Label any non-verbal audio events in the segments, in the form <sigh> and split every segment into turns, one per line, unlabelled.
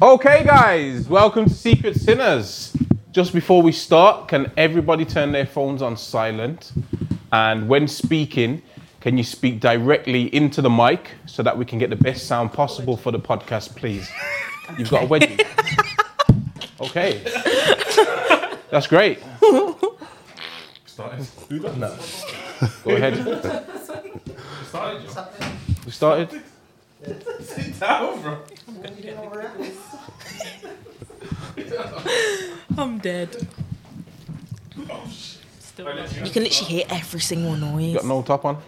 Okay, guys, welcome to Secret Sinners. Just before we start, can everybody turn their phones on silent? And when speaking, can you speak directly into the mic so that we can get the best sound possible for the podcast, please? You've got a wedgie. Okay. That's great. No. Go ahead. We started?
I'm dead. You can literally hear every single noise.
Got no top on?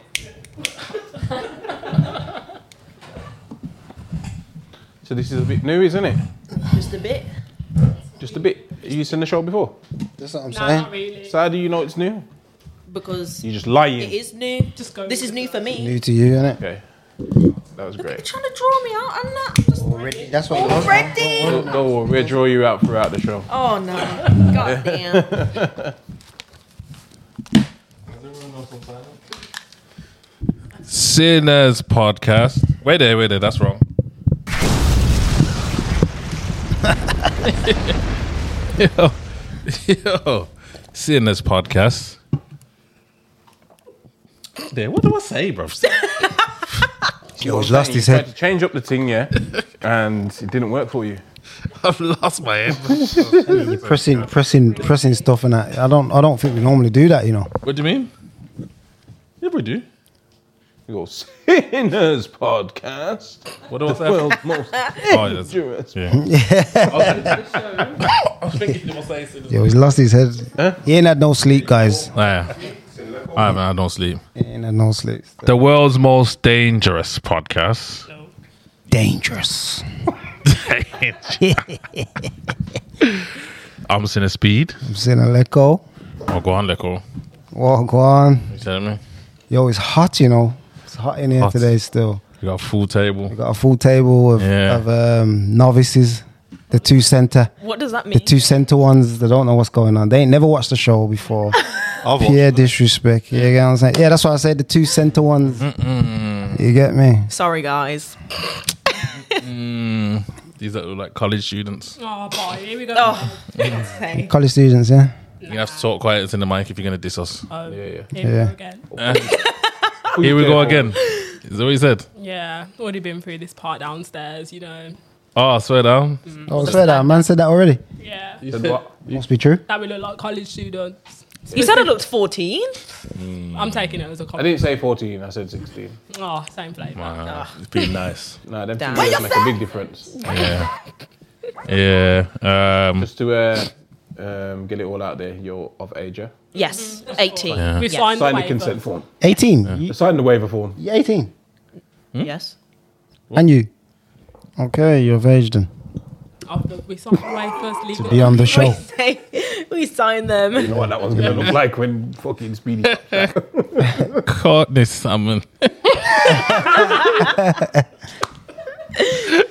so this is a bit new, isn't it?
Just a bit.
Just a bit. You seen the show before?
That's what I'm
No,
saying.
not really.
So how do you know it's new?
Because
You just
it
lying.
is new.
Just go.
This is new for me.
New to you, innit?
Okay. That was
You're
great.
trying to draw me out. I'm not. I'm just
Already. That's what it was.
already.
Don't, don't worry, we'll draw you out throughout the show.
Oh <laughs> no. God damn.
Sinners podcast. Wait there, wait there.
<laughs>
That's wrong. yo, yo, Sinners podcast. There, what do I say, bro?
Yo, he's lost his head.
Tried to change up the thing, yeah, and it didn't work for you.
I've lost my head.
You're pressing, pressing, pressing stuff, and that. I don't, I don't think we normally do that, you know.
What do you mean? Yeah, we do.
You go sinners <laughs> podcast,
What do I say?
world's most <laughs>
oh, that's,
dangerous.
yeah. I was thinking, do I say sinners?
Yo, he's lost his head. He ain't had no sleep, guys.
Nah. I, I don't sleep.
He ain't had no sleep.
The world's most
<laughs>
dangerous podcast.
Dangerous.
I'm Sinner Speed.
I'm seeing a let go.
Oh, go on, Leko.
Walk on.
You tell me.
Yo, it's hot, you know. It's hot in here
Hot.
today still.
We got a full table.
We got a full table of,
Yeah.
of um, novices. The two center,
What does that mean?
the two center ones. They don't know what's going on. They ain't never watched the show
<laughs>
before. Pure disrespect. You get what I'm saying? Yeah, that's why I said the two center ones. You get me?
Sorry, guys.
These are like college students.
Oh boy, here we go.
Oh, okay.
College students, yeah.
You have to talk quiet in the mic if you're gonna diss us.
Oh,
Yeah, yeah.
Here we
Yeah.
go again.
Here we go again. Is that what you said?
Yeah, already been through this part downstairs, you know.
Oh, I swear down.
Oh, swear that man said that already.
Yeah,
Said what?
Must be true.
that we look like college students.
You said I looked 14.
I'm taking it as a
I
compliment.
didn't say 14. I said 16.
Oh, same flavour.
Ah.
Wow, it's been nice.
No, them two
Damn.
years make a big difference.
Yeah. Yeah. Um,
Just to uh, um, get it all out there, you're of age. Yeah?
Yes, 18.
We
Yeah.
signed
Sign
the
the
waiver.
consent form.
18. You,
Sign the waiver form.
you're 18.
Yes.
And you? Okay, you're of age then.
Of the, we signed the waivers. legal-
Be on the
<laughs>
show.
we signed them.
You know what that one's gonna look like when fucking Speedy.
Courtney Salmon. <laughs>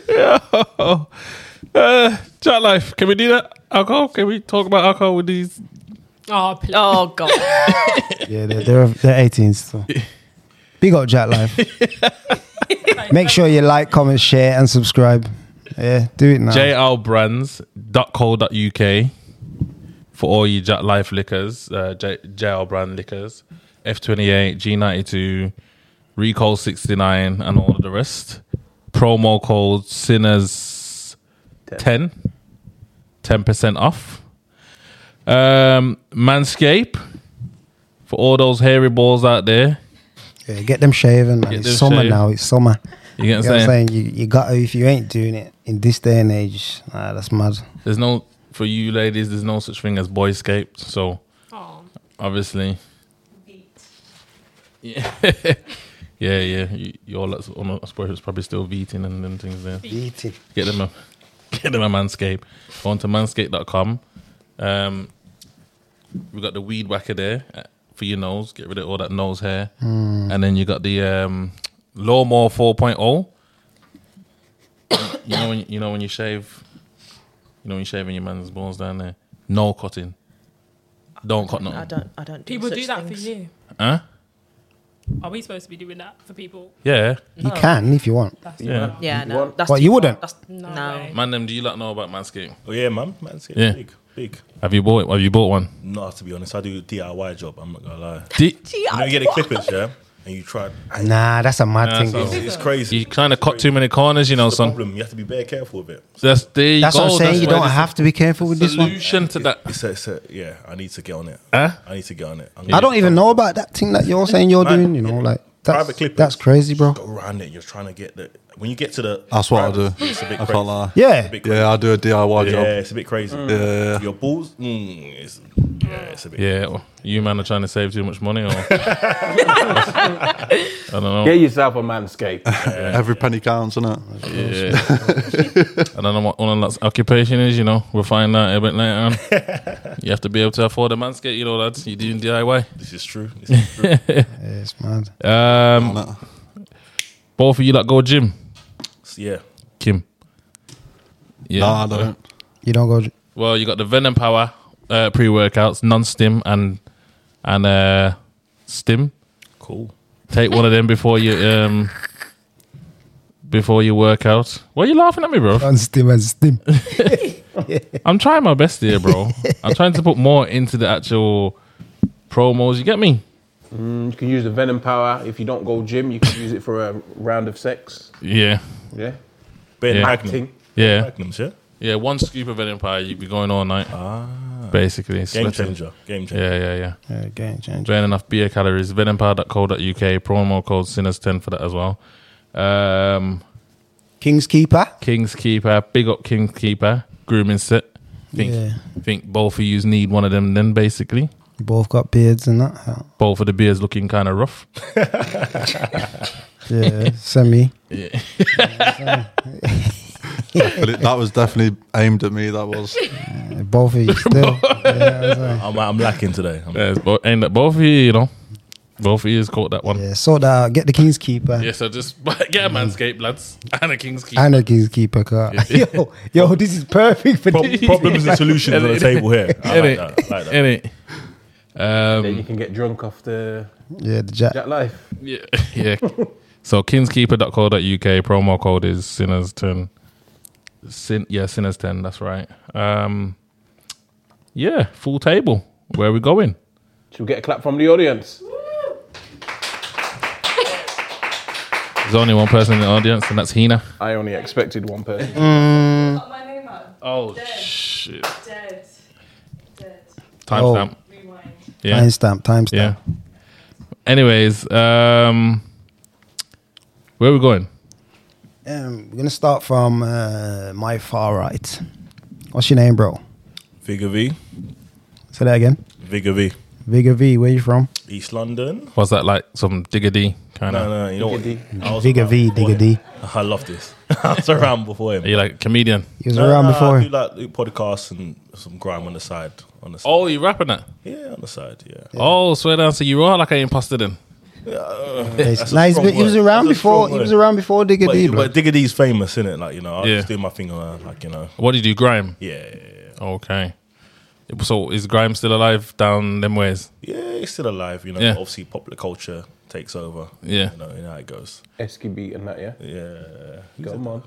Yo. Uh, chat life. Can we do that? Alcohol? Can we talk about alcohol with these?
Oh, please.
Oh, God.
Yeah, they're, they're, they're 18
<laughs>
still. Big up Jack Life. Make sure you like, comment, share, and subscribe. Yeah, do it now.
Uh, jlbrands.co.uk for all you Jack Life liquors, uh, J- JL brand liquors, F28, G92, Recall 69, and all of the rest. Promo code Sinners10, 10% off. Um, Manscape for all those hairy balls out there.
yeah, get them shaven, man.
Get
It's
them
summer
shaved.
now. It's summer.
You get what
You
I'm
know what I'm
saying?
saying? You, you got to, if you ain't doing it in this day and age, nah, that's mad.
There's no, for you ladies, there's no such thing as boyscape. So
Oh.
obviously. Yeah, <laughs> yeah, yeah. You, you all that's on. I suppose it's probably still Veeting and them things there.
Eating.
Get them a, <laughs> get them a manscape. Go on to manscaped.com. Um, we got the weed whacker there uh, for your nose. Get rid of all that nose hair, and then you got the um, lawnmower 4.0. <coughs> you know when you know when you shave, you know when you're shaving your man's balls down there. No cutting. Don't cut nothing.
I don't, I don't do
People
such
do that
things.
for you.
Huh?
Are we supposed to be doing that for people?
Yeah.
You can if you want.
That's
Yeah.
Yeah, no.
want-
That's
What,
too
you
far.
wouldn't?
That's, no.
way.
Man, them, do you lot know about Manscaped?
Oh yeah, man. Man's getting
Yeah.
big, big.
Have you bought? Have you bought one?
Not to be honest, I do DIY job. I'm not gonna lie.
Do-
Gee,
You know,
I-
you get the clippers, yeah, and you try.
Nah, that's a mad thing.
so-
It's crazy.
you kind of cut too many corners, you know,
That's the
son.
problem. You have to be very careful with it.
That's there you
That's
go.
what I'm saying.
That's
You
why
don't
there's a
have to be careful with this one.
solution to that.
It's a, it's a, yeah, I need to get on it.
Huh?
I need to get on it. I'm
I don't even know about that thing that you're saying you're
Man,
doing. You know,
yeah.
like
Private
that's
clippers.
that's crazy, bro.
Go around it. You're trying to get the when you get to the.
That's what I do.
It's a bit
I
crazy.
can't lie.
Yeah.
Big-
Yeah, I do a DIY
Yeah,
job.
it's a bit crazy.
Yeah.
Your balls, mm, it's, yeah, it's a bit.
Yeah, well, you man are trying to save too much money, <laughs> or I don't know.
Get yourself a manscape.
Every penny counts, isn't it?
Yeah. I don't know what Unalot's occupation is. You know, we'll find out a bit later <laughs> on. you have to be able to afford a manscape, you know, lads. You're doing DIY.
This is true.
<laughs>
This is true.
Yeah, it's mad.
Um, both of you like go gym,
yeah.
Kim. Yeah.
No, I don't.
You don't go.
Well, you got the Venom Power uh, pre workouts, non stim and and uh, stim.
Cool.
Take one of them before you um before you work out. Why are you laughing at me, bro?
And steam
<laughs>
and steam.
I'm trying my best here,
<laughs>
bro. I'm trying to put more into the actual promos. You get me?
you can use the venom power. If you don't go gym, you can use it for a round of sex.
Yeah,
Yeah.
Ben
Yeah.
Magnum.
Ting.
yeah,
Magnums, yeah.
yeah. One scoop of Venom Power, you'd be going all night. Ah, basically,
Game
sweating.
changer. Game changer.
Yeah, yeah, yeah.
Yeah, game changer.
Burn enough beer calories. Venompower.co.uk promo code Sinners10 for that as well. Um,
King's keeper.
King's Keeper, big up King's Keeper, grooming set. Think,
Yeah.
think both of yous need one of them then, basically.
You both got beards and that.
Both of the beers looking kind of rough. <laughs>
Yeah, semi.
But it, that was definitely aimed at me. That
<laughs>
was.
Both of you still. yeah,
I'm, I'm lacking today. I'm,
Yeah, it's bo- ain't that both of you, you know? Both of you caught that one.
yeah sort that out. Get the king's keeper.
Yeah, so just <laughs> get a manscape, lads, and a King's Keeper.
And a king's keeper card. <laughs> yo, yo, this is perfect for
Pro-
this.
<laughs>
problems and solutions on the table here. I like
Innit?
that. I like that.
Innit?
Then you
Um,
can get drunk off the
<laughs> Yeah, the jack.
jet life.
yeah, <laughs> yeah. So kingskeeper.co.uk promo code is sinners10. Sin, yeah, sinners10, that's right. Um, yeah, full table. Where we going?
Should we get a clap from the audience?
There's only one person in the audience, and that's Hina.
I only expected one person.
Got my name up.
Oh shit!
Dead. Dead.
Timestamp.
Rewind.
Yeah.
Time stamp. Time
Yeah.
stamp.
Anyways, um, where are we going?
Um, we're gonna start from uh, my far right. What's your name, bro?
Vigor V.
Say that again.
Vigor V.
Vigor V. Where you from?
East London.
Was that like some diggity kind
No,
of?
no, you know what?
Vigor
I was
Vigor
around
V,
before
Digger
him. I love this. <laughs> I was around before him.
Are you like a comedian?
He was
No,
around
no,
before.
I do like do podcasts and some grime on the side. On the side.
Oh, you rapping that?
yeah, on the side. Yeah,
Oh, swear down. So you are like an imposter then.
Nice.
a
Nah, he's
strong
been- he was
word.
around
That's a
before.
strong
He was
word.
around before Digger
but,
D, bro.
but Diggity's famous, isn't it? Like you know, I
Yeah.
just do my thing on her, like you know.
What do you do? Grime.
Yeah, yeah, yeah.
Okay. So is Grime still alive down them ways?
Yeah, it's still alive. You know,
Yeah.
obviously popular culture takes over.
Yeah.
you know, you know how it goes.
Esky beat and that, yeah?
Yeah,
Come on.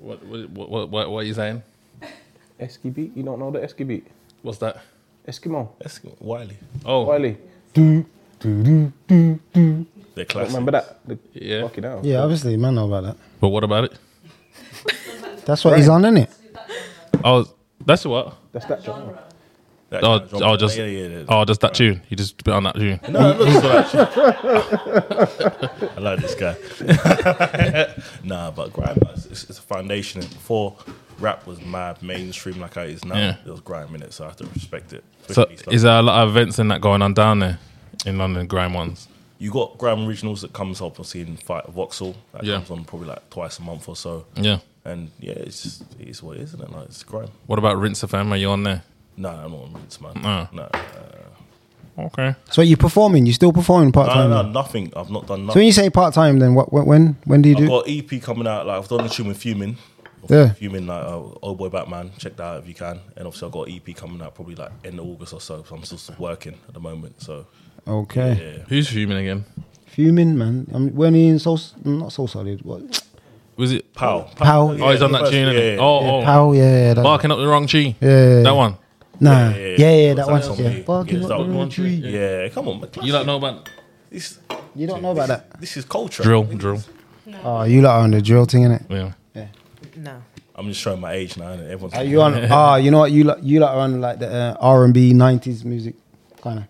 What what what, what, what are you saying?
Esky beat? You don't know the Esky beat?
What's that?
Eskimo.
that's Wiley.
Oh,
Wiley.
They're classic.
Remember that? The
Yeah.
Fucking hell.
Yeah, obviously, man, know about that.
but what about it?
That's what he's on, isn't it?
Oh, that's what.
That's that genre.
That
Oh,
kind of
oh,
genre.
just
yeah, yeah, yeah.
oh, just that tune. You just put on that tune.
No, it looks like- <laughs> I like this guy. <laughs> nah, but grime, it's, it's it's a foundation. And Before rap was mad mainstream like it is now,
Yeah.
it was grime in it, so I have to respect it.
So
Especially East
is there a lot of events and that going on down there in London, Grime ones?
you got grime originals that comes up. I've seen Fight Voxel that
Yeah.
comes on probably like twice a month or so.
Yeah.
And yeah, it's just, it is what it is, isn't it? Like it's grime.
What about Rinse FM? Are you on there?
No, I'm not on roots, man.
No.
No,
Okay.
So you're performing. You're still performing part
no,
time.
no, nothing. I've not
So
done
when
nothing.
you say part time, then what? what- When? When do you
I've
do?
got EP coming out. Like I've done the tune with Fuming.
Yeah.
Fuming like uh, Old Boy Batman. Check that E out if you can. And obviously I've got EP coming out probably like end of August or so. So I'm still working at the moment. So
Okay.
Yeah.
Who's fuming again?
Fuming, man. I'm, when he in Soul, not Soul Solid, what?
Was it?
Pow.
Pow.
Oh, he's on that
First-
tune.
Yeah,
innit?
yeah,
oh,
Yeah,
oh.
Pow, yeah, yeah, that,
barking up the wrong tree.
yeah,
That one.
Nah, yeah,
Yeah,
yeah,
yeah,
that
What's
one's
that
yeah.
song?
Barking
Yeah,
up
that
the
one.
wrong tree.
Yeah, come on, man.
You don't know about
This,
You don't know about that?
this is culture.
drill, drill.
Oh, you lot are on the drill thing, innit?
Yeah.
No.
I'm just showing my age now. innit? Everyone's
Are you on? Ah, you know what? You lot, you lot are on like the uh, R and B '90s music, kind of.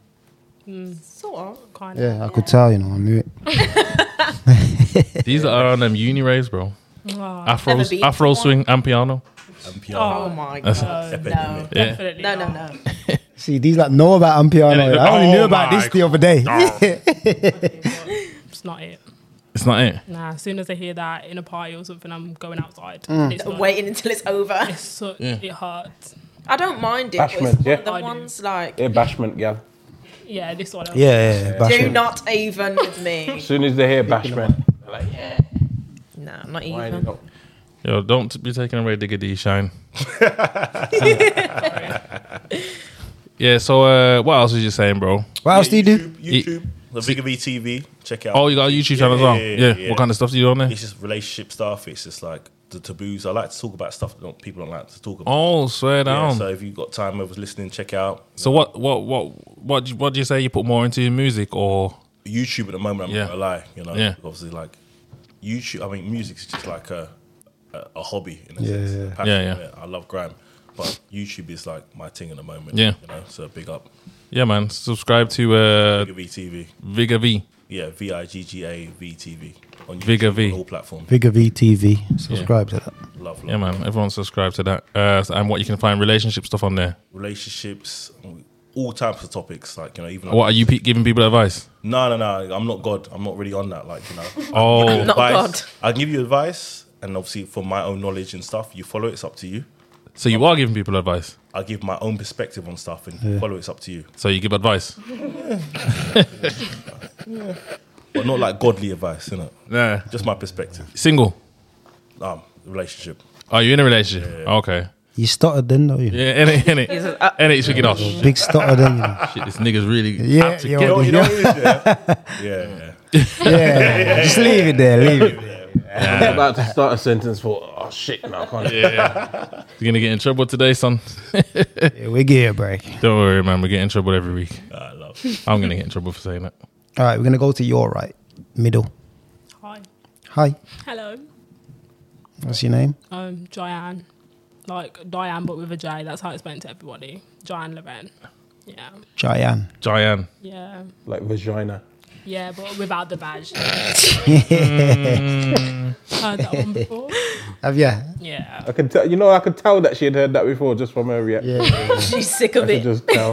Sort of, kind of.
Yeah, I could tell. You know, I knew it.
These are on them uni raves, bro.
Oh,
Afro,
Everbeat.
Afro swing and piano.
I'm
Oh,
Oh my
That's-
god.
epidemic.
Yeah.
definitely.
No, no,
not.
no.
See, these like know about Ampiano.
Yeah,
I only knew
oh
about this
my
the other day. <laughs>
It's not it.
It's not it.
Nah, as soon as I hear that in a party or something, I'm going outside. It's
I'm
not-
waiting until it's over.
It's so,
Yeah.
It hurts.
I don't mind it, but
Bashment,
it's
yeah.
one of the
I do.
ones like
Yeah, bashment, gal.
Yeah, this one.
yeah, yeah, yeah.
do
Bashment.
not even with me.
As soon as they hear bashment,
no, not
wind
even.
it up.
Yo, don't be taking away Diggity <laughs> Shine. yeah, so uh, what else was you saying, bro?
What else do you do?
YouTube, YouTube the Vigor TV. Check out.
Oh, you got a YouTube channel as well? Yeah,
Yeah, yeah, yeah.
What kind of stuff do you do on there?
It's just relationship stuff. It's just like the taboos. I like to talk about stuff that don't, people don't like to talk about.
Oh, swear
Yeah,
down.
so if you've got time, I was listening. Check out
so what, what, what, what, do you- what do you say you put more into your music or?
YouTube at the moment. I'm
Yeah.
not gonna lie. You know,
Yeah.
obviously like YouTube. I mean, music's just like a a, a hobby in a
Yeah,
sense.
yeah,
a
yeah.
passion,
Yeah, yeah.
innit? I love grime, but YouTube is like my thing at the moment.
Yeah.
you know. So big up
Yeah, man. Subscribe to uh,
Vigor VTV.
Vigga V.
Yeah, V I G G A V T V on
Vigor
YouTube,
V.
on all platforms.
Bigger VTV. Subscribe to that.
Love, love.
Yeah, man. Everyone subscribe to that. Uh, so- and what you can find relationship stuff on there.
relationships, all types of topics. Like you know, even
What are you pe- giving people advice?
no, no, no. I'm not God. I'm not really on that. Like you know,
<laughs> Oh,
<laughs>
Not
advice.
God.
I give you advice, and obviously for my own knowledge and stuff, you follow. It's up to you.
so you are giving people advice.
I give my own perspective on stuff, and you follow. It's up to you.
So you give advice.
But not like godly advice, you know.
Nah.
Just my perspective.
Single.
Um, relationship.
Are you in a relationship? Okay.
You stuttered then, though. You
Yeah, in it, in it.
Uh,
In it, it off. Shit,
big stutter then. You know.
this nigga's really.
Yeah,
out to
you're
get
on
me.
You know what it is, yeah?
<laughs>
yeah, yeah.
Yeah, just leave it there. Leave it. There.
I'm about to start a sentence for, oh shit, now I can't.
You're going to get in trouble today, son.
Yeah, we give you a break.
Don't worry, man. We get in trouble every week.
I love.
I'm going to get in trouble for saying that.
All right, we're gonna go to your right, middle.
Hi.
Hi,
Hello.
what's your name?
Um, Diane. Like Diane, but with a J. That's how it's meant to everybody. Diane Loren. Yeah.
Jayan.
Jayan.
Yeah.
Like vagina.
Yeah, but without the
<laughs>
badge. Heard that one before?
Have you?
Yeah.
I could tell, you know, I could tell that she had heard that before just from her reaction.
Yeah.
<laughs>
she's sick of
I could
it.
just
<laughs>
tell.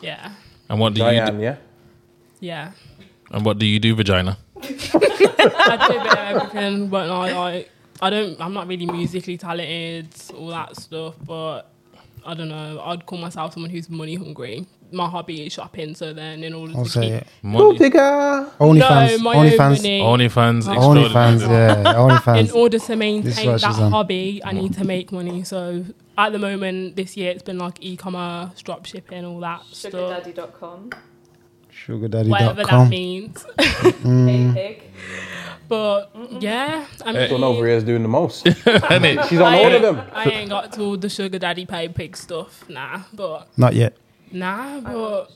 Yeah.
And what do you do,
Diane, yeah?
Yeah.
and what do you do, vagina?
I do a bit of everything, but like, like I don't. I'm not really musically talented, all that stuff. But I don't know. I'd call myself someone who's money hungry. My hobby is shopping. So then, in order
I'll
to keep
say it.
Gold
Money,
digger.
no,
OnlyFans.
my own
OnlyFans.
money.
OnlyFans. <laughs> extraordinary.
OnlyFans.
<laughs>
Yeah.
in
OnlyFans.
order to
This is
maintain
what
that
she's on.
hobby, I need to make money. So at the moment, this year it's been like e-commerce, drop shipping, all that stuff,
Sugardaddy.com.
whatever that
Sugardaddy.com.
means. <laughs>
Hey, pig.
But yeah, I mean,
One over here is doing the <laughs> most.
Innit?
<laughs>
She's on
I,
all of
ain't,
them.
I ain't got to all the sugar daddy pay pig stuff, nah. But
Not yet.
Nah, but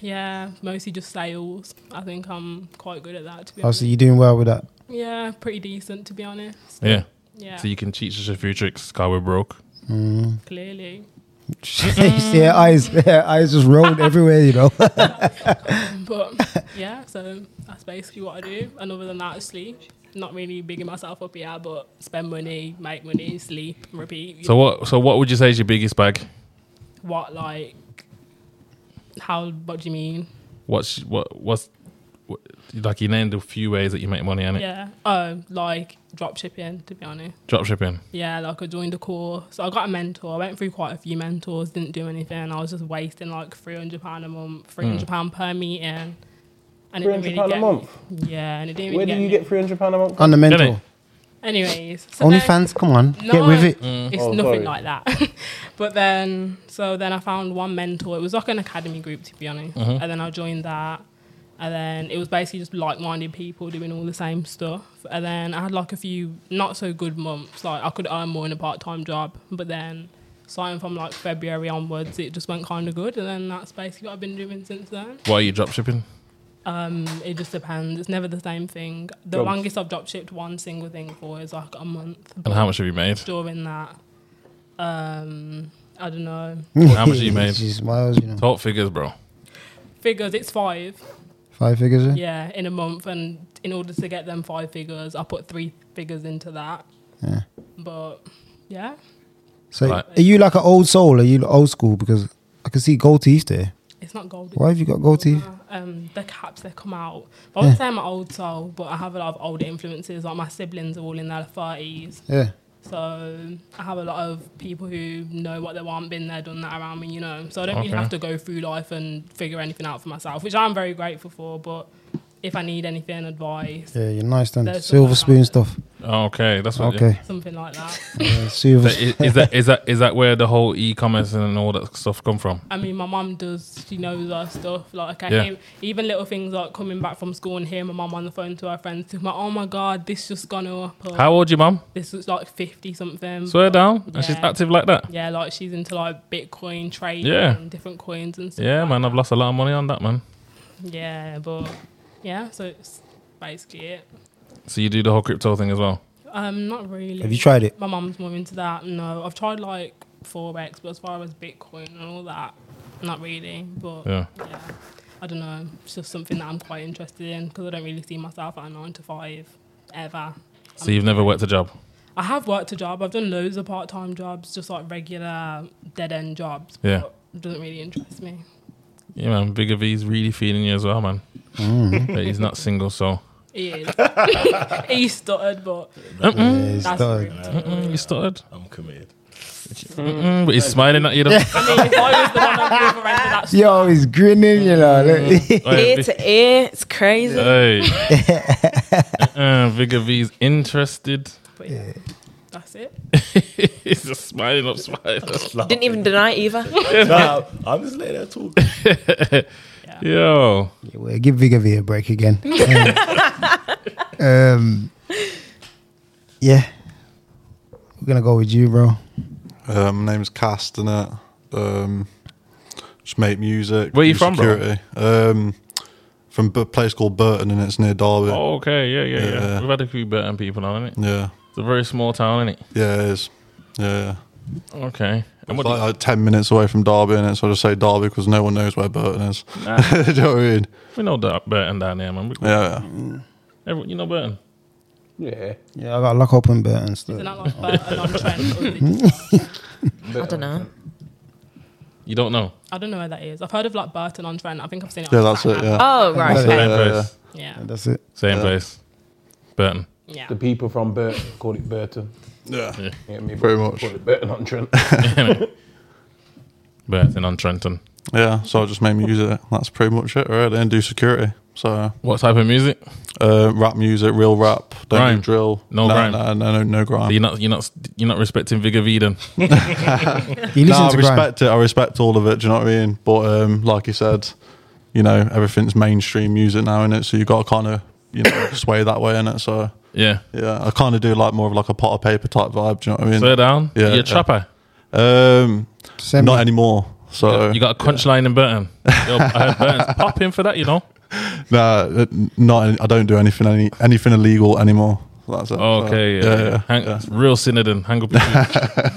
yeah, mostly just sales. I think I'm quite good at that. To be
Oh,
honest.
so you're doing well with that. <laughs>
Yeah, pretty decent to be honest.
Yeah.
Yeah,
So you can teach us a few tricks. Car we're broke.
clearly.
you
Mm.
see her eyes. <laughs> Her eyes just
<laughs>
rolled everywhere. You know.
But yeah, so that's basically what I do. And other than that, I sleep. Not really bigging myself up here, but spend money, make money, sleep, and repeat. You
So what? So what would you say is your biggest bag?
know, what like? How? What do you mean?
What's what? What's what, like you named a few ways that you make money, innit?
Yeah. Oh, like drop shipping. To be honest.
Drop shipping.
Yeah, like I joined a course. I got a mentor. I went through quite a few mentors, didn't do anything. I was just wasting like three hundred pound a month, three
Hmm.
hundred pound per meeting, and it didn't
£300
really
a
get.
month.
Yeah, and it didn't
Where
really
do
get.
you
me.
get £300 a month?
On the
Didn't
mental.
it?
Anyways, so then-
OnlyFans, come on,
No,
get with it.
It's
Oh, sorry.
nothing like that. <laughs> but then, so then I found one mentor. It was like an academy group, to be honest. And then I joined that. And then it was basically just like minded people doing all the same stuff. And then I had like a few not so good months. Like I could earn more in a part time job. But then, starting from like February onwards, it just went kind of good. And then that's basically what I've been doing since then.
Why are you dropshipping?
Um, it just depends. It's never the same thing. The
Jobs.
longest I've drop shipped one single thing for is like a month.
And how much have you
<laughs>
made?
during that. Um, I don't know.
How
<laughs>
much you made?
Jeez, miles, you know,
Talk figures, bro.
Figures, it's five,
five figures. eh? Yeah.
yeah, in a month. And in order to get them five figures, I put three figures into that.
Yeah.
But yeah,
So,
Right.
are you like an old soul? Are you old school? Because I can see gold teeth there.
it's not gold.
Why have you got gold teeth?
Um, the caps that come out. I wouldn't say I'm an old soul, but I have a lot of older influences. Like my siblings are all in their 30s.
Yeah.
So I have a lot of people who know what they want, been there, done that around me, you know. So I don't
Okay.
really have to go through life and figure anything out for myself, which I'm very grateful for. But if I need anything, advice,
Yeah, you're nice then.
Those
Silver
are-
spoon stuff.
Okay, that's what.
Okay.
something like that.
Yeah, silver.
That- Is, is that is that is that where the whole e-commerce and all that stuff come from?
I mean, my mum does, she knows our stuff. Like, I
Yeah.
hear- even little things like coming back from school and hearing my mum on the phone to her friends, to my, oh my God, this just gone up. Or,
How old your mum?
This was like 50 something.
Swear down, and she's
Yeah.
active like that.
Yeah, like she's into like Bitcoin trading
Yeah.
and different coins and stuff.
Yeah,
like
man,
that.
I've lost a lot of money on that, man.
Yeah, but yeah, so it's basically it.
So you do the whole crypto thing as well.
Um, not really.
Have you tried it?
My mum's more into that. No, I've tried like forex, but as far as Bitcoin and all that, not really. But yeah,
Yeah.
I don't know. It's just something that I'm quite interested in because I don't really see myself at a nine to five ever.
So you've never worked a job.
I have worked a job. I've done loads of part time jobs, just like regular dead end jobs.
Yeah.
but it doesn't really interest me.
Yeah, man. Bigger V's really feeling you as well, man.
Mm-hmm.
But he's not single, so
He is. <laughs> he stuttered, but
Yeah, it's
that's
not-
rude.
Mm, you started.
I'm committed.
Mm, but he's smiling at you. Though.
I mean, if I was the one that would have rented that
Yo, he's grinning, you know. Look.
Hey,
Ear to ear, it's crazy.
<laughs>
Uh, Bigger V's interested. <laughs>
But yeah, that's it.
he's just smiling up, smiling. Up.
Didn't even deny either.
Nah, I'm just letting her talk.
Yo,
Well, give Vigor V a break
<laughs>
again. um, yeah. We're going to go with you, bro.
Um, my name's Cast, innit? Um, just make music.
Where you
do
from, bro?
security. Um, from a place called Burton, and it's near Derby.
Oh, okay, yeah, yeah, yeah.
Yeah.
We've had a few Burton people on it.
Yeah,
It's a very small town, isn't it?
yeah, it is. Yeah,
Okay. And
it's
what
like,
do you-
like ten minutes away from Derby, and so I just say Derby because no one knows where Burton is.
Nah.
<laughs> do you know what I mean?
we know that Burton down there, man. We,
Yeah, yeah.
everyone, you know Burton.
Yeah.
Yeah, I got a lock open button
Is it
stuff.
not like but a non-trend?
I don't know.
You don't know.
I don't know where that is. I've heard of like Burton on Trent. I think I've seen it.
Yeah,
on
that's it.
Instagram.
Yeah.
Oh, right. Okay.
Yeah.
Same
Yeah,
place.
Yeah,
And uh, that's it.
Same place. Burton.
yeah.
The people from Burton call it Burton.
Yeah.
Yeah, me
Pretty much.
Call it Burton on Trent.
Burton on Trenton.
Yeah, so I just make music. That's pretty much it, really, and do security. So
What type of music?
uh, rap music, real rap. Don't
Grime.
do drill.
No
no,
grime.
No, no, no, no grime.
So you're not, you're not, you're not respecting Vigor Veden.
You listen
no, I
to Grime.
respect it. I respect all of it. Do you know what I mean? But um, like you said, you know everything's mainstream music now, in it. So you got to kind of you know <coughs> sway that way, in it. So
Yeah.
yeah, I kind of do like more of like a pot of paper type vibe. Do you know what I mean?
Swear down.
Yeah,
you're
yeah.
a trapper.
um,
Send
not
me-
anymore. So
You got a crunch line in Burton. Yo, I heard
<laughs>
Burton's popping for that, you know.
nah, uh, not. any- I don't do anything any, anything illegal anymore. That's it. So,
Okay, yeah,
yeah,
yeah. Hang, Real Synodon, hang up.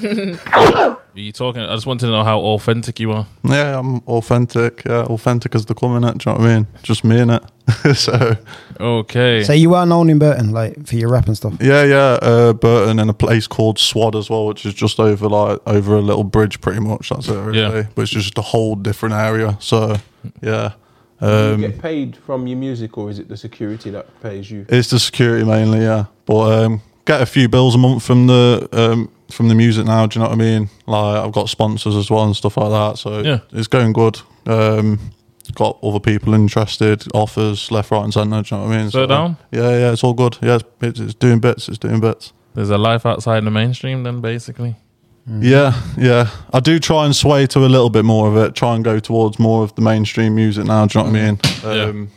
Your Are you talking? I just want to know how authentic you are.
Yeah, I'm authentic. Yeah, authentic as the coming it. Do you know what I mean? Just me in it. <laughs> so
Okay.
So you are known in Burton, like for your rap and stuff.
Yeah, yeah, uh, Burton and a place called Swad as well, which is just over like over a little bridge, pretty much. That's it, really.
Yeah.
But it's just a whole different area. So yeah,
you
um,
get paid from your music, or is it the security that pays you?
it's the security mainly. Yeah, but um, get a few bills a month from the um, from the music now. Do you know what I mean? Like I've got sponsors as well and stuff like that. So
Yeah.
it's going good. Um, got other people interested, offers left, right, and centre. Do you know what I mean? uh,
Slow down.
Yeah, yeah, it's all good. Yeah, it's, it's doing bits. It's doing bits.
There's a life outside the mainstream, then basically.
Yeah, yeah. I do try and sway to a little bit more of it. Try and go towards more of the mainstream music now. Do you know what I mean?
Yeah.
Um,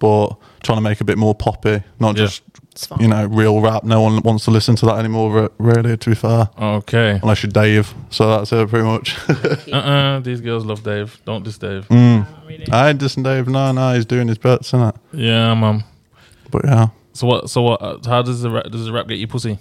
But trying to make it a bit more poppy, not
Yeah.
just
It's fine.
you know real rap. No one wants to listen to that anymore. re- Really, to be fair,
Okay.
unless you're Dave. So that's it, pretty much. <laughs>
Uh uh These girls love Dave. Don't diss Dave.
Mm.
Not really.
I ain't dissing Dave. No, no, he's doing his bits, isn't it?
Yeah, mum.
But yeah,
So what? So what? uh, How does the rap, does the rap get you pussy?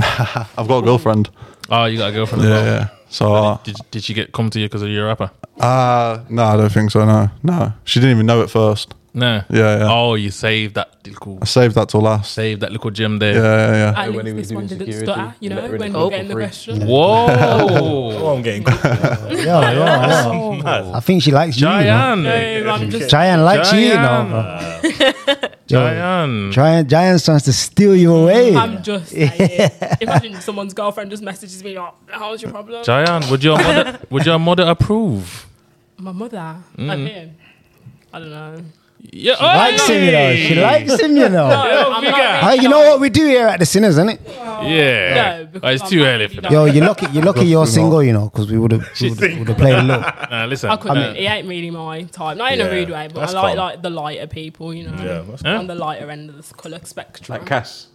I've got a girlfriend.
Oh, you got a girlfriend.
Yeah,
as well.
yeah. So uh,
Did, did she get come to you because of your rapper?
uh, no, I don't think so. No, no. She didn't even know at first.
No.
Yeah, yeah.
Oh, you saved that little
I saved that till last.
saved that little gem there.
Yeah, yeah, yeah.
At
when he
least
was
this one
doing
didn't
security,
stutter, you
let
know,
Ren
when
go
you're
for
getting the
free.
question.
<laughs> Whoa.
Oh, I'm getting cooked.
Yeah, yeah, Oh. yeah. I think she likes you. Man.
Giant.
No,
<laughs>
I'm just
Giant likes you, you know.
Giant.
Bro. Yo,
Giant.
Giant, Giant's trying to steal you away.
I'm just saying. Imagine someone's girlfriend just messages me, like, how's your problem?
Giant. Would your mother would your mother approve?
My mother. I mean, I don't know.
Yeah.
likes him, you know. She likes him, you
<laughs>
know.
I'm
figure.
not
Hey, you know what we do here at the Sinners, isn't it?
Yeah.
No, because
Oh, it's
I'm
too
not
early
really
for
that-
that.
Yo, you're lucky. You're lucky. You're single, you know, because we would have we would have played a <laughs> little.
Nah, listen.
I couldn't. it ain't really my type. Not in
Yeah,
a rude way, but I
that's
like
calm.
like the lighter people, you know.
Yeah, that's
on the lighter end of the colour spectrum.
Like Cass.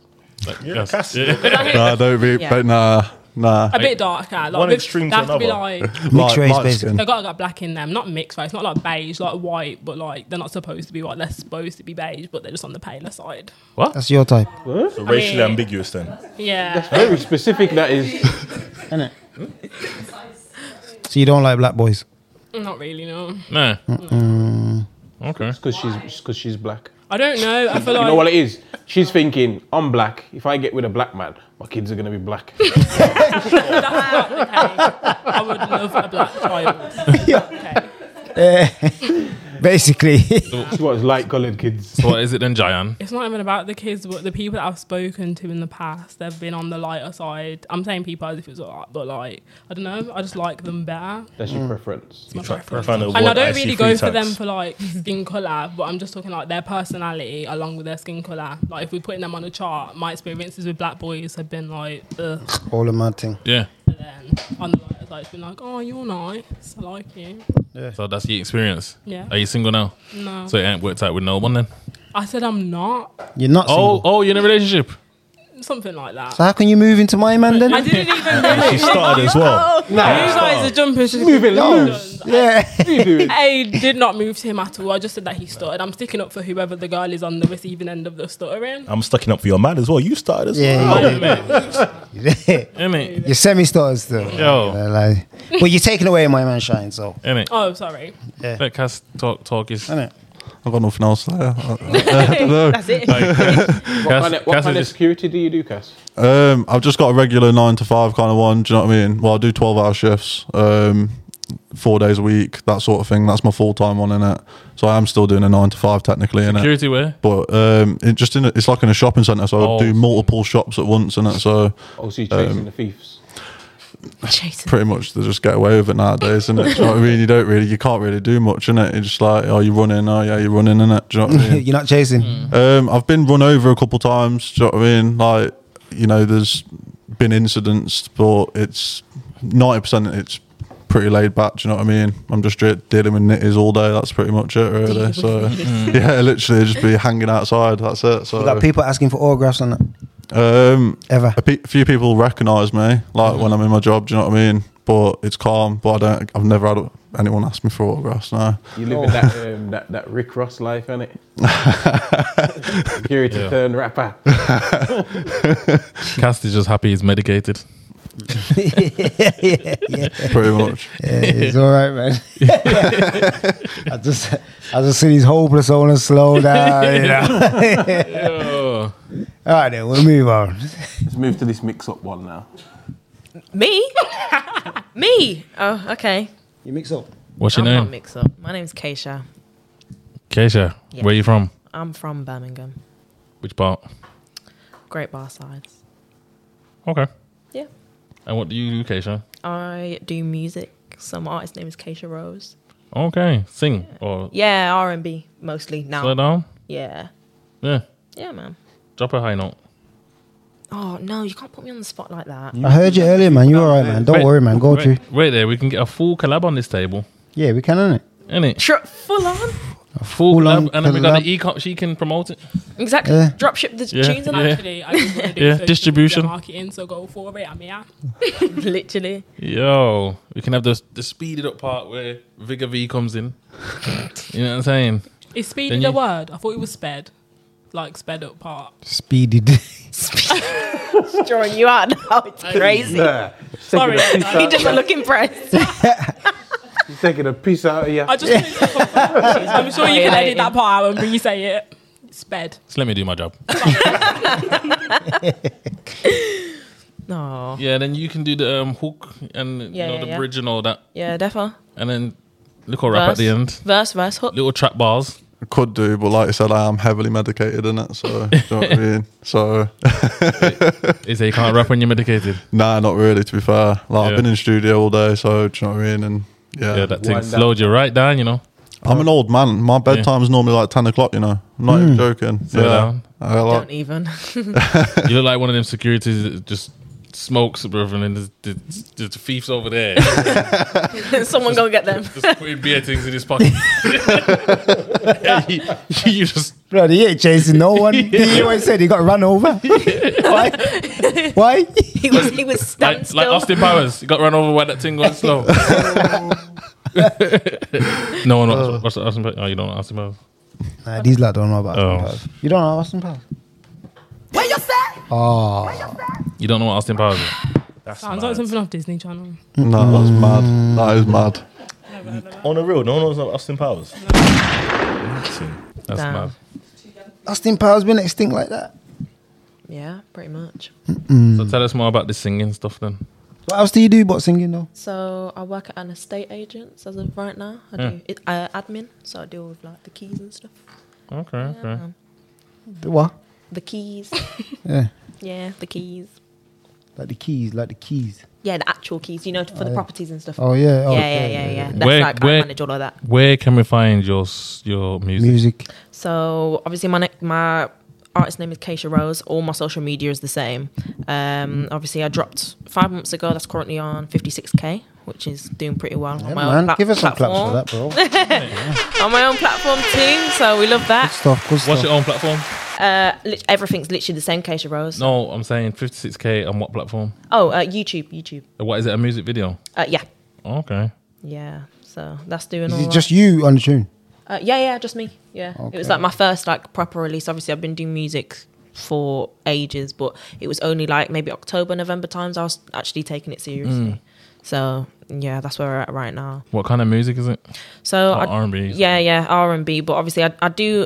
Yeah, Cass.
Nah, don't be.
Yeah.
But nah, nah.
a bit darker. Like,
One
with-
extreme
they
to
have to be
another.
like
Mixed race,
light
basically.
skin.
they gotta got black in them. Not mixed, right? It's not like beige, like white, but like they're not supposed to be white. They're supposed to be beige, but they're just on the paler side.
That's your type.
So racially
I mean-
ambiguous then.
Yeah.
Very specific that is.
So you don't like black <laughs> boys.
Not really, no.
Nah. Okay.
Because she's, cause she's black.
I don't know. I feel like
You know what it is? She's thinking, I'm black. If I get with a black man, my kids are going to be
<laughs>
black.
that's not the case. I would love a black child.
Basically,
She wants light coloured kids.
So what is it then, Giant?
It's not even about the kids, but the people that I've spoken to in the past, they've been on the lighter side. I'm saying people as if it's all right, but like, I don't know. I just like them better.
That's your preference.
My
Try-
preference.
find a
And I
word
don't
see
really
three
go for them
times.
for like skin color, but I'm just talking like their personality along with their skin color. Like if we're putting them on a chart, my experiences with black boys have been like, ugh.
<laughs> all a mad thing.
Yeah.
But then on the lighter side, it's been like, oh, you're nice, I like you.
So that's your experience.
Yeah.
Are you single now?
No,
So it ain't worked out with no one then.
I said I'm not.
You're not
Oh,
single.
oh, you're in a relationship.
Something like that.
So how can you move into my man
I
then?
didn't even know
She started as well.
you guys are jumping. She's
Moving loose.
Yeah.
I did not move to him at all. I just said that he stuttered. I'm sticking up for whoever the girl is on the receiving end of the stuttering.
Oh.
I'm stucking up for your man as well. You started as well.
Yeah. yeah. <laughs>
Innit?
You're semi stars still.
Yo.
Yeah, like- but you're taking away my man shine, so.
Innit?
Oh, sorry.
Let Cass talk, talk is.
Innit?
I've got nothing else there. <laughs>
That's it.
What kind of, what
Cass
kind of
is just-
security do you do, Cass?
Um, I've just got a regular nine to five kind of one. Do you know what I mean? Well, I do twelve hour shifts, um, four days a week, that sort of thing. That's my full time one in it. So I am still doing a nine to five technically in it.
Security where?
But um, it just in a, it's like in a shopping centre, so
Oh.
I do multiple shops at once in it. So
Oh, so you're chasing the thieves.
Jason.
pretty much they just get away with it nowadays, isn't it? Do you know what I mean? You don't really, you can't really do much in it. It's just like, oh, you're running, oh yeah, you're running in it. Do you know
<laughs>
what I mean?
you're not chasing.
Um, I've been run over a couple times. Do you know what I mean? Like, you know, there's been incidents, but it's ninety percent. It's pretty laid back. Do you know what I mean? I'm just dri- dealing with nitties all day. That's pretty much it, really. So, <laughs> yeah, literally just be hanging outside. That's it.
You got
So,
people asking for autographs and that. <laughs>
um,
Ever.
a pe- few people recognise me, like when I'm in my job. Do you know what I mean? But it's calm. But I don't. I've never had anyone ask me for autographs. No.
You live in that, um, that, that Rick Ross life, innit? security
Yeah.
turn rapper.
Cass is just happy he's medicated.
Pretty much.
Yeah, it's all right, <laughs> man. I just, I just see these hopeless owners slow down. You know? <laughs>
Oh.
all right, then we'll move on.
Let's move to this mix up one now.
Me? Me? Oh, okay.
You mix up.
What's your
I'm not
name?
mixed up. My name's Keisha.
Keisha.
Yeah.
Where you from?
I'm from Birmingham.
Which part?
Great Bar Sides.
Okay.
Yeah.
And what do you do, Keisha?
I do music. Some artist name is Keisha Rose.
Okay. Sing or
Yeah, R and B mostly now.
slow down?
Yeah.
Yeah.
Yeah, man.
Drop a high note.
Oh no, you can't put me on the spot like
<laughs>
that.
I heard you earlier, man. You all right, man? Don't
Wait,
worry, man. Go through.
Wait, wait there, we can get a full collab on this table,
Yeah, we can, innit?
innit?
Tru- full on.
A full,
full on
collab, and then we got
collab.
the e She can promote it.
Exactly.
Yeah.
Drop ship the
Yeah.
tunes and
Yeah.
Actually, I just wanna do
Yeah,
social media
distribution.
marketing. So go for it. I'm here.
that. <laughs> Literally.
Yo, we can have the the speeded up part where Vigor V
<laughs>
comes in. you know what I'm saying?
Is
Then
speedy the
you-
word? I thought it was sped, like sped up part.
Speedy.
Drawing you out <laughs> now. It's crazy. <laughs>
Nah, he's taking
Sorry,
a piece
I,
He doesn't look
<laughs>
impressed.
he's taking a piece out of you.
I just. wanted to
<laughs>
confirm. I'm sure you can edit that part out and when you say it, sped.
Just let me do my
<laughs>
job.
No.
Yeah, then you can do the um, hook and
Yeah,
you know,
yeah,
the
yeah.
bridge and all that,
Yeah, defo.
and then little rap at the end,
Verse, verse, hook.
little trap bars.
I could do, but like I said, I am heavily medicated in it, so do you know
<laughs>
what I mean. So
They say you can't rap when you're medicated.
nah, not really. To be fair, like
Yeah.
I've been in studio all day, so do you know what I mean. And yeah,
Yeah, Um, that thing
wind
slowed you right down. You know,
I'm an old man. My bedtime's normally like ten o'clock. You know, I'm not even joking.
Slow Hmm. down.
I like,
Don't even. <laughs>
you look like one of them securities that just smokes, brother, and then there's, there's, there's thieves over there <laughs>
Someone go get them. <laughs>
just putting beer things in his pocket. <laughs> Yeah, you, you just
Bro, he ain't chasing no <laughs> one. He always said he got run <laughs> over. Why? <laughs> Why?
He was he was
like,
standstill.
like Austin Powers, you got run over while that thing going <laughs> slow. no one watched, watched Austin Powers. Oh, you don't know Austin Powers.
Nah, these lads don't know about
Oh.
Austin Powers. You don't know Austin Powers? Ah.
You don't know what Austin Powers is.
That's
Sounds
mad.
like something off Disney Channel.
nah, that's mad. That
Hmm.
is mad.
On the real, no one knows about Austin Powers.
That's
Damn.
mad.
Austin Powers been extinct like that.
Yeah, pretty much.
So tell us more about the singing stuff then.
What else do you do but singing though?
So I work at an estate agent's as of right now. I do it, uh, admin, so I deal with like the keys and stuff.
Okay, okay.
The what?
The
<laughs>
keys.
Yeah.
yeah, the keys.
Like the keys, like the keys.
Yeah, the actual keys. You know, for the properties and stuff.
Oh yeah. Oh,
yeah, yeah,
okay,
yeah, yeah, That's
Where-
like
where-
I manage all of that.
Where can we find your s- your music?
Music.
So obviously my ne- my artist name is Keisha Rose. All my social media is the same. Um, obviously I dropped five months ago. That's currently on 56k, which is doing pretty well.
Yeah,
on my own
man.
plat-
Give us some claps for
platform.
that,
<laughs>
bro.
On my own platform too. So we love that.
stuff. Good
What's
stuff.
your own platform?
Uh, lit- everything's literally the same. Keisha Rose.
No, I'm saying 56k on what platform?
Oh, uh, YouTube, YouTube.
What is it? A music video?
Uh, yeah,
Okay.
yeah. So that's doing
Is
all.
it
right.
just you on the tune?
Uh, yeah, yeah, just me. Yeah, it was
Okay.
like my first like proper release. Obviously, I've been doing music for ages, but it was only like maybe October, November times I was actually taking it seriously. So yeah, that's where we're at right now.
What kind of music is it?
So
Or
I-
R&B.
Yeah, yeah, R and B. But obviously, I, I do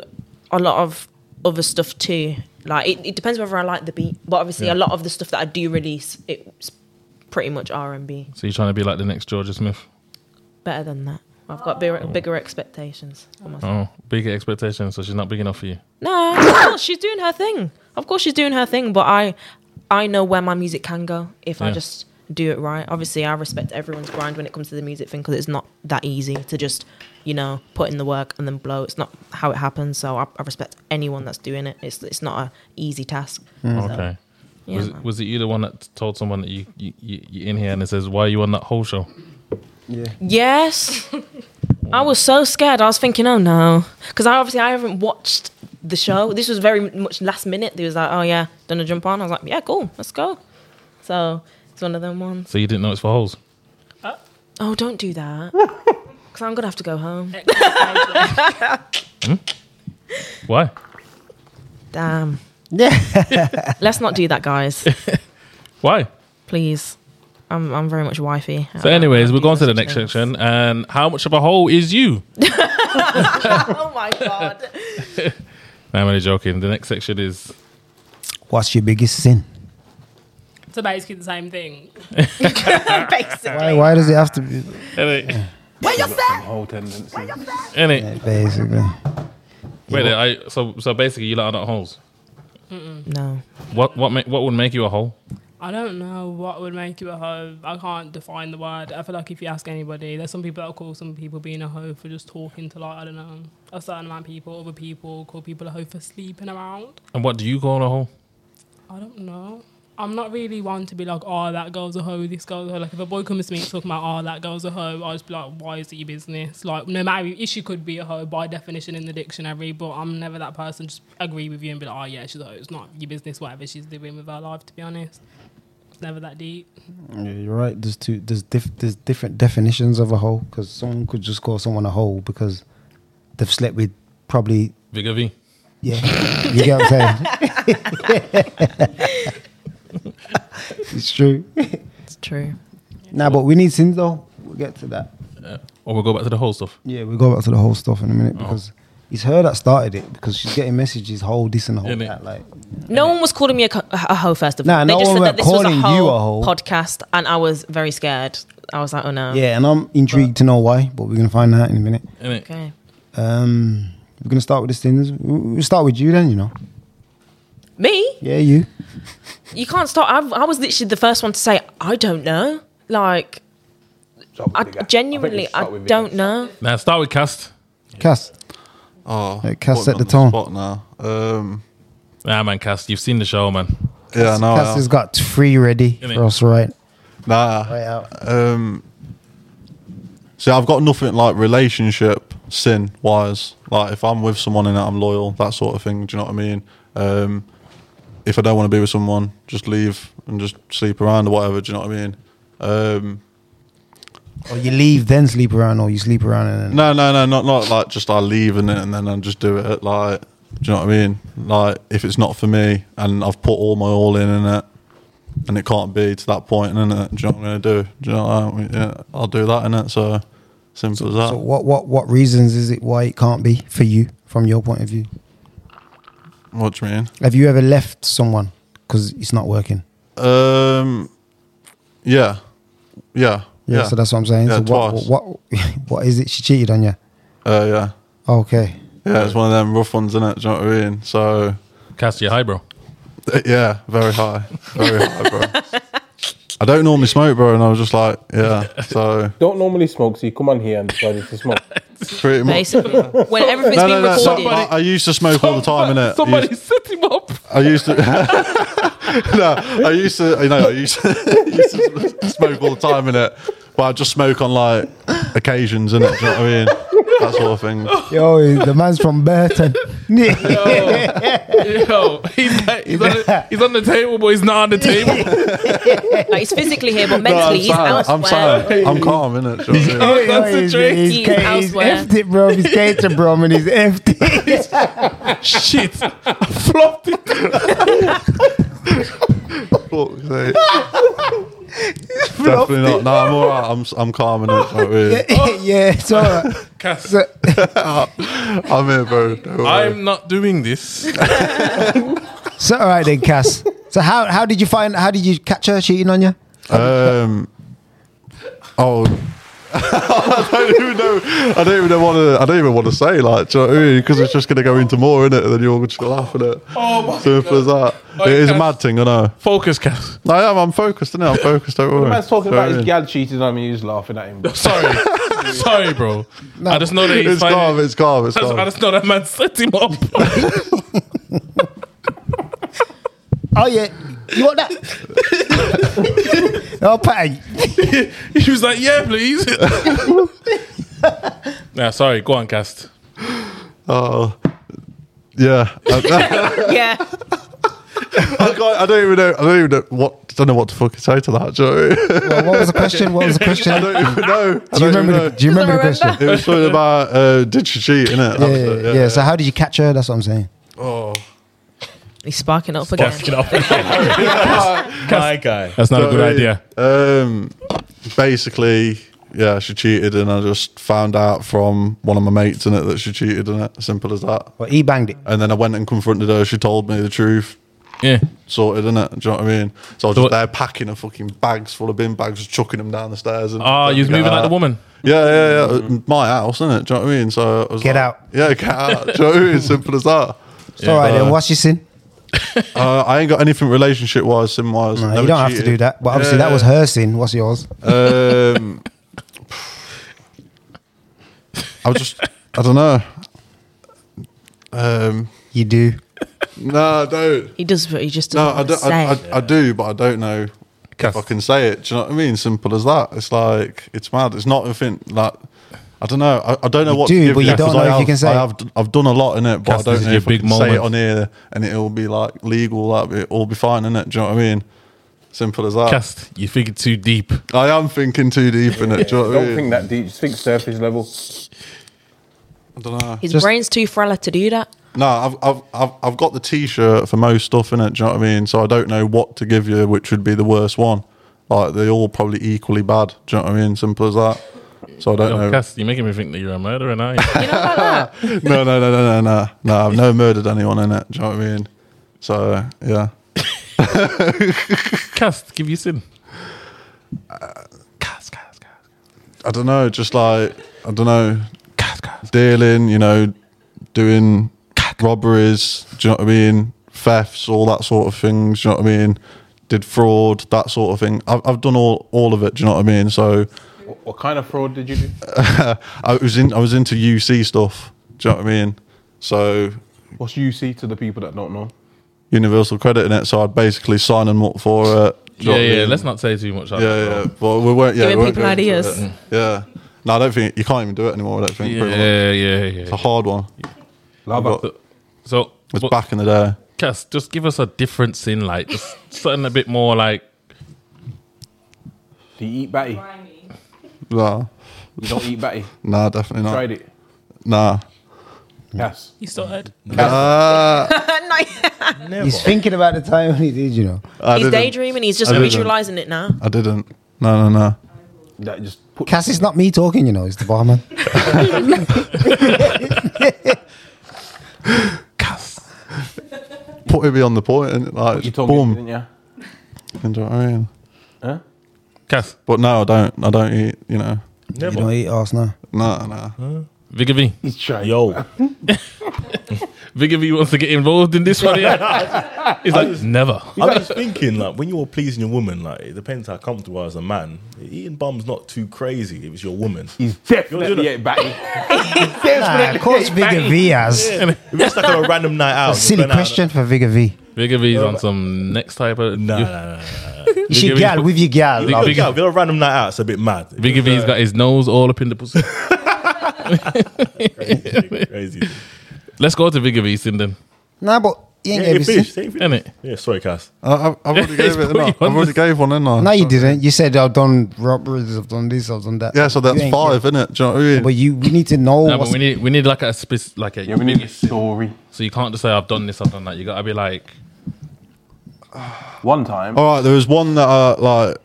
a lot of other stuff too. Like it, it depends whether I like the beat, but obviously, a
Yeah.
lot of the stuff that I do release, it's pretty much R and B.
So you're trying to be like the next Georgia Smith?
Better than that. I've got bigger, bigger expectations. for myself.
Oh, big expectations. So she's not big enough for you.
No, of course she's doing her thing. Of course she's doing her thing, but I I know where my music can go if I
Yeah.
just do it right. Obviously, I respect everyone's grind when it comes to the music thing because it's not that easy to just, you know, put in the work and then blow. It's not how it happens. So I, I respect anyone that's doing it. It's it's not a easy task. So,
Mm. Okay.
yeah,
was,
man.
was it you the one that told someone that you, you, you you're in here and it says why are you on that whole show?
Yes. I was so scared. I was thinking, oh no, because I obviously I haven't watched the show. This was very much last minute. They was like, oh yeah, gonna jump on. I was like, yeah, cool, let's go. So it's one of them ones.
So you didn't know it's for holes.
Oh, don't do that, because I'm gonna have to go home.
Why?
Damn.
Yeah.
<laughs> Let's not do that, guys.
Why?
Please. I'm I'm very much wifey.
So, anyways, we're going to the next section. And how much of a hole is you?
<laughs> Oh my
<laughs>
god.
No, I'm only joking. The next section is
What's your biggest sin?
So basically the same thing.
Why, why does it have to be?
Anyway,
Whole tendency.
anyway.
Basically.
Wait, there, I so so basically you lot are not holes.
No.
What what make, what would make you a hole?
I don't know what would make you a hoe. I can't define the word. I feel like if you ask anybody, there's some people that will call some people being a hoe for just talking to like I don't know a certain amount of people. Other people call people a hoe for sleeping around.
And what do you call a hole?
I don't know. I'm not really one to be like, oh, that girl's a hoe, this girl's a hoe. Like, if a boy comes to me and talking about, oh, that girl's a hoe, I'll just be like, why is it your business? Like, no matter if she could be a hoe by definition in the dictionary, but I'm never that person. Just agree with you and be like, oh, yeah, she's a hoe. It's not your business, whatever she's doing with her life, to be honest. It's never that deep.
Yeah, you're right. There's two. There's diff, There's different definitions of a hole because someone could just call someone a hole because they've slept with probably.
Vigor V.
<laughs>
Yeah, you get what I'm saying.
<laughs>
it's true.
It's true.
Nah, but we need sins though. We'll get to that.
Uh, or we'll go back to the whole stuff.
Yeah, we'll go back to the whole stuff in a
Oh.
minute because it's her that started it because she's getting messages whole this and whole
Innit?
that. Like,
No one was calling me a, co- a hoe first of all.
Nah,
they
no
just
one
said
were
that this was a
calling you
hoe,
a hoe.
podcast, and I was very scared. I was like, oh no.
yeah, and I'm intrigued to know why, but we're gonna find out in a minute.
Innit?
Okay.
Um, we're gonna start with the sins. We'll start with you then. You know,
Me?
yeah, you.
You can't start. I've, I was literally the first one to say, I don't know. Like,
Start with
I
Vigor. think we
genuinely,
should
I,
start with
don't
Vigor.
know.
Now start with cast.
Cass,
Oh,
Hey, Cass
putting
set
me
the tone.
on Spot now. Um,
Nah, man, cast. You've seen the show, man.
yeah, no,
Cass has got three ready
Innit?
for us right,
nah.
right out.
Um, see, I've got nothing like relationship sin wise. Like, if I'm with someone and I'm loyal, that sort of thing. Do you know what I mean? Um, if I don't want to be with someone, just leave and just sleep around or whatever. Do you know what I mean? Um,
Or you leave, then sleep around, or you sleep around and then.
no, no, no, not not like just I leave and then and then I just do it. Like, do you know what I mean? Like, if it's not for me and I've put all my all in in it, and it can't be to that point, in it, do you know what I'm gonna do? Do you know what I mean? Yeah, I'll do that in it. So simple as that.
So what, what, what reasons is it why it can't be for you from your point of view?
What do you mean?
Have you ever left someone because it's not working?
Um, yeah, yeah,
Yeah, so that's what I'm saying.
Yeah,
so what,
twice.
what, <laughs> what, what is it? She cheated on you. Oh,
uh, yeah,
Okay.
yeah. It's one of them rough ones, isn't it? Do you know what I mean? So <laughs>
Cast your high, bro.
yeah, very high, very high,
<laughs>
bro. I don't normally smoke, bro, and I was just like, yeah. So
Don't normally smoke, so you come on here and decided to smoke.
pretty much. <laughs>
Basically, when everything's been recorded.
I,
<laughs>
I used to smoke all the time, innit?
Somebody
I used,
set him up.
I used to. <laughs> no, I used to. You know, I used to, <laughs> used to sm- smoke all the time, innit? But I just smoke on like occasions, innit? Do you know what I mean? That sort of
<laughs>
thing.
<laughs> Yo, the man's from <laughs> Burton.
<laughs> Yo, he's, he's, on the, he's on the table, but he's not on the <laughs> table.
Like, he's physically here, but
<laughs> No,
mentally,
I'm
he's
silent.
elsewhere.
I'm silent. I'm calm, innit? Do you know what I mean?
Yo, he's, he's,
He's
ca- he's
elsewhere.
effed it, bro. He's catered, bro, and he's effed it.
<laughs> Shit. I flopped it.
Fuck's sake. <laughs> Definitely not. No, I'm all right. I'm, s- I'm calm, innit? Do you know what I mean?
<laughs> yeah, it's all right.
Cast.
So,
I'm here, bro. Don't worry.
I'm not doing this.
so, all right then, Cass. So how, how did you find, how did you catch her cheating on you?
Um. Oh. <laughs> I don't even know. I don't even want to. I don't even want to say like, do you know what I mean? Because it's just going to go into more in it, and then you're all just gonna laugh at it. Oh my Simple as that.
Oh,
it is a
yes.
mad thing, I know.
Focus, cast.
I am. I'm focused, innit? I'm focused. Don't worry.
The
<laughs>
man's talking
Do you know
about his
what I mean?
gal cheated on me, he's laughing at him. bro.
<laughs> Sorry. Sorry, bro. I just know that he's
It's
finding-
calm. It's calm. It's
I just- I
calm.
just know that man set him up. <laughs>
Oh yeah, you want that? <laughs> oh, Patty.
he was like, yeah, please. <laughs> nah, sorry. Go on, cast.
Oh. Yeah. <laughs> I,
<laughs> Yeah.
I, can't, I don't even know. I don't even know what. Don't know what the fuck to say to that. Do you know what I mean? <laughs>
Well, what was the question? What was the
I
question?
don't even know. I
Do you
don't even
remember? The,
know.
do you remember the question?
It was something about uh, did she cheat, innit?
Yeah, yeah, yeah. So how did you catch her? That's what I'm saying.
He's sparking up again.
<laughs>
My guy.
That's not a
But,
good
uh,
idea.
Um, basically, yeah, she cheated, and I just found out from one of my mates in it that she cheated in it. Simple as that.
Well, he banged it.
And then I went and confronted her. She told me the truth.
Yeah.
Sorted in it. Do you know what I mean? So I
So
was just
what-
there packing a fucking bags full of bin bags, just chucking them down the stairs. And
Oh, you was
Get
moving like
out.
the woman.
Yeah, yeah, yeah. My house, isn't it? Do you know what I mean? So I was
Get
like,
out.
Yeah, get out. Do you know what I mean? Simple as that.
It's all right then. What's your sin?
Uh, I ain't got anything relationship wise, sim wise.
No, you don't have to do that. But obviously, that was her sin. What's yours?
Um, I was just, I don't know. Um,
You do.
no, I don't.
He does, but he just
No,
doesn't
I,
say.
do, I,
it.
I, I do, but I don't know if I can say it. Do you know what I mean? Simple as that. It's like it's mad. It's not anything like I don't know. I, I don't know
You
what
do,
to give
but you don't
'cause
know
I
if you
have-
can say
I
it.
have, I've done a lot in it, but
Cass,
I
this
don't
is
know
your
if
big
I can say it
moment.
on here, and it'll be like legal. That it'll all be fine in it. Do you know what I mean? Simple as that.
Cast, you figured too deep.
I am thinking too deep in it. Do you know what I
Don't think
mean?
that deep. Just think surface level.
I don't know.
His
Just-
brain's too fragile to do that.
No, I've, I've I've I've got the T-shirt for most stuff in it. Do you know what I mean? So I don't know what to give you, which would be the worst one. Like they're all probably equally bad. Do you know what I mean? Simple as that. So I don't
Yo,
know.
Cast, you're making me think that you're a murderer now.
You know about that?
No, no, no, no, no, no. No, I've never murdered anyone in it. Do you know what I mean? So yeah,
Cast, give you sin.
I don't know. Just like I don't know, dealing. You know, doing robberies. Do you know what I mean? Thefts, all that sort of things. Do you know what I mean? Did fraud, that sort of thing. I've, I've done all all of it. Do you know what I mean? So
What, what kind of fraud did you do?
I was in I was into UC stuff. Do you know what I mean? So
What's UC to the people that don't know?
universal credit in it. So I'd basically sign them up for it. Do you
Yeah,
know what I
yeah.
mean?
Let's not say too much. Like
Yeah, yeah. Well, we weren't. Yeah,
Giving
we weren't
people
going into
ideas.
it. Yeah. No, I don't think you can't even do it anymore. I don't think.
yeah,
pretty much.
yeah, yeah, yeah.
It's a hard one.
Lava.
But it
So,
was
what-
back in the day.
Cass, just give us a difference in like just something a bit more like
Do you eat batty?
Grimy.
Nah,
You don't eat batty.
nah, definitely not.
Tried it.
<laughs>
Nah.
Yes.
You started.
Uh,
He's thinking about the time when he did, you know.
I
he's
didn't.
daydreaming. He's just
I didn't.
visualizing it now.
I didn't. No, no, no.
That just put.
Cass, it's not me talking, you know. It's the barman.
Put it beyond the point, and like
You
just
told me,
boom.
didn't you?
Do you know what I mean?
Cass,
But no, I don't. I don't eat. You know.
You don't eat arse now.
Nah, nah.
Vigga V.
He's trying.
<laughs>
Yo,
Vigga V wants to get involved in this one. Yeah. He's like, never.
I'm just thinking like when you're pleasing a woman, like it depends how comfortable I as a man. Eating bum's not too crazy if it's your woman.
He's
You're doing
definitely
it.
ate batty.
Nah, of course, Vigga V has.
If it's
<laughs>
like on a random night out,
A
you're
silly
going out-
question for Vigga V.
Vigga V's on some next type of.
Nah, nah, nah, nah.
You should
Vigga V-
gal with your gal.
Vigga
love.
V-
Yeah, if you're on a random night out, it's a bit
<laughs>
mad.
Vigga V's got his nose all up in the
<laughs>
pussy.
crazy. crazy.
Let's go to Vigga V's sin then,
Nah, but you ain't
Yeah,
gave
fish.
us.
say fish.
innit?
Yeah, sorry, Cass.
I, I, I've
<laughs>
already
It's
gave it.
put you
Enough.
on
I've already
the-
gave one, didn't I?
No, you
So-
didn't. You said "Oh, I've done robberies, I've done this, I've done that.
Yeah, so that's
You ain't
five, isn't it? Do you know what I mean?
But you, we need to
Oh,
know.
No, but
what's-
we need we need like a spec- like a
Yeah, we need a story.
so you can't just say I've done this, I've done that. You gotta be like
One time.
All right, there was one that I like.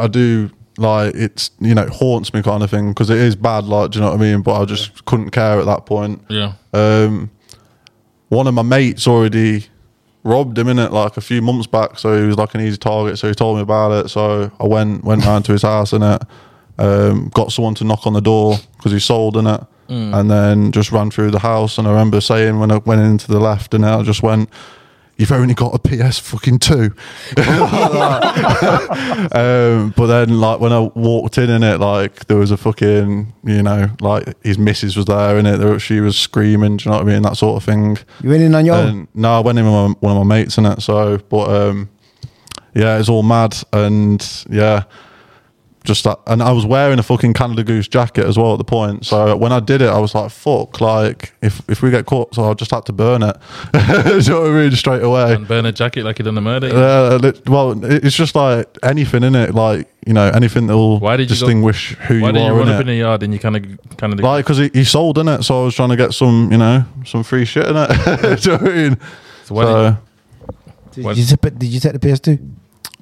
I do like it's you know haunts me kind of thing because it is bad. Like, do you know what I mean? But I just couldn't care at that point.
yeah.
Um, one of my mates already robbed him in it like a few months back, so he was like an easy target. So he told me about it. So I went went round to his house in it. Um, got someone to knock on the door because he sold in it, and then just ran through the house. And I remember saying when I went into the left, and I just went. You've only got a PS fucking two. <laughs> Um, but then, like when I walked in in it, like there was a fucking, you know, like his missus was there in it. There, she was screaming. Do you know what I mean? That sort of thing.
You went in on your own.
And no, I went in with my, one of my mates in it. So, but um, yeah, it's all mad, and yeah, just that. And I was wearing a fucking Canada Goose jacket as well at the point. So when I did it, I was like, "Fuck!" Like if if we get caught, so I just had to burn it. <laughs> Do you know what I mean? Straight away.
And burn a jacket like you done a murder.
Uh, li- well, it- it's just like anything in it, like you know, anything that will
Why did you go-
distinguish who
Why
you
did you
are.
run up
innit?
in the yard and you kind of kind of
Like, because he, he sold in it, so I was trying to get some, you know, some free shit in it. <laughs> Do you know what I mean?
so why did
So,
Did
what-
you, tip it- did you take the PS2?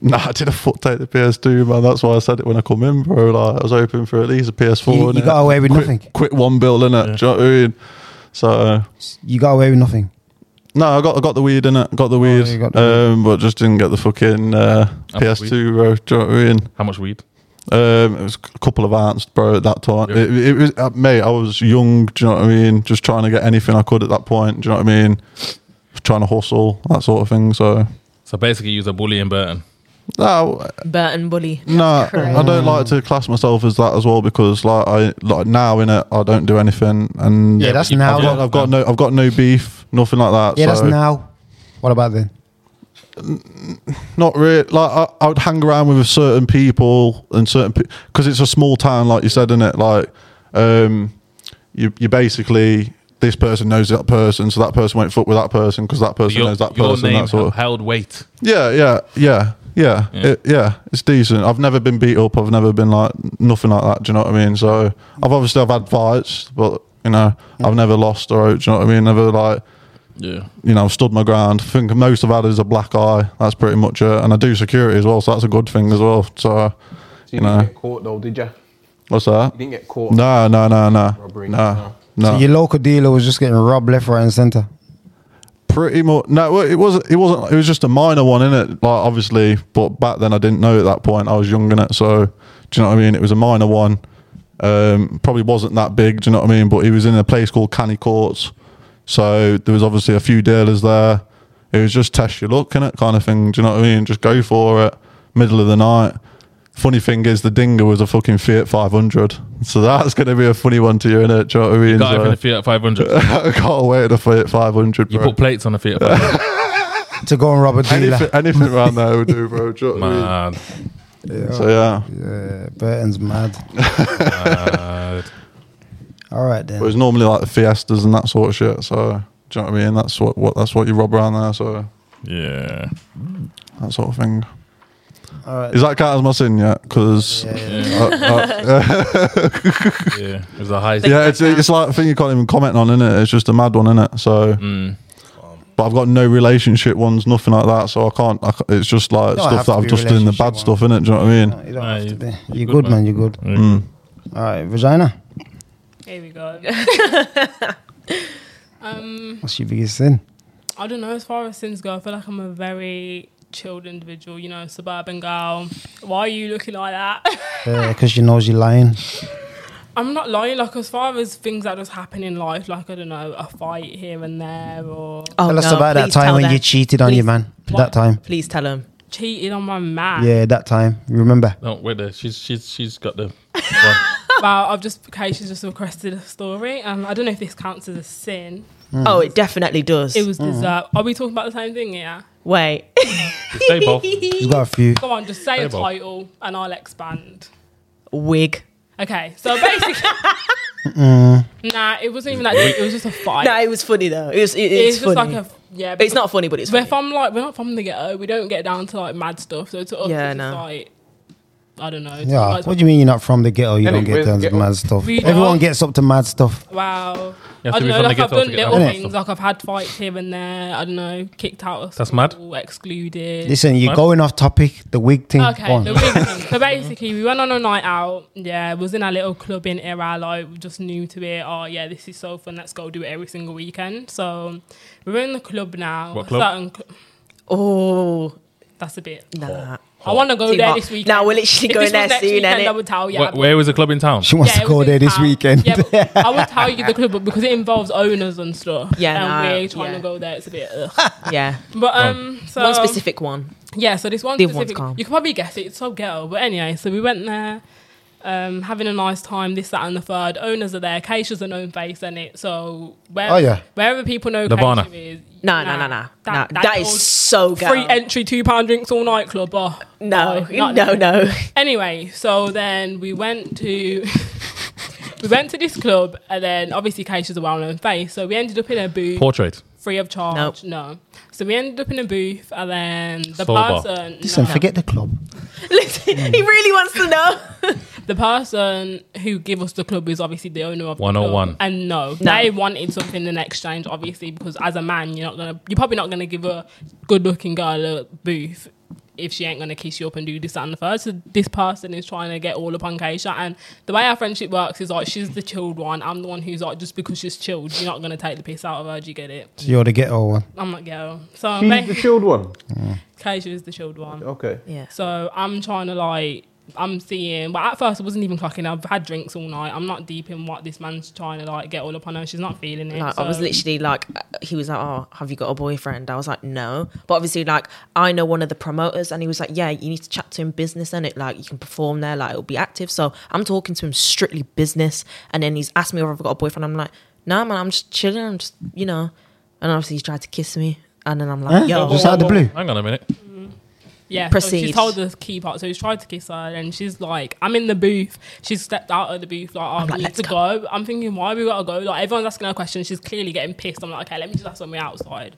nah, I did a foot take the PS2, man. That's why I said it when I come in, bro. Like, I was hoping for at least a PS4.
You, you
innit?
got away with
Quick-
nothing.
Quick one bill in it. Do you know what I mean? So,
You got away with nothing.
no, I got I got the weed in it. Got the weed,
Oh, you got the
um, but just didn't get the fucking uh,
Apple
PS2, bro. Do you know what I mean?
How much weed?
Um, it was a couple of aunts, bro, at that time.
Yeah.
It, it was, uh, mate, I was young, do you know what I mean? Just trying to get anything I could at that point, do you know what I mean? Trying to hustle, that sort of thing. So,
So basically, you was a bully in Burton.
no,
Burton bully.
no,
Correct.
I don't like to class myself as that as well because, like, I like now in it, I don't do anything, and
Yeah, that's
but you-
now.
I've got, I've got no, I've got no beef, nothing like that.
Yeah, that's
so-
now. What about then?
not really. Like I, I would hang around with certain people and certain because it's a small town, like you said, isn't it? Like, um, you you basically this person knows that person, so that person won't fuck with that person because that person
Your,
knows that
your
person.
name
That sort of.
held weight.
Yeah, yeah, yeah, yeah,
Yeah.
It, yeah. It's decent. I've never been beat up. I've never been like nothing like that. Do you know what I mean? So I've obviously I've had fights, but you know I've never lost or do you know what I mean? Never like
Yeah.
you know, I've stood my ground. I think most I've had is a black eye. That's pretty much it. And I do security as well, so that's a good thing as well. So,
you
you
didn't
know,
get caught though, did you?
what's that?
You didn't get caught.
No, no, no, no,
Robbery,
no,
So
no.
your local dealer was just getting robbed left, right, and center.
Pretty much. No, well, it wasn't. It wasn't. It was just a minor one, innit? Like obviously, but back then I didn't know at that point. I was young in it, so do you know what I mean? It was a minor one. Um, probably wasn't that big. Do you know what I mean? But he was in a place called Canny Courts, so there was obviously a few dealers there. It was just test your luck, innit? Kind of thing. Do you know what I mean? Just go for it. Middle of the night. Funny thing is, the dinger was a fucking Fiat 500, so that's going to be a funny one to you, innit? Do you know what I mean?
Got it
So- <laughs>
in the Fiat 500.
I can't wait to Fiat 500.
You
bro.
put plates on the Fiat 500.
<laughs>
To go and rob a dealer.
Anything, anything around there would do, bro. Do you
<laughs>
know what I mean?
Man.
So yeah,
Yeah, Burton's
<laughs>
mad. All right
but
then.
it's normally like the Fiestas and that sort of shit. So do you know what I mean? That's what, what that's what you rob around there. So
Yeah.
that sort of thing.
All right.
Is that count as my sin yet? Because
Yeah,
yeah,
yeah.
Yeah. yeah. It was a high.
it's it's like a thing you can't even comment on, innit? It's just a mad one, innit? So,
Mm.
but I've got no relationship ones, nothing like that. So I can't. I, ca- it's just like
don't have
stuff
to
that I've
be
just done the bad
relationship
stuff, innit? Do you know what I mean?
You don't
Nah,
have to
you-
be. You're,
you're
good,
good,
man. You're good.
Mm.
All right, Regina.
Here we go. um,
What's your biggest sin?
I don't know. As far as sins go, I feel like I'm a very chilled individual. You know, suburban girl. Why are you looking like that? <laughs>
Because she knows you're lying.
I'm not lying. Like as far as things that just happen in life, like I don't know, a fight here and there, or
Oh,
tell us
no,
about that
please tell
time when
them.
you cheated on your man. That
What?
time.
Please tell him.
cheated on my man.
Yeah, that time. You Remember?
No, wait there. She's she's she's got the. <laughs>
Well, I've just Keisha's just requested a story, and I don't know if this counts as a sin.
Mm.
Oh, it definitely does.
It was deserved. Are we talking about the same thing? Yeah.
Wait. <laughs>
Say both.
You got a few.
Go on, just say a
Fable.
title, and I'll expand.
Wig.
Okay, so basically, nah, it wasn't even that. deep, It was just a fight.
No, it was funny though. It was. It,
it's
it's,
just
funny.
like a yeah.
it's not funny, but it's
We're
funny.
from like we're not from the ghetto. We don't get down to like mad stuff. So to us,
Yeah,
yeah, it's
no.
just like I don't know.
Yeah. what do you mean you're not from the ghetto? You
Any-
don't get
where's
down
the
to
ghetto?
mad stuff.
We
Everyone
don't.
gets up to mad stuff.
You
Wow.
have
I
to
don't
be
know,
from the
like I've
ghetto to
done
get
little
out.
things, like I've had fights here and there. I don't know, kicked out of
That's mad.
school, excluded.
Listen, you're
What?
going off topic. The wig thing. Go
Okay,
on.
the big thing. So basically, we went on a night out. Yeah, was in our little clubbing era. Like, we just new to it. Oh, yeah, this is so fun. Let's go do it every single weekend. So we we're in the club now.
What club?
Certain cl-
Oh,
that's a bit.
nah.
I want to go
Too
there
hot.
this weekend.
Now we're literally
If
going
this was
there
next
soon,
weekend,
innit?
I would tell you.
Where, where was the club in town?
She wants
Yeah,
to
it
go
was in
there this
town. Oh,
weekend.
Yeah,
<laughs>
but I will tell you the club but because it involves owners and stuff.
Yeah,
and
no,
we're trying
yeah.
to go there. It's a bit. Ugh.
Yeah.
But um, so
One specific one.
Yeah, so this one
The other one's
specific,
calm.
you can probably guess it. It's so ghetto, but anyway, so we went there, um, having a nice time. This, that, and the third. Owners are there. Keisha's a known face in it, so where,
Oh, yeah.
wherever people know
Nirvana.
Keisha is,
No, no, no, no. Nah, that is
old
so ghetto.
free entry, two pound drinks all night club. Oh,
No,
oh, not
no, no.
Anyway, so then we went to <laughs> we went to this club, and then obviously Keisha's a well-known face, so we ended up in a booth
Portrait.
free of charge. No, so we ended up in a booth, and then the
Soul bar.
person.
Listen, forget the club.
<laughs> Listen, he really wants to know.
the person who gave us the club is obviously the owner of the
101.
club. and no, they wanted something in exchange obviously because as a man you're not gonna you're probably not gonna give a good looking girl a booth if she ain't gonna kiss you up and do this that, and the third so this person is trying to get all upon Keisha and the way our friendship works is like she's the chilled one I'm the one who's like just because she's chilled you're not gonna take the piss out of her do you get it
So you're the ghetto one.
I'm not girl so
Oh,
She's the
ba-
shield one.
Keisha is the chilled one
Okay.
Yeah.
so I'm trying to like, I'm seeing, but at first I wasn't even clocking. I've had drinks all night. I'm not deep in what this man's trying to like get all up on her. She's not feeling it.
Like I was
so-
literally like, uh, he was like, "Oh, have you got a boyfriend?" I was like, "No," but obviously, like, I know one of the promoters, and he was like, "Yeah, you need to chat to him business, and it like you can perform there, like it'll be active." So I'm talking to him strictly business, and then he's asked me if I've got a boyfriend. I'm like, "No, man, I'm just chilling. I'm just, you know." And obviously, he tried to kiss me. And then I'm like,
Huh?
yo.
Just out of the blue.
Hang on a minute.
Yeah, So
Proceed.
she told the key part. So he's tried to kiss her, and she's like, "I'm in the booth." She stepped out of the booth, like, "Oh, we
like,
need
"Let's
to go. I'm thinking, "Why we gotta go?" Like everyone's asking her questions. She's clearly getting pissed. I'm like, "Okay, let me just ask when we're outside."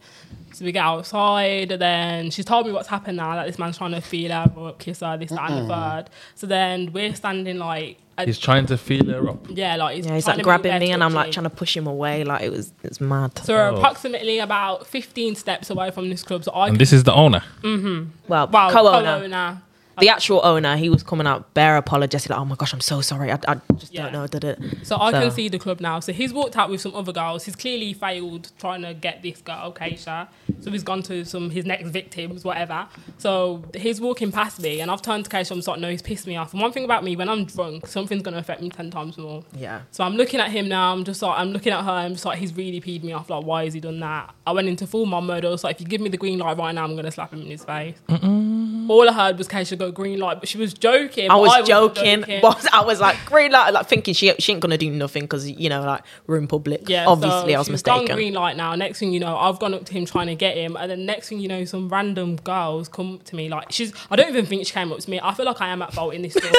So we get outside, and then she's told me what's happened now. That this man's trying to feel her, rub up, kiss her, this, that, and the third. So then we're standing like, at-
He's trying to feel her up.
yeah, like he's,
Yeah, he's
trying
like
to move
grabbing
her
me, and I'm like
touching.
trying to push him away. Like it was, it's mad.
So we're approximately about 15 steps away from this club. So I
Oh. And this is the owner.
Well,
well,
co-owner,
co-owner.
the actual owner, he was coming out bare apologetic. Like, oh my gosh, I'm so sorry. I, I just
Yeah.
don't know. Did it?
So I can
So-
see the club now. So he's walked out with some other girls. He's clearly failed trying to get this girl, Keisha. So he's gone to some his next victims, whatever. So he's walking past me, and I've turned to Keisha. I'm like, no, he's pissed me off. And one thing about me, when I'm drunk, something's gonna affect me ten times more.
Yeah.
So I'm looking at him now. I'm just like, I'm looking at her. I'm just like, he's really peed me off. Like, why has he done that? I went into full mom mode. I was like, if you give me the green light right now, I'm gonna slap him in his face. All I heard was Keisha go green light, but she was joking.
I
but
was,
wasn't
joking, but <laughs> I was like, green light, like thinking she she ain't gonna do nothing because you know, like we're in public.
Yeah,
obviously
so
I was
she's gone
mistaken.
green light now. Next thing you know, I've gone up to him trying to get him, and then next thing you know, some random girls come up to me like she's. I don't even think she came up to me. I feel like I am at fault in this
<laughs>
story.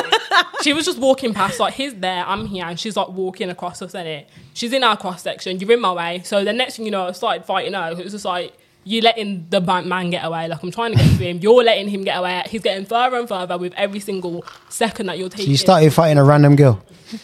she was just walking past, like he's there, I'm here, and she's like walking across us, and it. She's in our cross section. You're in my way. So the next thing you know, I started fighting her. It was just like. You're letting the ba- man get away. Like, I'm trying to get to him. You're letting him get away. He's getting further and further with every single second that you're taking.
You started fighting a random girl.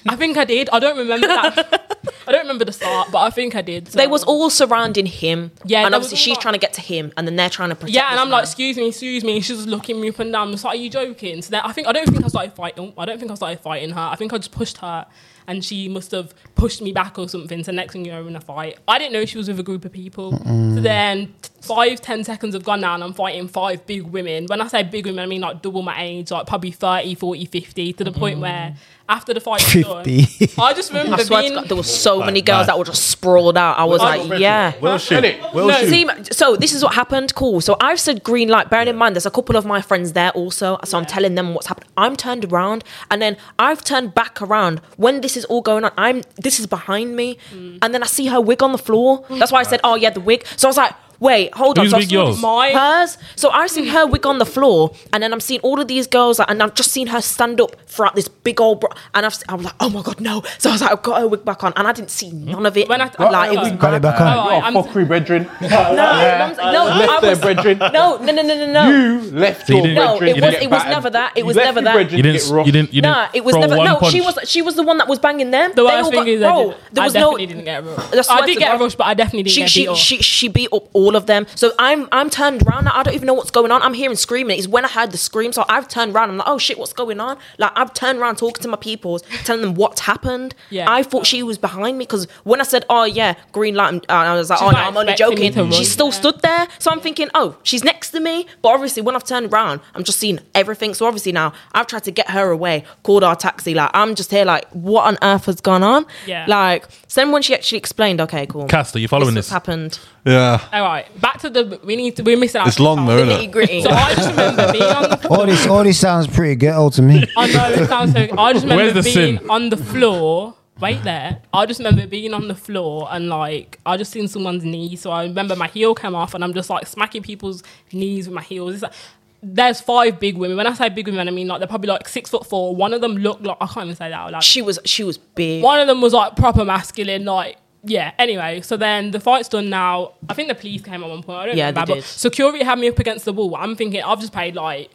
I think I did. I don't remember that. I don't remember the start, but I think I did. So.
they was all surrounding him.
Yeah,
and
they
obviously
was all
she's
like-
trying to get to him, and then they're trying to protect.
Yeah, and
this
I'm like,
man.
excuse me, excuse me. She's just looking me up and down. I'm just like, are you joking? So then I think I don't think I started fighting. I don't think I started fighting her. I think I just pushed her, and she must have pushed me back or something. So next thing you know, we're in a fight. I didn't know she was with a group of people.
Mm.
So then t- five, ten seconds have gone down. I'm fighting five big women. When I say big women, I mean like double my age, like probably 30, 40, 50, to the point where after the fight's done,
50.
I just remember
Mm. I swear to
being.
God, there were so many
Nah.
girls that were just sprawled out. I was
Well,
like, yeah.
Will shoot. Will
No.
Oh, shoot.
See, so this is what happened. Cool. So I've said green light. Bearing in mind, there's a couple of my friends there also. So I'm telling them what's happened. I'm turned around, and then I've turned back around when this is all going on. I'm this is behind me, and then I see her wig on the floor. That's why I said, "Oh yeah, the wig." So I was like, "Wait, hold
Whose
on."
wig
so I saw
yours?
Mine.
Hers. So I've seen her wig on the floor, and then I'm seeing all of these girls, like, and I've just seen her stand up throughout this big old. Bro- and I've, s- I'm like, "Oh my god, no!" So I was like, "I've got her wig back on," and I didn't see none of it.
When I-
like,
Got
it was
her
Got it back on.
Oh,
Oh,
I'm-
fuckery, brethren.
<laughs> no, no, I
Left there,
was,
brethren.
no, no, no, no, no, no.
You left your
you
brethren.
didn't- No, it
to
was-
get
it
was
battered.
never that. It
You
was
left
never
your
that.
brethren
You
to
didn't.
get rough.
You didn't. You didn't.
Nah, it was
throw
never.
one
No, she
punch.
was. She was the one that was banging them. they
The worst
all
thing
got,
is I,
bro,
did,
there was
I definitely
no.
didn't get
I
rushed.
swear
I did
to
get
God.
rushed, but I definitely didn't
She
get beat
she, she
up.
she beat up all of them. So I'm I'm turned around. I don't even know what's going on. I'm hearing screaming. It's when I heard the scream. So I've turned around. I'm like, oh shit, what's going on? Like I've turned around talking to my peoples, telling them what's happened.
Yeah.
I thought she was behind me because when I said, oh yeah, green light, and- and I was like,
She's
oh no,
not
I'm only
expecting me
joking.
to
She
run.
still stood there. So I'm thinking, oh, she's next to me. But obviously, when I've turned around, I'm just seeing everything. So obviously now I've tried to get her away, called our taxi. Like I'm just here, like what on earth has gone on?
Yeah.
Like so then when she actually explained, okay, cool.
Cast, are you following
This
this?
has happened.
Yeah.
All right, back to the. We need to. We're missing out.
It's long though, isn't
Nitty
it?
gritty.
<laughs> So I just remember being on the floor.
All this, all this sounds pretty ghetto to
<laughs>
me.
I know it sounds so. I just remember
Where's the
being
sin?
on the floor. Wait there. I just remember being on the floor and like I just seen someone's knee. So I remember my heel came off and I'm just like smacking people's knees with my heels. It's like, there's five big women. When I say big women, I mean like they're probably like six foot four. One of them looked like I can't even say that out loud.
she was she was big.
One of them was like proper masculine, like yeah. Anyway, so then the fight's done now. I think the police came at one point. I don't
Yeah,
remember,
they
but
did.
security had me up against the wall. I'm thinking I've just paid like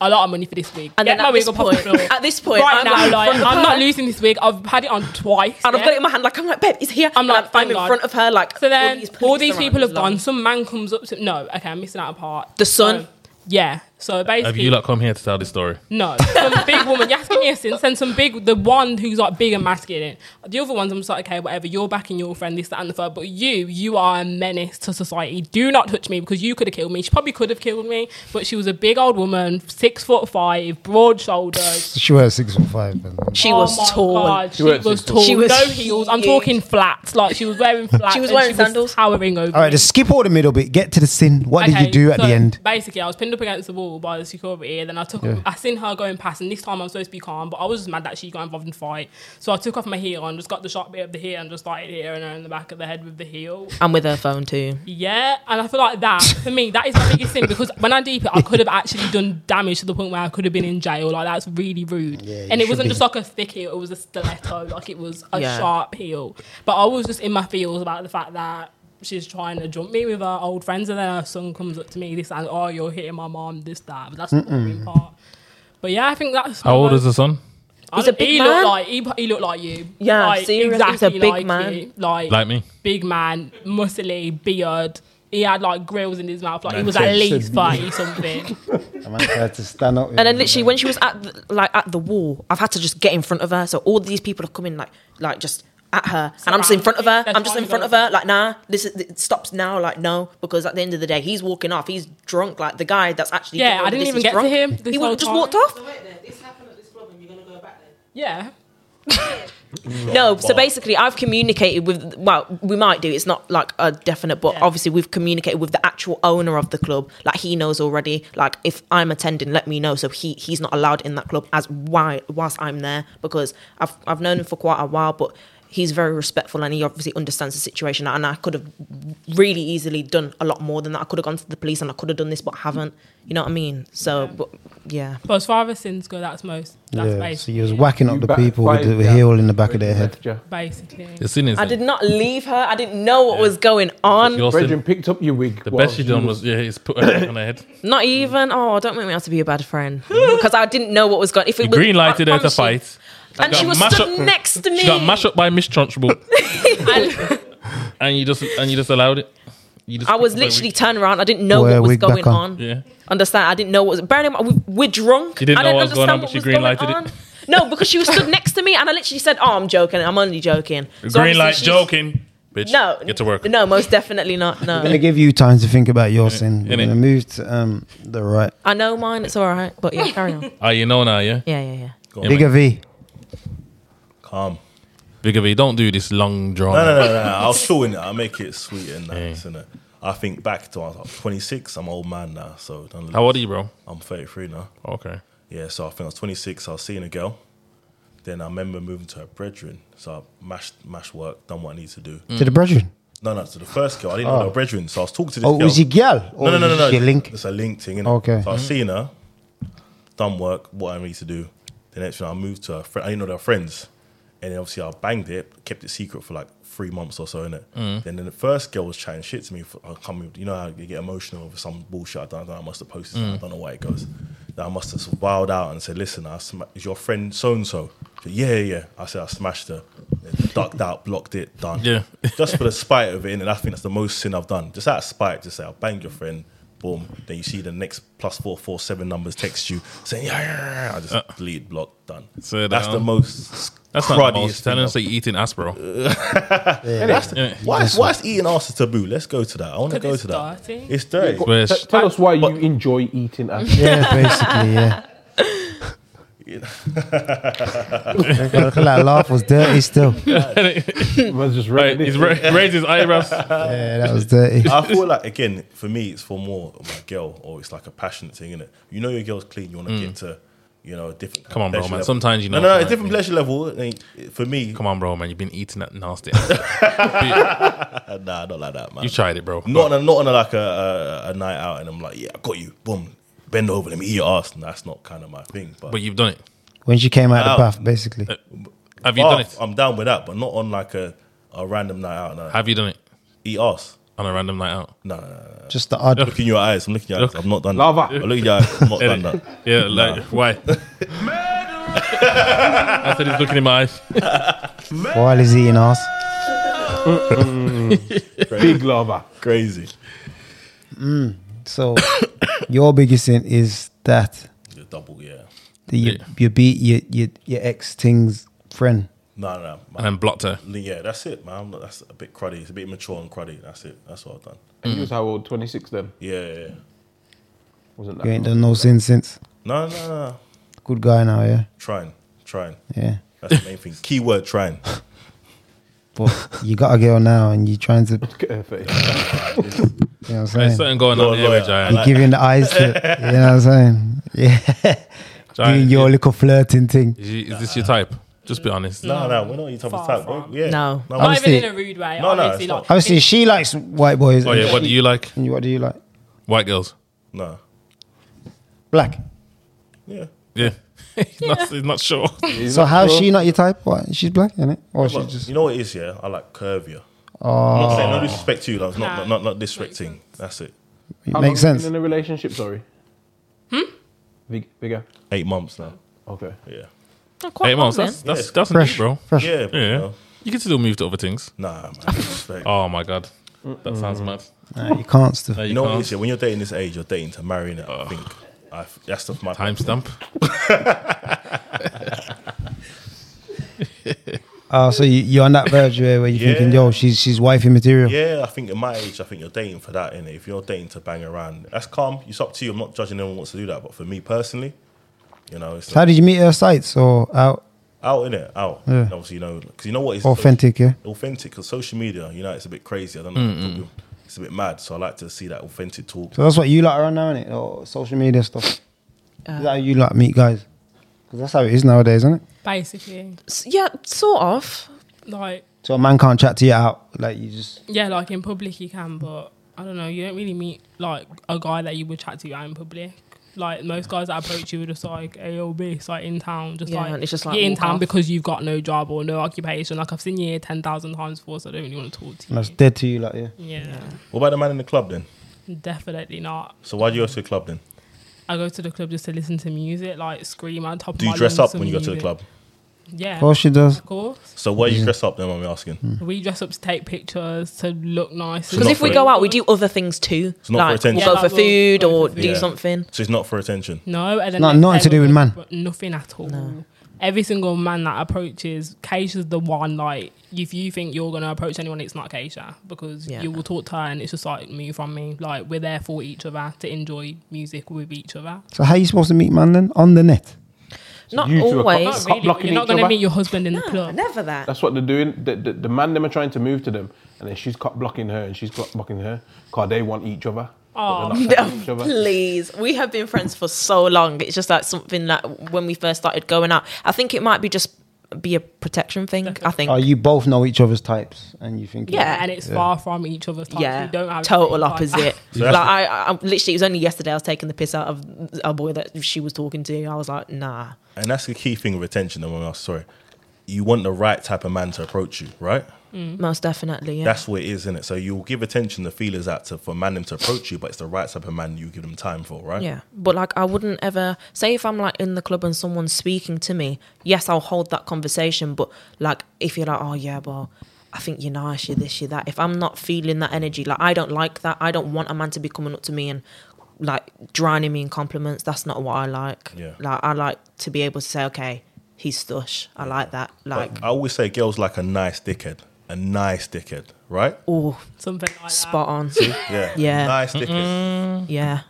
a lot of money for this wig.
And
Get
then
my
at
wig
this
up off the
point-
floor.
<laughs> at this point,
right
I'm
now,
like,
like,
from the
I'm not
back.
losing this wig. I've had it on twice.
and I've
yeah?
got it in my hand, like I'm like, babe, it's here.
I'm
And
like,
I'm
thank
in
God.
front of her, like
So then all these,
these, police
people have
around.
gone. Some man comes up to no. Okay, I'm missing out a part.
The son?
So, yeah. So basically,
Have you like come here to tell this story?
No, some big woman. You're asking me a sin. Send some big, the one who's like big and masculine. The other ones, I'm just like, okay, whatever. You're backing your friend, this, that, and the third. But you, you are a menace to society. Do not touch me because you could have killed me. She probably could have killed me, but she was a big old woman, six foot five, broad shoulders.
She was six foot five. Then.
She
Oh
was
my
tall.
God, She,
was
was
six foot
tall.
She was
no heels. I'm
huge.
talking flats. Like she was wearing flats.
She was
and
wearing sandals.
towering over.
All right, just skip all the middle bit. Get to the sin. What did you do at
so
the end?
Basically, I was pinned up against the wall by the security, and then I took. I seen her going past, and this time I'm supposed to be calm. calm. But I was just mad that she got involved in the fight. So I took off my heel and just got the sharp bit of the heel and just started hitting her in the back of the head with the heel.
I'm with her phone too.
Yeah, and I feel like that for me that is my biggest sin because when I deep it, I could have actually done damage to the point where I could have been in jail. Like that's really rude.
Yeah,
and
you
it wasn't
should
just like a thick heel; it was a stiletto, like it was a
Yeah.
sharp heel. But I was just in my feels about the fact that she's trying to jump me with her old friends, and then her son comes up to me this and oh, you're hitting my mom, this that. But that's the boring part. But yeah, I think that's
How old is the son?
I
He's a
don't-
big
he
man.
Looked like, he, he looked like you.
Yeah,
like,
seriously, he's a big man.
you. Like,
Like me.
big man, muscly, beard. He had like grills in his mouth. Like he
Man
was at
said
least
should be.
thirty something. <laughs>
I might try to stand up.
And then literally when she was at the, like at the wall, I've had to just get in front of her. So all these people are coming like like just at her, and I'm just in front of her.
That's
I'm just
why
in
you
front of
gotta-
her. Like nah, this is, it stops now. Like no, because at the end of the day, he's walking off. He's drunk. Like the guy that's actually
Yeah,
doing all
I didn't
this
even
is
get to
drunk.
him this
He would
whole
have just
time.
walked off.
So wait there, this happened at this problem, you're gonna go back there?
yeah,
No, so basically, I've communicated with. Well, we might do. It's not like a definite, but
Yeah.
obviously, we've communicated with the actual owner of the club. Like he knows already. Like if I'm attending, let me know. So he he's not allowed in that club as why whilst I'm there because I've I've known him for quite a while, but. He's very respectful and he obviously understands the situation. And I could have really easily done a lot more than that. I could have gone to the police and I could have done this, but I haven't. You know what I mean? So, but yeah.
but as far as sins go, that's most. That's
<laughs> yeah, so
basically.
you was whacking up
You
the
back-
people with the
fight, yeah.
heel in the back of their head.
Left you.
basically.
The sin is
I did not leave her. I didn't know what was going on.
Your sin.
Brethren picked up your wig.
The
while
best she done was yeah, he's put her back on
<coughs>
her head.
Not even. Oh, don't make me out to be a bad friend because I didn't know what was going. If it
You
was,
green lighted
I
her to
promise you.
fight.
and she
got
was
mash
stood
up-
next to me.
She got
<laughs>
mashed up by Miss Trunchbull,
And
and you just and you just allowed it. You just
I was literally turned around. I didn't know
Wear
what was
wig back
going
on.
on.
yeah.
Understand? I didn't know what was. Bearing in mind, we- we're drunk.
You didn't
I
know
didn't
what was going on,
understand
but
what
she
was going
green-lighted it.
on. No, because she was stood next to me, and I literally said, "Oh, I'm joking. I'm only joking." So
Green
obviously
light,
she's-
joking, bitch.
No,
get to work.
No, most definitely not.
I'm <laughs> gonna
No,
give you time to think about your sin. We're
innit?
gonna move to um, the right.
I know mine. It's all right, but yeah, carry on.
Ah, you know now, yeah.
Yeah, yeah, yeah.
Yeah,
Bigger V.
Calm.
Bigger V, don't do this long drawn.
No,
out.
no, no, no.
<laughs>
I'll shorten it. I'll make it sweet and nice, innit? I think back to when I was like 26. I'm an old man now, so don't
How old are you, bro?
I'm 33 now.
Okay.
Yeah, so I think I was 26. I was seeing a girl. Then I remember moving to her brethren. So I mashed, mashed work, done what I need to do.
Mm.
To the brethren.
No, no, to the first girl. I
Oh.
didn't know they were brethren. So I was talking to this
Oh,
girl.
was he girl? Or
no, no, no, no, no.
Your
<laughs>
link.
It's a link thing, innit?
Okay.
So I seen her, done work, what I need to do. The next thing I moved to her friend. I didn't know they were friends. And then obviously I banged it, kept it secret for like three months or so, innit? Then the first girl was chatting shit to me. For, I come, you know how you get emotional over some bullshit I done. I, done, I must have posted something, I don't know why it goes. Then I must have wowed out and said, listen, I sma- is your friend so-and-so? She said, Yeah, yeah, yeah. I said, I smashed her. Ducked out, blocked it, done
Yeah.
just for the spite of it, and I think that's the most sin I've done. Just out of spite, just say I banged your friend, boom. Then you see the next plus four four seven numbers text you saying, yeah, yeah, yeah. I just delete, block, done.
Uh. So
that's
down.
the most
That's not the most.
cruddiest
Tell him
thing. I've-
say you're eating ass, bro.
That's the-
Yeah.
why, is, why is eating ass a taboo? Let's go to that. I want to
'Cause
go
it's
to that.
dirty.
It's dirty.
Where's
T- tell us why
But-
you enjoy
<laughs>
eating. After.
Yeah, basically, yeah. Look at that laugh was
<laughs>
dirty still. Yeah,
Man's just
right,
ready.
he's ra- raised
<laughs>
his eyebrows.
that was dirty.
<laughs>
Uh,
I feel like again, for me, it's for more of my girl, or it's like a passionate thing, innit? You know your girl's clean, you want to get to, you know, a different.
Mm. Come on, bro,
pleasure
man.
level.
Sometimes you know
No, no,
it's
a
the
different
right
pleasure level. I mean, For me,
Come on, bro, man. You've been eating that nasty. ass.
uh, nah, not like that, man.
you tried it, bro.
<laughs>
Not on a, not on a, like a, a a night out, and I'm like, yeah, I got you. Boom, bend over, let me eat your ass. And that's not kind of my thing. But,
but you've done it.
When she came out of
Ow.
the
uh,
bath, basically.
Have you
Oh,
done it?
I'm down with that, but not on like a, a random night out. And I
Have you done it
eat ass.
on a random night out?
No, no, no, no.
Just the
uh,
odd
Look in your eyes. I'm looking at your eyes. I've not done
Lava.
that. I look at your eyes.
<laughs>
I've not done that.
Yeah, like
<laughs>
why? I said he's looking in my eyes.
while he's eating ass.
Big lover.
Crazy.
<coughs>
So your biggest sin is that
You're double, yeah.
the, you,
Yeah.
you beat your, your your ex thing's friend.
No, no, no.
and then blocked her.
Yeah, that's it, man. I'm not- That's a bit cruddy. It's a bit immature and cruddy. That's it. That's what I've done.
And you was how old? 26 then?
Yeah, yeah, yeah.
Wasn't that?
You ain't done no sin since.
No, no, no, no.
Good guy now, yeah,
Trying, trying.
yeah.
That's the main thing.
<laughs>
Keyword trying.
But you got a girl now, and you're trying to,
Look at her face.
you know, what I'm
There's
saying,
something going
You're
on
a
here, <laughs>
lawyer.
with Jai.
you're giving the eyes to, you know, what I'm saying, yeah.
Jai,
<laughs> doing your little flirting thing.
is, you- is this your type? Just be honest.
No, no, we're not your type of
Far
type.
from.
Yeah.
No.
no
Not
Obviously-
even in a rude way.
No, no,
obviously,
it's not.
like,
Obviously, she likes white boys.
Oh yeah, what do you like?
And what do you like?
White girls.
no.
Black.
Yeah.
Yeah. <laughs> he's, not, he's not sure.
So how's she not your type? What? She's black, isn't it? Or she's
But
just
you know what it is, yeah? I like curvier. I'm not
Oh.
saying no disrespect to you, love. Not,
Nah.
not, not, not disrespecting. That's it.
it
How
makes
long have you
sense.
been in a relationship, sorry. Hmm? Bigger.
Eight months now.
Okay.
Yeah.
Oh, quite
Eight months.
long
That's
then.
that's
Yeah.
that's neat,
Fresh,
bro.
fresh.
Yeah. but,
Yeah.
you know,
You can still move to other things.
Nah, man.
<laughs>
Disrespect.
Oh my god, that sounds mad.
Nah, you can't still.
No,
you,
you,
know what it
can't.
is, yeah? When you're dating this age, you're dating to marry now, I think. I, f- that's the, my
Timestamp.
Oh, so you, you're on that verge where where you're
Yeah.
thinking, yo, she's she's wifey material.
Yeah, I think at my age, I think you're dating for that, innit? If you're dating to bang around, that's calm. It's up to you. I'm not judging anyone who wants to do that. But for me personally, you know, it's
So How did you meet her sites or out?
out, innit? Out.
Yeah.
And Obviously, you know, because you know what is
Authentic, yeah.
Authentic, because social media, you know, it's a bit crazy. I don't know. It's a bit mad. So I like to see that authentic talk.
So that's what you like around now, innit? Or social media stuff. Is that how you like meet guys? Because that's how it is nowadays, isn't it?
basically,
S- Yeah, sort of.
like,
So a man can't chat to you out. Like you just
yeah, like in public you can, but I don't know. You don't really meet like a guy that you would chat to out in public. Like most guys that approach you are just like AOB, it's like in town, just
Yeah,
like
and it's just like,
you're in
walk
town
off.
because you've got no job or no occupation. Like I've seen you here ten thousand times before, so I don't really want to talk to you.
that's dead to you, like yeah.
yeah,
What about the man in the club then?
definitely not.
So why do you go to the club then?
I go to the club just to listen to music, like scream on top.
Do you
of my
dress
lungs
up
to
when you go to the
music.
club?
Yeah,
Of course she does.
of course.
So where you dress up then? I'm asking.
We dress up to take pictures to look nice.
Because
not
if we
for-
go out, we do other things too.
not for
like
attention.
we'll
Yeah,
go for
like we'll-
food
we'll
or
go for
do
food.
something.
So it's not for attention.
No, and then
No,
they-
nothing
they
to do with
will-
man.
Nothing at all. Every single man that approaches Keisha's the one. Like, if you think you're gonna approach anyone, it's not Keisha because
Yeah.
you will talk to her, and it's just like move from me. Like, we're there for each other to enjoy music with each other.
So how you supposed to meet man then on the net?
Not
you two are
always.
It's cop- blocking
You're not
each
gonna
other?
meet your husband in the
No,
club.
never that.
That's what they're doing. The, the, the man them are trying to move to them, and then she's cut blocking her, and she's got blocking her. Cause they want each other. but they're not
<laughs>
having each
Oh, No,
other.
please. We have been friends for so long. It's just like something that when we first started going out, I think it might be just be a protection thing. I think.
Oh, you both know each other's types, and you think
Yeah.
and it's far from each other's. Types.
yeah,
you don't have
total
like- <laughs>
opposite. <laughs> like I, I, I, literally, it was only yesterday I was taking the piss out of a boy that she was talking to. I was like, nah.
And that's the key thing with attention. I'm asking. Sorry. You want the right type of man to approach you, right?
Most definitely, yeah.
Mm-hmm. That's what it is, isn't it? So you'll give attention the feelers out to for a man them to approach you, but it's the right type of man you give them time for, right?
yeah. But like, I wouldn't ever say if I'm like in the club and someone's speaking to me. Yes, I'll hold that conversation. But like, if you're like, oh yeah, well, I think you're nice, you're this, you're that. If I'm not feeling that energy, like I don't like that. I don't want a man to be coming up to me and like drowning me in compliments. That's not what I like.
Yeah.
Like I like to be able to say, okay, he's stush. I like that. Like,
I always say girls like a nice dickhead. A nice dickhead, right?
oh,
Something like
spot on.
Yeah.
Yeah.
Nice dickhead.
yeah.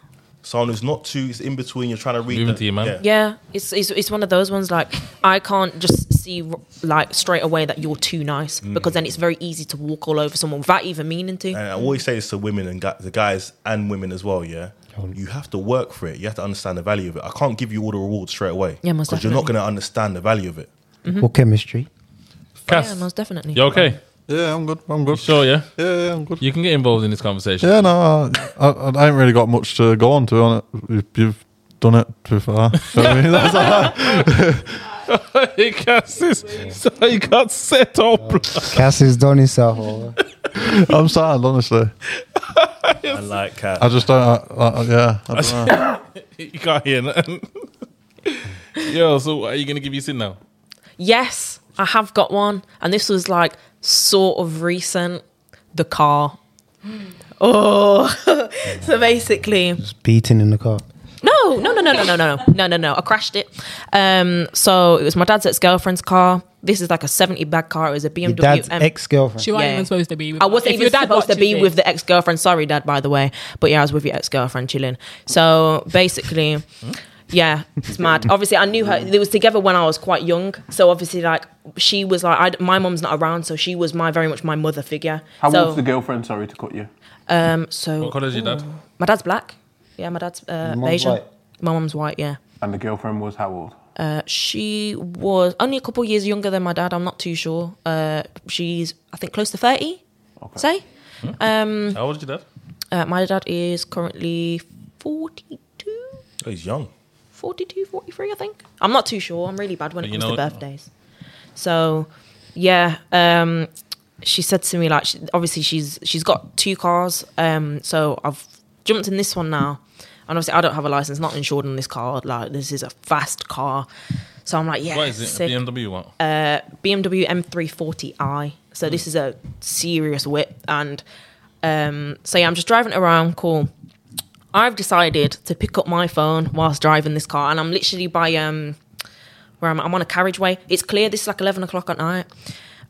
Someone who's not too, is in between, you're trying to read
Leave it
the-
to you, man.
Yeah.
Yeah, it's, it's it's one of those ones like I can't just see like straight away that you're too nice
Mm.
because then it's very easy to walk all over someone without even meaning to.
And I always say this to women and gu- the guys and women as well, yeah? You have to work for it. You have to understand the value of it. I can't give you all the rewards straight away.
Yeah, most
you're not
definitely.
going to understand the value of it.
Well, chemistry.
Mm-hmm.
Cass,
Yeah, most definitely.
you okay?
Yeah, I'm good. I'm good.
Sure, yeah.
Yeah, yeah, I'm good.
You can get involved in this conversation. <laughs>
Yeah, no, I, I, I ain't really got much to go on to on it. You've, you've done it too far. So, I mean, <laughs> that's all.
Cass is, <laughs> so he got set up.
Cass has done himself. over.
I'm sad, honestly.
And like, uh,
I just don't. I, I, yeah, I don't know.
<laughs> you can't hear nothing. <laughs> Yo, so are you gonna give your sin now?
Yes, I have got one, and this was like sort of recent. The car.
Hmm. <laughs>
Oh, so basically,
Just beating in the car.
No, no, no, no, no, no, no, no, no, no, no. I crashed it. Um, so it was my dad's ex girlfriend's car. This is like a 70 bag car. It was a BMW.
Your dad's
M-
ex girlfriend.
She wasn't
Yeah.
even supposed to be. With
I wasn't
if
even supposed to be with the ex girlfriend. Sorry, dad, by the way. But yeah, I was with your ex girlfriend chilling. So basically, yeah, it's mad. obviously, I knew her. They was together when I was quite young. So obviously, like, she was like, I, my mom's not around. So she was my very much my mother figure.
How
so,
old's the girlfriend? Sorry to cut you.
um, so
What colour is your dad?
my dad's black. Yeah, my dad's uh,
Your mum's
Asian.
white.
My mom's white, yeah.
And the girlfriend was how old?
Uh, she was only a couple of years younger than my dad. I'm not too sure. Uh, she's I think close to thirty. Say, um,
How old is your dad?
uh, my dad is currently 42,
Um,
Oh, he's young.
42, 43, I think. I'm not too sure. I'm really bad when
But
it
you
comes to
know-
birthdays. So, yeah, um, she said to me like, she, obviously she's she's got two cars. Um, so I've jumped in this one now, and obviously I don't have a license, not insured on this car. Like this is a fast car, so I'm like, yeah,
What is it?
sick.
A BMW one?
uh, BMW M340i. So this is a serious whip, and um, so yeah, I'm just driving it around. Cool. I've decided to pick up my phone whilst driving this car, and I'm literally by um, where I'm, I'm on a carriageway. It's clear. This is like 11 o'clock at night,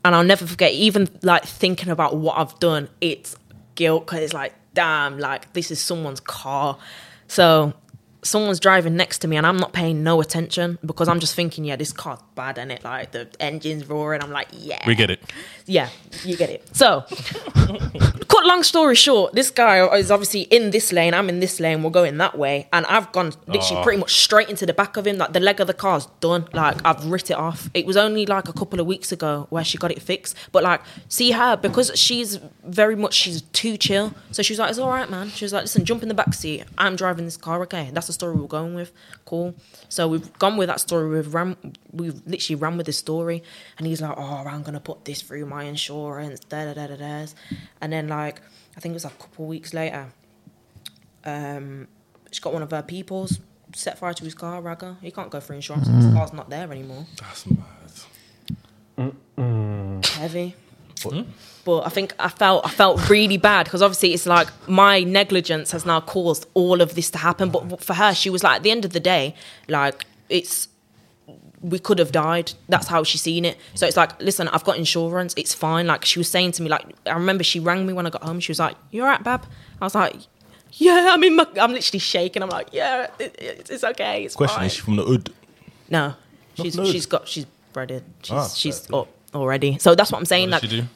and I'll never forget. Even like thinking about what I've done, it's guilt because it's like, damn, like this is someone's car. So someone's driving next to me, and I'm not paying no attention because I'm just thinking, yeah, this car's bad, and it like the engine's roaring. I'm like, yeah,
We get it.
yeah, you get it. So, <laughs> cut long story short, this guy is obviously in this lane. I'm in this lane. We're going that way, and I've gone literally pretty much straight into the back of him. Like the leg of the car's done. Like I've ripped it off. It was only like a couple of weeks ago where she got it fixed. But like, see her because she's very much she's too chill. So she was like, "It's all right, man." She was like, "Listen, jump in the back seat. I'm driving this car. Okay, that's the story we're going with. Cool." So we've gone with that story. We've ran. We've literally ran with this story, and he's like, "Oh, I'm gonna put this through my insurance." Da da da da da. And then like, I think it was like a couple of weeks later, um, she got one of her people's set fire to his car. Ragger, he can't go for insurance. His car's not there anymore.
That's mad.
Heavy.
Hmm?
But I think I felt I felt really bad because obviously it's like my negligence has now caused all of this to happen. But for her, she was like, at the end of the day, like it's we could have died. That's how she seen it. So it's like, listen, I've got insurance. It's fine. Like she was saying to me, like I remember she rang me when I got home. She was like, "You're right, bab." I was like, "Yeah, I'm in my. I'm literally shaking. I'm like, yeah, it, it's, it's okay. It's
Question
fine."
is she from the hood?
No, she's
nude.
she's got she's breaded. She's
Ah,
she's
fair
up already. So that's what I'm saying.
What
Like
did she do?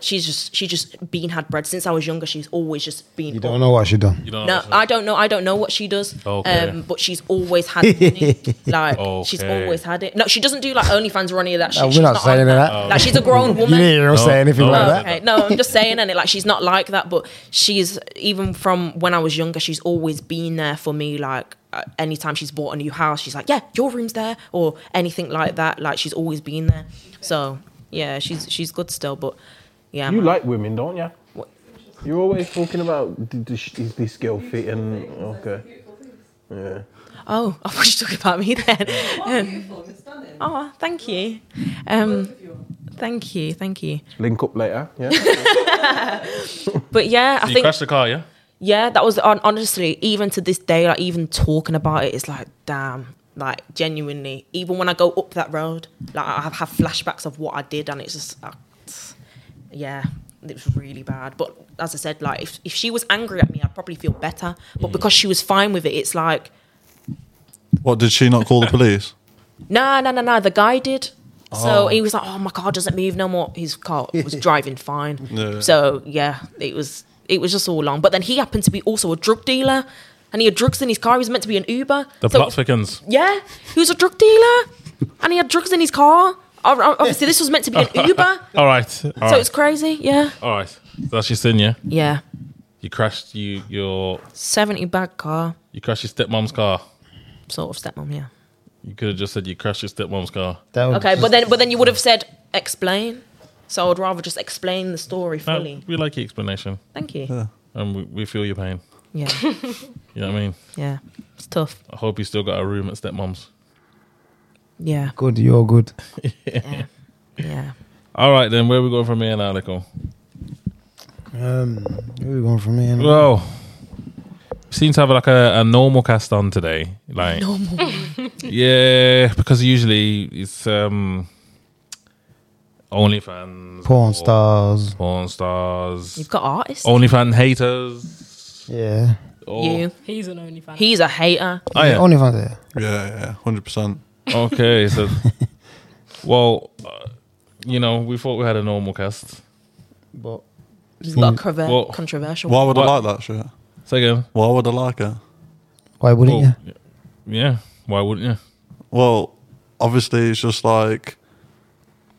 she's just she just been had bread since I was younger. She's always just been.
You
up.
don't know what she done.
You don't
No,
know.
I don't know. I don't know what she does.
Oh, Okay.
Um, but she's always had
<laughs>
money. Like she's
Okay.
always had it. No, she doesn't do like OnlyFans or any of that shit.
No, we're
she's
not saying
on
that.
Oh.
Like she's a grown
<laughs> You
woman. Oh,
didn't even say anything
no,
like
no.
that.
Okay. No, I'm just saying, and it like she's not like that, but she's even from when I was younger, she's always been there for me. Like uh, anytime she's bought a new house, she's like, "Yeah, your room's there," or anything like that. Like she's always been there. So yeah, she's she's good still, but yeah,
You
man.
like women, don't you?
What?
You're always talking about "D- does she- is this girl fit and okay. Yeah.
oh, <laughs> I was talking about me then. <laughs>
Beautiful, it's stunning.
oh, thank you, um,
Both of you are.
thank you, thank you.
Link up later. Yeah.
<laughs> But yeah,
So
I
you
think
crashed the car, yeah?
yeah, that was on, honestly, even to this day, like even talking about it, it's like, damn, like genuinely, even when I go up that road, like I have, have flashbacks of what I did, and it's just, uh, it's- yeah, it was really bad. But as I said, like if, if she was angry at me, I'd probably feel better. But because she was fine with it, it's like,
What did she not call the police?
no, no, no, no, the guy did. So he was like, oh, my car doesn't move no more. His
<laughs>
car was driving fine.
Yeah.
So yeah, it was it was just all long. But then he happened to be also a drug dealer, and he had drugs in his car. He was meant to be an Uber.
The
So-
plot thickens.
yeah, he was a drug dealer, and he had drugs in his car. Ob- ob- Obviously, this was meant to be an Uber,
<laughs> All right. All right.
so it's crazy. Yeah,
All right. So that's your sin, yeah?
yeah,
You crashed you your
seventy bag car,
you crashed your stepmom's car.
sort of stepmom. Yeah.
You could have just said you crashed your stepmom's car.
That was
Okay, but then but then you would have said explain. So I would rather just explain the story
No,
fully.
we like your explanation
Thank you.
and we, we feel your pain.
Yeah,
You know what I mean?
yeah, it's tough.
I hope you still got a room at stepmom's.
Yeah,
good. You're good.
yeah, yeah.
All right, then where we going from here now, Lico?
Um, where we going from here?
Well, seems to have like a, a normal cast on today.
<laughs>
Like normal. yeah, because usually it's um OnlyFans,
Porn
or
stars.
porn stars,
You've got artists.
OnlyFans haters.
Yeah.
or-
you.
He's an OnlyFans.
He's a hater.
Oh, yeah.
Only fans there.
Yeah, yeah, hundred percent.
Okay, so well, uh, you know, we thought we had a normal cast.
But
He's got a cravat-
Well-
controversial.
Why would
What?
I like that shit?
Say again.
Why would I like it?
why wouldn't
Oh,
you?
yeah. Why wouldn't you?
Well, obviously, it's just like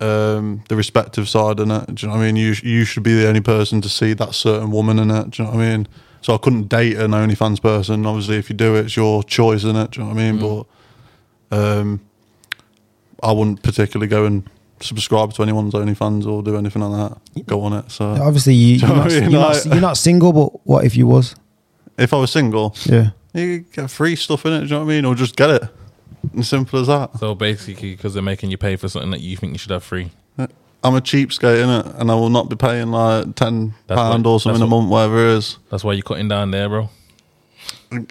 um, the respective side in it. Do you know what I mean? You you should be the only person to see that certain woman in it. Do you know what I mean? So I couldn't date an OnlyFans person. Obviously, if you do it, it's your choice in it. Do you know what I mean? But um, I wouldn't particularly go and subscribe to anyone's OnlyFans or do anything like that. Go on it. So
Obviously, you,
Do
you're,
you know
not,
what I
you're,
mean?
not,
Like-
you're not single, but what if you was?
if I was single,
Yeah.
you get free stuff in it. Do you know what I mean? Or just get it. As simple as that.
So basically, because they're making you pay for something that you think you should have free.
I'm a cheapskate in it, and I will not be paying like ten
That's
pound
what-
or something
that's
a month, whatever it is.
That's why you're cutting down there, bro.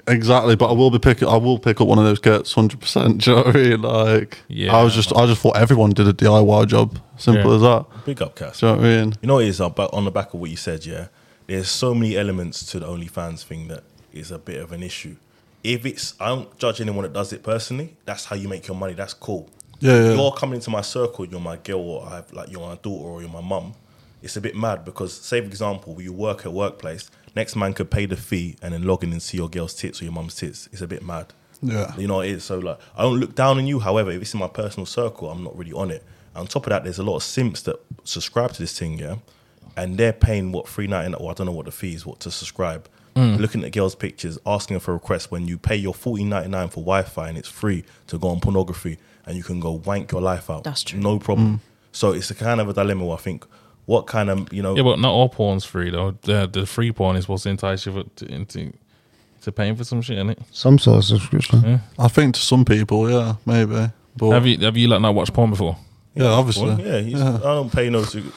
Exactly, but I will be picking. I will pick up one of those kits, hundred percent. <laughs> Do you know what I mean? Like,
Yeah,
I was just, I just thought everyone did a DIY job. Simple
Yeah.
as that.
Big up, Cass.
Do you know what I mean?
You know what it is uh, but on the back of what you said, yeah. There's so many elements to the OnlyFans thing that is a bit of an issue. If it's, I don't judge anyone that does it personally. That's how you make your money. That's cool.
Yeah, yeah.
You're coming into my circle. You're my girl, or I have like you're my daughter, or you're my mum. It's a bit mad because, say for example, you work at workplace. Next man could pay the fee and then log in and see your girl's tits or your mum's tits. It's a bit mad.
Yeah.
You know it is. So like I don't look down on you. However, if it's in my personal circle, I'm not really on it. On top of that, there's a lot of simps that subscribe to this thing, yeah, and they're paying what three ninety nine. Well, I don't know what the fee is, what to subscribe. Looking at girls' pictures, asking for requests when you pay your fourteen ninety nine for Wi Fi and it's free to go on pornography and you can go wank your life out.
That's true.
No problem. So it's a kind of a dilemma. Where I think what kind of you know
Yeah, but not all porn's free though. The, the free porn is what's to entice you to, into to paying for some shit, innit?
Some sort of subscription.
I think to some people, yeah, maybe. But
Have you have you like not watched porn before?
yeah, obviously,
Well, yeah, he's, I don't pay no to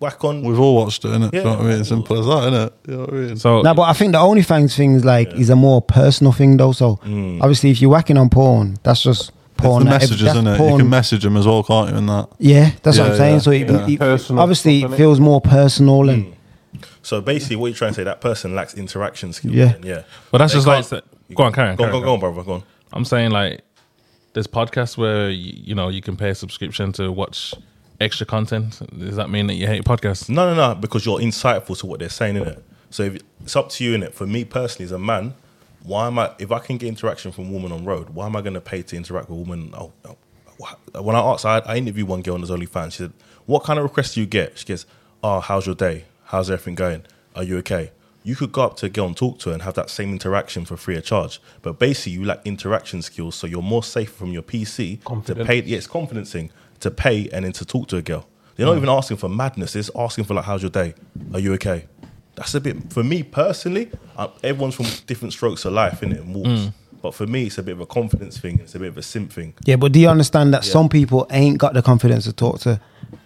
whack on.
we've all watched it, innit? Do you know
Yeah.
what I mean? Simple as that, innit? You know what I mean?
So
No, but I think the OnlyFans thing is like is a more personal thing though. So obviously, if you're whacking on porn, that's just
it's
porn.
the
If
messages,
that's
is it? You
porn-
can message them as well, can't you? In that,
yeah, that's what
Yeah,
I'm saying.
yeah,
so it,
yeah.
it-
Personal
obviously
stuff,
it
innit?
feels more personal and
So basically, what you're trying to say, that person lacks interaction skills.
Yeah.
then, yeah.
But that's
They
just like-
can't-
go on, carry on,
Go on,
carry
go
on,
on, go on, brother. Go on.
I'm saying like there's podcasts where you, you know you can pay a subscription to watch extra content. Does that mean that you hate podcasts?
No, no, no, because you're insightful to what they're saying in it. So if, it's up to you in it. For me personally, as a man, why am I? If I can get interaction from women on road, why am I going to pay to interact with women? Oh, oh, when I asked, I, I interviewed one girl on his OnlyFans. She said, "What kind of requests do you get?" She goes, "Oh, how's your day? How's everything going? Are you okay?" You could go up to a girl and talk to her and have that same interaction for free of charge. But basically, you lack interaction skills, so you're more safe from your PC to pay. Yeah, it's confidence thing to pay and then to talk to a girl. They're not even asking for madness. They're just asking for like, "How's your day? Are you okay?" That's a bit for me personally. Uh, everyone's from different strokes of life, innit, and walks. But for me, it's a bit of a confidence thing. It's a bit of a simp thing.
yeah. But do you understand that
Yeah.
some people ain't got the confidence to talk to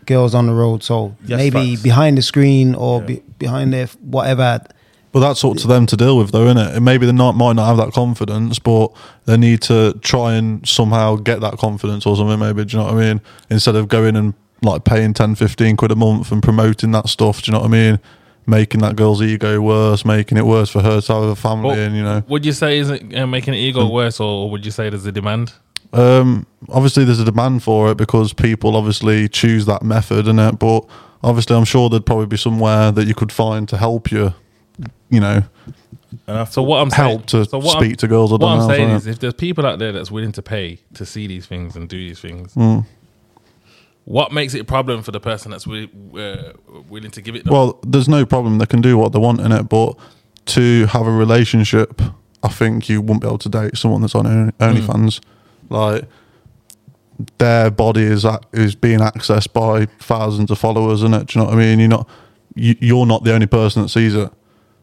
girls on the road? So
Yes,
maybe
facts.
behind the screen or
Yeah.
be, behind their f- whatever.
But that's up to them to deal with, though, isn't it? And maybe they not, might not have that confidence, but they need to try and somehow get that confidence or something, maybe. Do you know what I mean? Instead of going and like paying 10, 15 quid a month and promoting that stuff, do you know what I mean? Making that girl's ego worse, making it worse for her to have a family,
Well-
and you know,
Would you say is it uh, making it ego worse, or would you say there's a demand?
um, obviously there's a demand for it because people obviously choose that method, and it. But obviously, I'm sure there'd probably be somewhere that you could find to help you, you know,
And I
So what I'm
help
saying,
to
so what
speak
I'm,
to girls. I don't
What I'm
know,
saying
so-
is, if there's people out there that's willing to pay to see these things and do these things,
Hmm.
what makes it a problem for the person that's wi- uh, willing to give it? them?
Well, there's no problem. They can do what they want in it, but to have a relationship, I think you wouldn't be able to date someone that's on Only- OnlyFans. Like their body is ac- is being accessed by thousands of followers, is it? Do you know what I mean? You're not you, you're not the only person that sees it.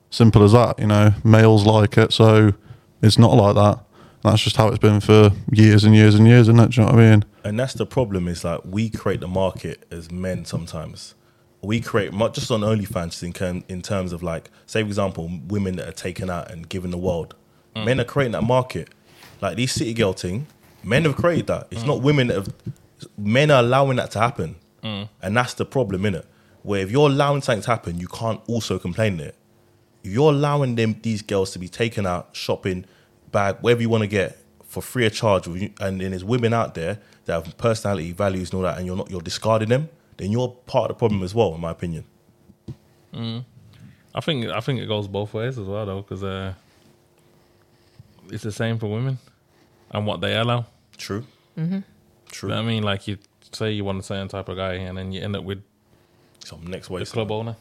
Simple as that. You know, males like it, so it's not like that. That's just how it's been for years and years and years, isn't it? Do you know what I mean?
and that's the problem is like we create the market as men sometimes we create not just on OnlyFans in, can, in terms of like say for example women that are taken out and given the world men are creating that market like these city girl thing men have created that it's not women that have men are allowing that to happen and that's the problem in it where if you're allowing something to happen you can't also complain it if you're allowing them these girls to be taken out shopping, bag, whatever you want to get for free of charge, with you- and then there's women out there that have personality, values, and all that, and you're not you're discarding them, then you're part of the problem as well, in my opinion.
I think I think it goes both ways as well, though, because uh, it's the same for women. and what they allow.
True.
Mm-hmm.
True.
You know what I mean? Like you say you want a certain type of guy and then you end up with
So next
the
week.
club owner.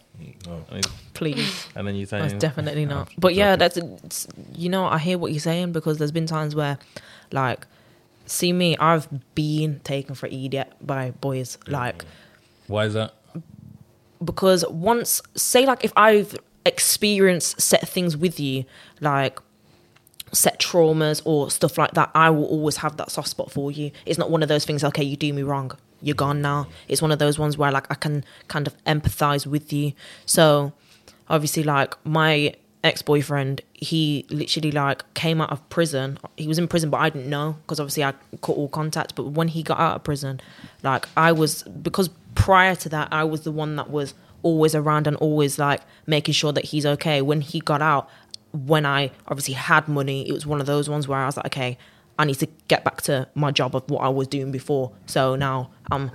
No.
And, he's-
Please.
and then you say
That's definitely not. But yeah, that's it's, you know I hear what you're saying because there's been times where, like, see me, I've been taken for idiot by boys. Like,
Why is that?
because once say like if i've experienced set things with you like set traumas or stuff like that i will always have that soft spot for you it's not one of those things okay you do me wrong you're gone now it's one of those ones where like i can kind of empathize with you so obviously like my ex-boyfriend he literally like came out of prison he was in prison but i didn't know because obviously i cut all contact but when he got out of prison like i was because prior to that i was the one that was always around and always like making sure that he's okay when he got out when i obviously had money it was one of those ones where i was like okay i need to get back to my job of what i was doing before so now i'm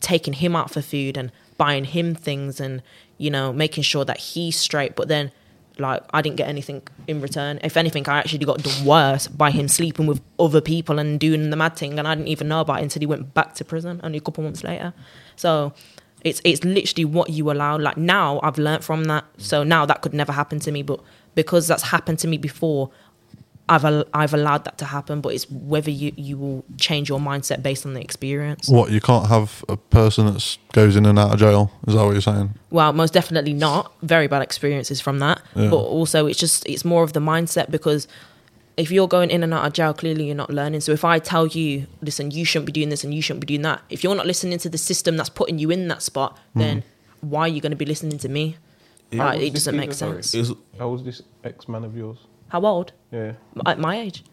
taking him out for food and buying him things and you know making sure that he's straight but then like i didn't get anything in return if anything i actually got done worse by him sleeping with other people and doing the mad thing and i didn't even know about it until he went back to prison only a couple months later so it's it's literally what you allow like now i've learnt from that so now that could never happen to me but because that's happened to me before i've al- i've allowed that to happen but it's whether you you will change your mindset based on the experience
What you can't have a person that goes in and out of jail. Is that what you're saying?
well most definitely not very bad experiences from that
Yeah.
but also it's just it's more of the mindset because if you're going in and out of jail clearly you're not learning so if i tell you listen you shouldn't be doing this and you shouldn't be doing that if you're not listening to the system that's putting you in that spot
Hmm.
then why are you going to be listening to me like, it doesn't make sense
Is
How was this ex man of yours?
how old
Yeah.
at my age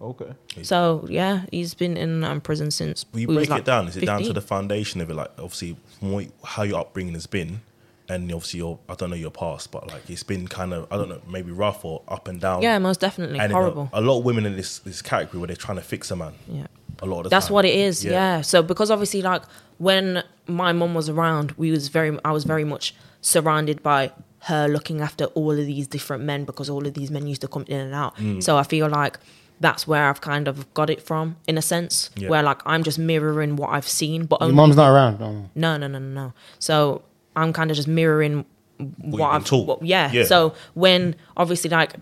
Okay.
so yeah he's been in and out of prison since
Will you
we was
break
like
it down? Is it down to
15.
the foundation of it? Like, obviously, from what, how your upbringing has been, and obviously, your I don't know your past, but like it's been kind of I don't know, maybe rough or up and down.
yeah most definitely
and uh, you know,
horrible
a lot of women in this this category where they're trying to fix a man.
yeah
A lot of the
That's
time.
what it is. Yeah. So because obviously, like when my mum was around, we was very, I was very much surrounded by her looking after all of these different men because all of these men used to come in and out.
Mm.
So I feel like that's where I've kind of got it from, in a sense,
Yeah.
where like I'm just mirroring what I've seen, but
Your
only
mum's not around. No.
no, no, no, no, no. So I'm kind of just mirroring what,
been
I've
taught.
What, yeah.
Yeah.
So when obviously like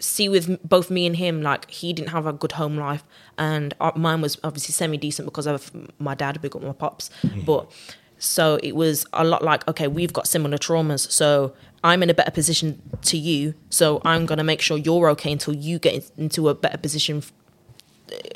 see with m- both me and him, like he didn't have a good home life, and uh, mine was obviously semi decent because of my dad, big up my pops,
Mm.
but. So it was a lot like, okay, we've got similar traumas. So I'm in a better position to you. So I'm going to make sure you're okay until you get in- into a better position. f-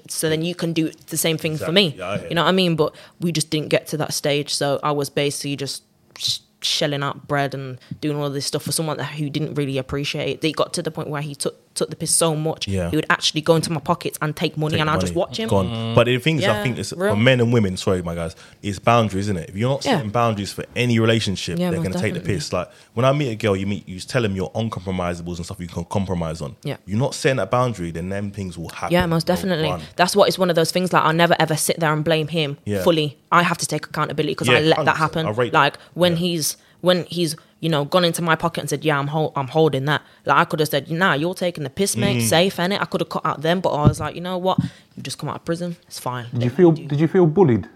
So then you can do the same thing for
Exactly.
me.
Yeah, I hear
you know what I mean? But we just didn't get to that stage. So I was basically just sh- shelling out bread and doing all this stuff for someone that- who didn't really appreciate it. They got to the point where he took took the piss so much,
Yeah.
he would actually go into my pockets and take money,
Take
and
the
I'll just
money,
watch him.
Gone. But the thing is, I
Yeah,
think it's
real.
for men and women. Sorry, my guys, it's boundaries, isn't it? If you're not
Yeah.
setting boundaries for any relationship,
Yeah,
they're
most
going to take the
definitely.
piss. Like when I meet a girl, you meet, you tell them your uncompromisables and stuff you can compromise on.
Yeah.
You're not setting that boundary, then them things will happen.
Yeah, most
They'll
definitely.
run.
That's what it's one of those things like I'll never ever sit there and blame him
Yeah.
fully. I have to take accountability because I
Yeah,
let that
100%.
happen.
I rate that.
Like when
Yeah.
he's when he's you know gone into my pocket and said, "Yeah, I'm hol- I'm holding that." Like I could have said, "Nah, you're taking the piss,
Mm.
mate. Safe, ain't it?" I could have cut out them, but I was like, you know what? You just come out of prison. It's fine.
Did you feel did you feel bullied?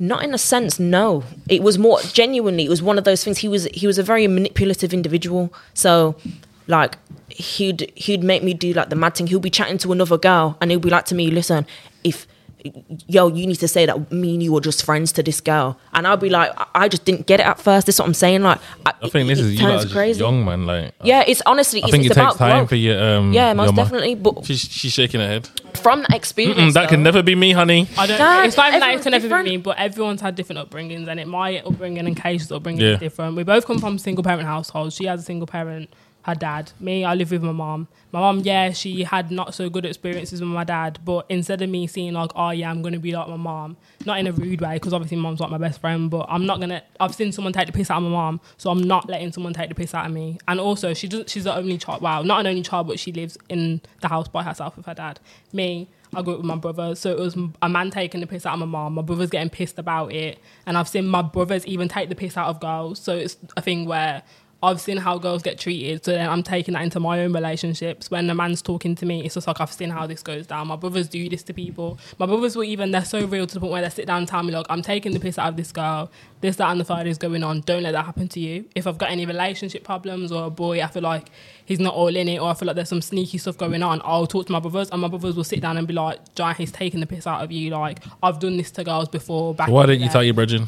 Not in a sense, no. It was more genuinely. It was one of those things. He was he was a very manipulative individual. So, like he'd he'd make me do like the mad thing. He'll be chatting to another girl, and he'll be like to me, "Listen, if yo, you need to say that me and you were just friends to this girl," and I'll be like, "I- "I just didn't get it at first. This is what I'm saying. Like,
I think this
it,
is
it
you lot are
turns
just
crazy.
young man. Like
Yeah, it's honestly.
I
it's,
think
it's
it takes
about
time
growth.
for your um.
Yeah, most
your ma-
definitely. But
She's she's shaking her head.
from that experience,
Mm, that can
though-
never be me, honey.
I don't.
No,
it's not even like it's
everyone's
never been
different.
me, but everyone's had different upbringings, and it my upbringing and Kay's upbringing
Yeah.
is different. We both come from single parent households. She has a single parent. Her dad, me, I live with my mom. My mom, yeah, she had not so good experiences with my dad, but instead of me seeing like, oh yeah, I'm gonna be like my mom, not in a rude way, because obviously mom's like my best friend, but I'm not gonna. I've seen someone take the piss out of my mom, so I'm not letting someone take the piss out of me. And also, she does, she's the only child. Well, not an only child, but she lives in the house by herself with her dad. Me, I grew up with my brother, so it was m- a man taking the piss out of my mom. My brother's getting pissed about it, and I've seen my brothers even take the piss out of girls. So it's a thing where I've seen how girls get treated, so then I'm taking that into my own relationships. When a man's talking to me, it's just like I've seen how this goes down. My brothers do this to people. My brothers will even they're so real to the point where they sit down and tell me, "Look, I'm taking the piss out of this girl. This, that, and the third is going on. Don't let that happen to you. If I've got any relationship problems or a boy, I feel like he's not all in it, or I feel like there's some sneaky stuff going on. I'll talk to my brothers, and my brothers will sit down and be like, "Giant, he's taking the piss out of you. Like I've done this to girls before. Back
Why
in the
didn't you
day."
tell your brethren?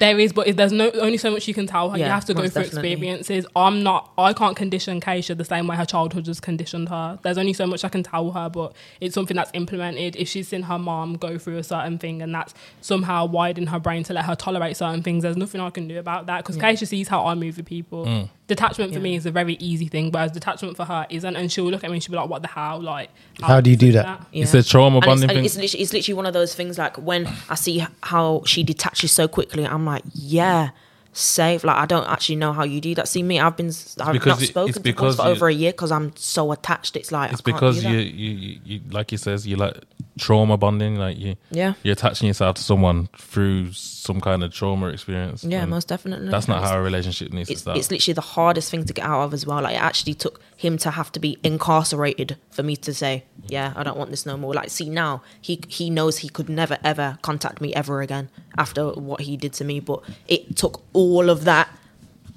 There is, but if there's no only so much you can tell. her. you
Yeah,
have to go
most
through
definitely.
experiences. I'm not. I can't condition Keisha the same way her childhood has conditioned her. There's only so much I can tell her, but it's something that's implemented. If she's seen her mom go through a certain thing, and that's somehow wired in her brain to let her tolerate certain things, there's nothing I can do about that because Keisha sees how I move with people. Detachment for me is a very easy thing, whereas detachment for her isn't. And she'll look at me and she'll be like, "What the hell? Like,
How do you do
is
that?"
Yeah.
It's a trauma
And it's, and
bonding thing.
It's literally, it's literally one of those things like when I see how she detaches so quickly, I'm like, yeah, safe. Like I don't actually know how you do that. See me, I've been I've not
because you- it's
spoken to
because
one for
you-
over a year because I'm so attached. It's like
It's
I can't
because
do
you,
that.
you, you, you, like he says, you like trauma bonding. Like you,
Yeah.
you're attaching yourself to someone through some kind of trauma experience.
yeah,
and
most definitely.
um, That's not
It's-
how a relationship needs to
it's,
start.
it's literally the hardest thing to get out of as well. Like it actually took him to have to be incarcerated for me to say, yeah, I don't want this no more. Like see now he he knows he could never ever contact me ever again after what he did to me. But it took all of that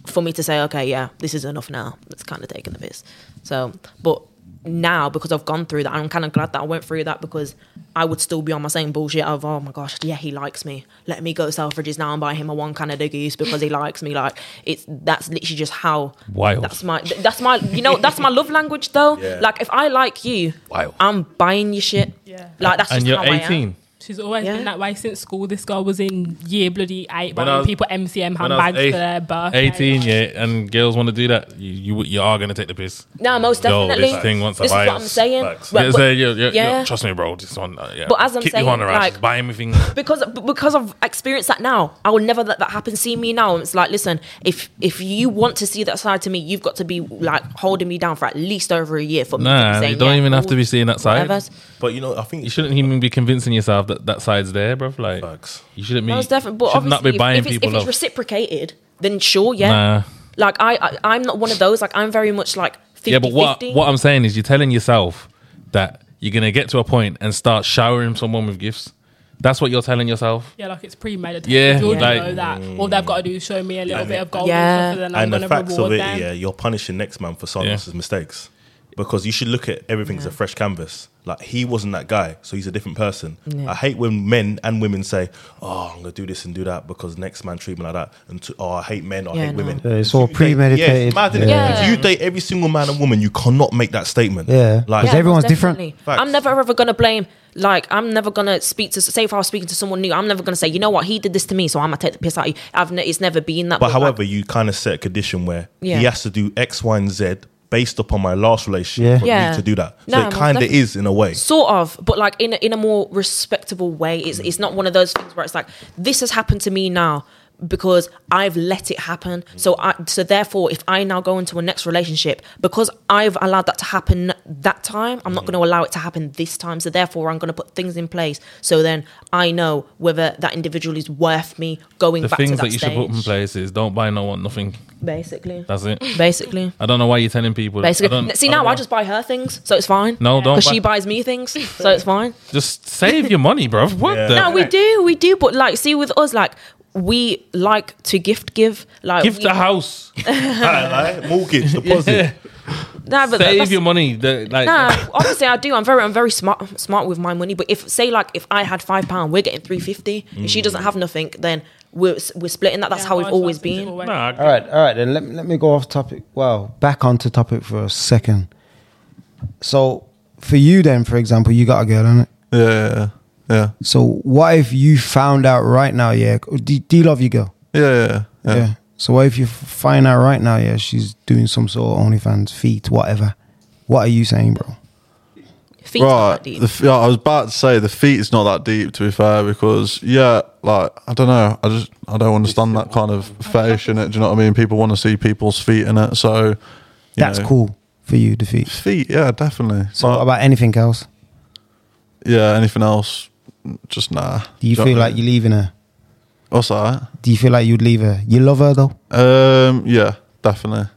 for me to say, okay, yeah, this is enough now. It's kind of taking the piss. So, but now because I've gone through that, I'm kind of glad that I went through that because I would still be on my same bullshit of, oh my gosh, yeah, he likes me. Let me go to Selfridges now and buy him a one Canada goose because he likes me. Like it's that's literally just how
Wild.
That's my that's my you know that's my love language though.
Yeah.
Like if I like you,
Wild.
I'm buying you shit.
Yeah.
Like that's
and
just
you're
how I am.
18.
She's always
Yeah.
been that way since school. This girl was in year bloody eight,
When
buying
I was-
people MCM
When I was
handbags
eight-
for their birthday.
18, yeah, and girls want to do that. You, you, you are going to take the piss.
No, most
Yo,
definitely.
this thing wants to
This
buy
is what I'm
us.
saying.
Facts.
But-
Yeah,
but-
so yo, yo, yo,
yeah.
trust me, bro. This one, uh, yeah.
But as I'm
keep
saying,
your honor out,
like-
just buy
<laughs>
me things.
because b- because I've experienced that now, I will never let that happen. See me now, and it's like, listen, if if you want to see that side to me, you've got to be like holding me down for at least over a year for me. to
Nah,
be saying,
you don't
yeah,
even have to
cool,
be seeing that side.
whatever.
But you know, I think
You shouldn't even be convincing yourself that that side's there, bro. Like,
Facts.
you shouldn't be.
Most definitely, but
should
obviously,
not be
if-
buying
if, it's,
people
if it's
off.
reciprocated, then sure, yeah.
Nah.
Like I, I, I'm not one of those. Like I'm very much like 50,
yeah, but what
50.
what I'm saying is, you're telling yourself that you're gonna get to a point and start showering someone with gifts. That's what you're telling yourself.
Yeah, like it's premeditated.
Yeah,
Yeah, you already
like-
know that. All they've got to do is show me a little
And
bit
the-
of gold
Yeah.
and stuff, and then I'm
and
going
the
to
facts of
reward
it,
them.
yeah, you're punishing next man for someone
Yeah.
else's mistakes because you should look at everything as a fresh canvas. Like he wasn't that guy, so he's a different person. I hate when men and women say, "Oh, I'm gonna do this and do that because next man treat me like that," and to, "Oh, I hate men, or, I
Yeah,
hate
no.
women."
Yeah, it's
If you
all
date-
premeditated.
Yeah, it's mad, innit?
Yeah.
If you date every single man and woman, you cannot make that statement.
Yeah.
like
Yeah. everyone's
most
different.
definitely.
Facts.
I'm never ever gonna blame. Like I'm never gonna speak to. Say if I was speaking to someone new, I'm never gonna say, you know what, he did this to me, so I'm gonna take the piss out of you. I've ne- it's never been that.
But
way, like-
however, you kind of set a condition where
Yeah.
he has to do X, Y, and Z based upon my last relationship
Yeah.
for
Yeah.
me to do that. So
No,
it
most
kind of
definitely.
is in
<laughs>
a way. <laughs>
sort of but like in a, in a more respectable way it's it's not one of those things where it's like this has happened to me now because I've let it happen so I so therefore if I now go into a next relationship because I've allowed that to happen that time I'm not
Mm.
going to allow it to happen this time so therefore I'm going to put things in place so then I know whether that individual is worth me going
The
back to
things
that,
that, you
stage
should put in place is don't buy no one nothing.
basically
That's it.
basically
I don't know why you're telling people. I
basically
don't-
see
I don't
now I
know.
just buy her things so it's fine
No, don't
because
buy-
she buys me things
<laughs>
so it's fine
just save your money, bro. What
Yeah.
the?
No, we do, we do. But like, see, with us, like, we like to gift give. Like,
Give
we, <laughs>
the house.
Aye, aye. Mortgage, deposit.
Nah, but
<laughs> Save
that's-
your money. The- like,
Nah, honestly, I do. I'm very, I'm very smart, smart with my money. But if, say, like, if I had five pound, we're getting three fifty. If she
Mm.
doesn't have nothing, then we're we're splitting that. That's
Yeah,
how we've
vice
always
versa, is it
been.
always-
Nah,
All right, all right. Then let, let me go off topic. Well, back onto topic for a second. So, for you then, for example, you got a girl on it.
Yeah, yeah, yeah,
So, what if you found out right now? Yeah, do, do you love your girl?
yeah, yeah, yeah,
Yeah.
yeah.
So, what if you find out right now? Yeah, she's doing some sort of OnlyFans feat, whatever. What are you saying, bro?
Feet are
Right,
that deep.
the f- yeah, I was about to say the feet is not that deep to be fair because yeah, like I don't know, I just I don't understand that kind of fetish in it. Do you know what I mean? People want to see people's feet in it, so you
That's
know,
cool for you, the feet.
Feet, yeah, definitely.
So,
But,
what about anything else?
yeah, anything else, just nah.
Do you
know
feel
what I
like
mean?
you're leaving her?
What's that?
Do you feel like you'd leave her? You love her though.
Um, yeah, definitely.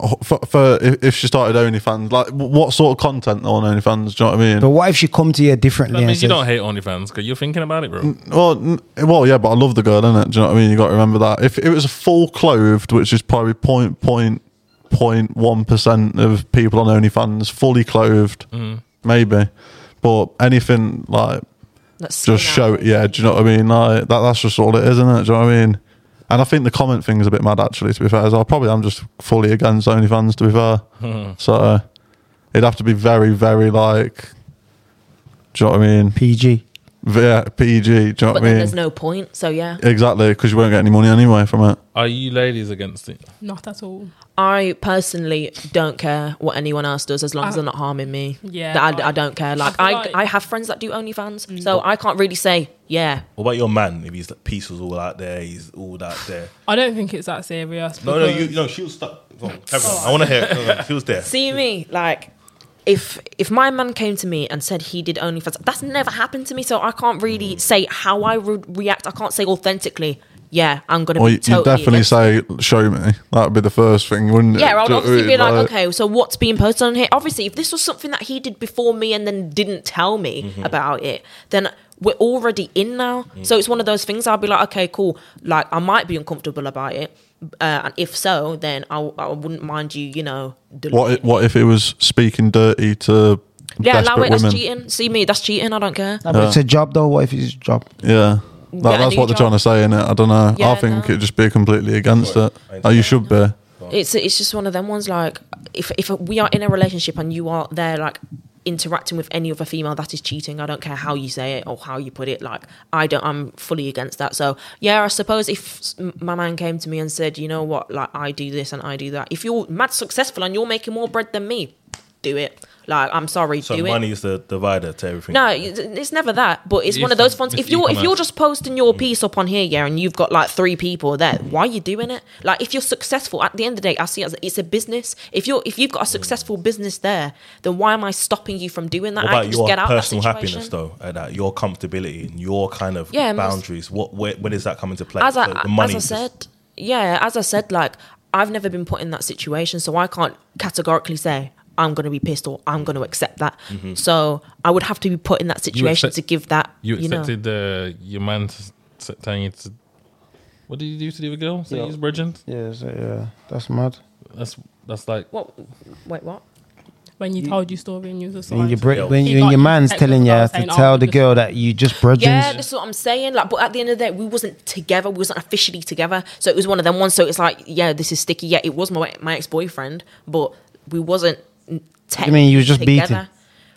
Oh, For, for if, if she started OnlyFans, like w- what sort of content on OnlyFans? Do you know what I mean?
But what if she come to you differently?
I mean,
and
you
says-
don't hate OnlyFans because you're thinking about it, bro.
Well, n- well, yeah, but I love the girl, innit? Do you know what I mean? You got to remember that. If it was a full clothed, which is probably point point point one percent of people on OnlyFans, fully clothed, maybe. But anything like
That's
just show it, yeah. Do you know what I mean? Like that, that's just all it is, isn't it? Do you know what I mean? And I think the comment thing is a bit mad, actually. To be fair, as well, probably I'm just fully against OnlyFans. To be fair, so uh, it'd have to be very, very like, do you know what I mean?
PG.
Yeah, PG. Do you know
But
what I
then
mean?
there's no point. So yeah,
Exactly, because you won't get any money anyway from it.
Are you ladies against it?
Not at all.
I personally don't care what anyone else does as long as
I-
they're not harming me.
Yeah,
That I,
I-
I don't care. Like
I
I,
feel
I,
like- Mm.
have friends that do OnlyFans, so I can't really say yeah.
What about your man? If he's like, peace was all out there, he's all out there.
I don't think it's that serious.
No, no, you
because-
no. She was stuck. Go on, carry on. I want to hear. it. No, no, she was there.
Oh. See me like. If if my man came to me and said he did OnlyFans, that's never happened to me, so I can't really
Mm.
say how I would react. I can't say authentically, yeah, I'm gonna
Or
be
you,
totally.
you definitely
against
say, "Show me." That'd be the first thing, wouldn't it?
Yeah, I'd
Do you know what I
obviously be
mean?
like, okay, so what's being posted on here? Obviously, if this was something that he did before me and then didn't tell me
Mm-hmm.
about it, then we're already in now.
Mm.
So it's one of those things I'll be like, okay, cool. Like, I might be uncomfortable about it. Uh, and if so, then I, I wouldn't mind you, you know.
What if, what if it was speaking dirty to
yeah, allow
desperate
it.
women?
That's cheating. See me, that's cheating. I don't care.
No, but it's a job though. What if it's a job?
Yeah. That,
I
that's
do
what they're
try-
trying to say in it. I don't know.
Yeah,
I think
no.
it'd just be completely against it. Oh, you should be.
It's it's just one of them ones. Like, if if we are in a relationship and you are there, like interacting with any other female, that is cheating. I don't care how you say it or how you put it. Like, I don't. I'm fully against that. So yeah, I suppose if s- my man came to me and said, you know what, like I do this and I do that. If you're mad successful and you're making more bread than me, do it. Like, I'm sorry,
So
do it.
money is the divider to everything.
No, it- it's never that. But it's
It's
one of those ones.
just
If you're if
e-commerce.
you're just posting your
Mm.
piece up on here, yeah, and you've got like three people there, why are you doing it? Like, if you're successful, at the end of the day, I see it as it's a business. If you're if you've got a
Mm.
successful business there, then why am I stopping you from doing that?
What
I
about
can
your
just get out
personal
of that situation.
happiness though, and that your comfortability and your kind of
Yeah, most-
boundaries? What where, where does that come into play?
as I,
So
as I
is-
said, yeah, as I said, like I've never been put in that situation, so I can't categorically say I'm going to be pissed or I'm going to accept that.
Mm-hmm.
So I would have to be put in that situation
accept-
to give that.
You
you know,
accepted uh, your man to, to telling you to. What did you do to the other girl? Say
Yeah.
he's bridging.
Yeah, so, yeah, that's mad.
That's that's like
what? Wait, what?
when you told your story and you was
When
like,
your bri- when,
He
you, when
got
your man's
protected
telling you
by
to
saying, "Oh,
tell the
just-
girl that you just bridging.
Yeah, that's what I'm saying. Like, but at the end of the day, we wasn't together. We wasn't officially together. So it was one of them ones. So it's like, yeah, this is sticky. Yeah, it was my my ex boyfriend, but we wasn't. Te-
You mean you was just beating?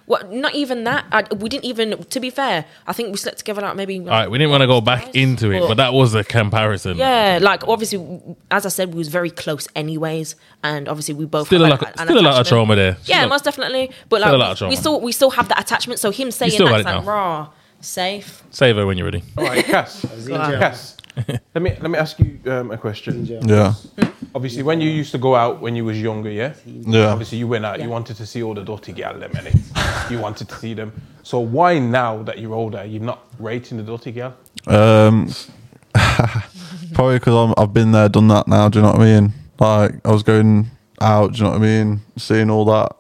Well, not even that. I, we didn't even. To be fair, I think we slept together like maybe.
all right. We didn't want to go back into it, but that was a comparison.
yeah, like obviously, w- as I said, we was very close, anyways, and obviously we both
Still a
had
lot.
an- an
Still a lot of
attachment.
trauma there. She's
Yeah,
not-
most definitely. But
Still a lot
like,
of
we,
trauma.
still we still have that attachment. So him saying
still got
that's
it
like
now.
raw, safe.
Save her when you're ready.
All right,
<laughs>
Cass. Cass. Let me let me ask you um, a question.
Yeah.
Obviously, when you used to go out when you was younger, yeah.
Oh. Yeah.
Obviously, you went out. You wanted to see all the dirty gal them, innit? You wanted to see them. So why now that you're older, you're not rating the dirty gal?
Um, <laughs> probably because I've been there, done that now. Do you know what I mean? Like, I was going out, do you know what I mean? Seeing all that,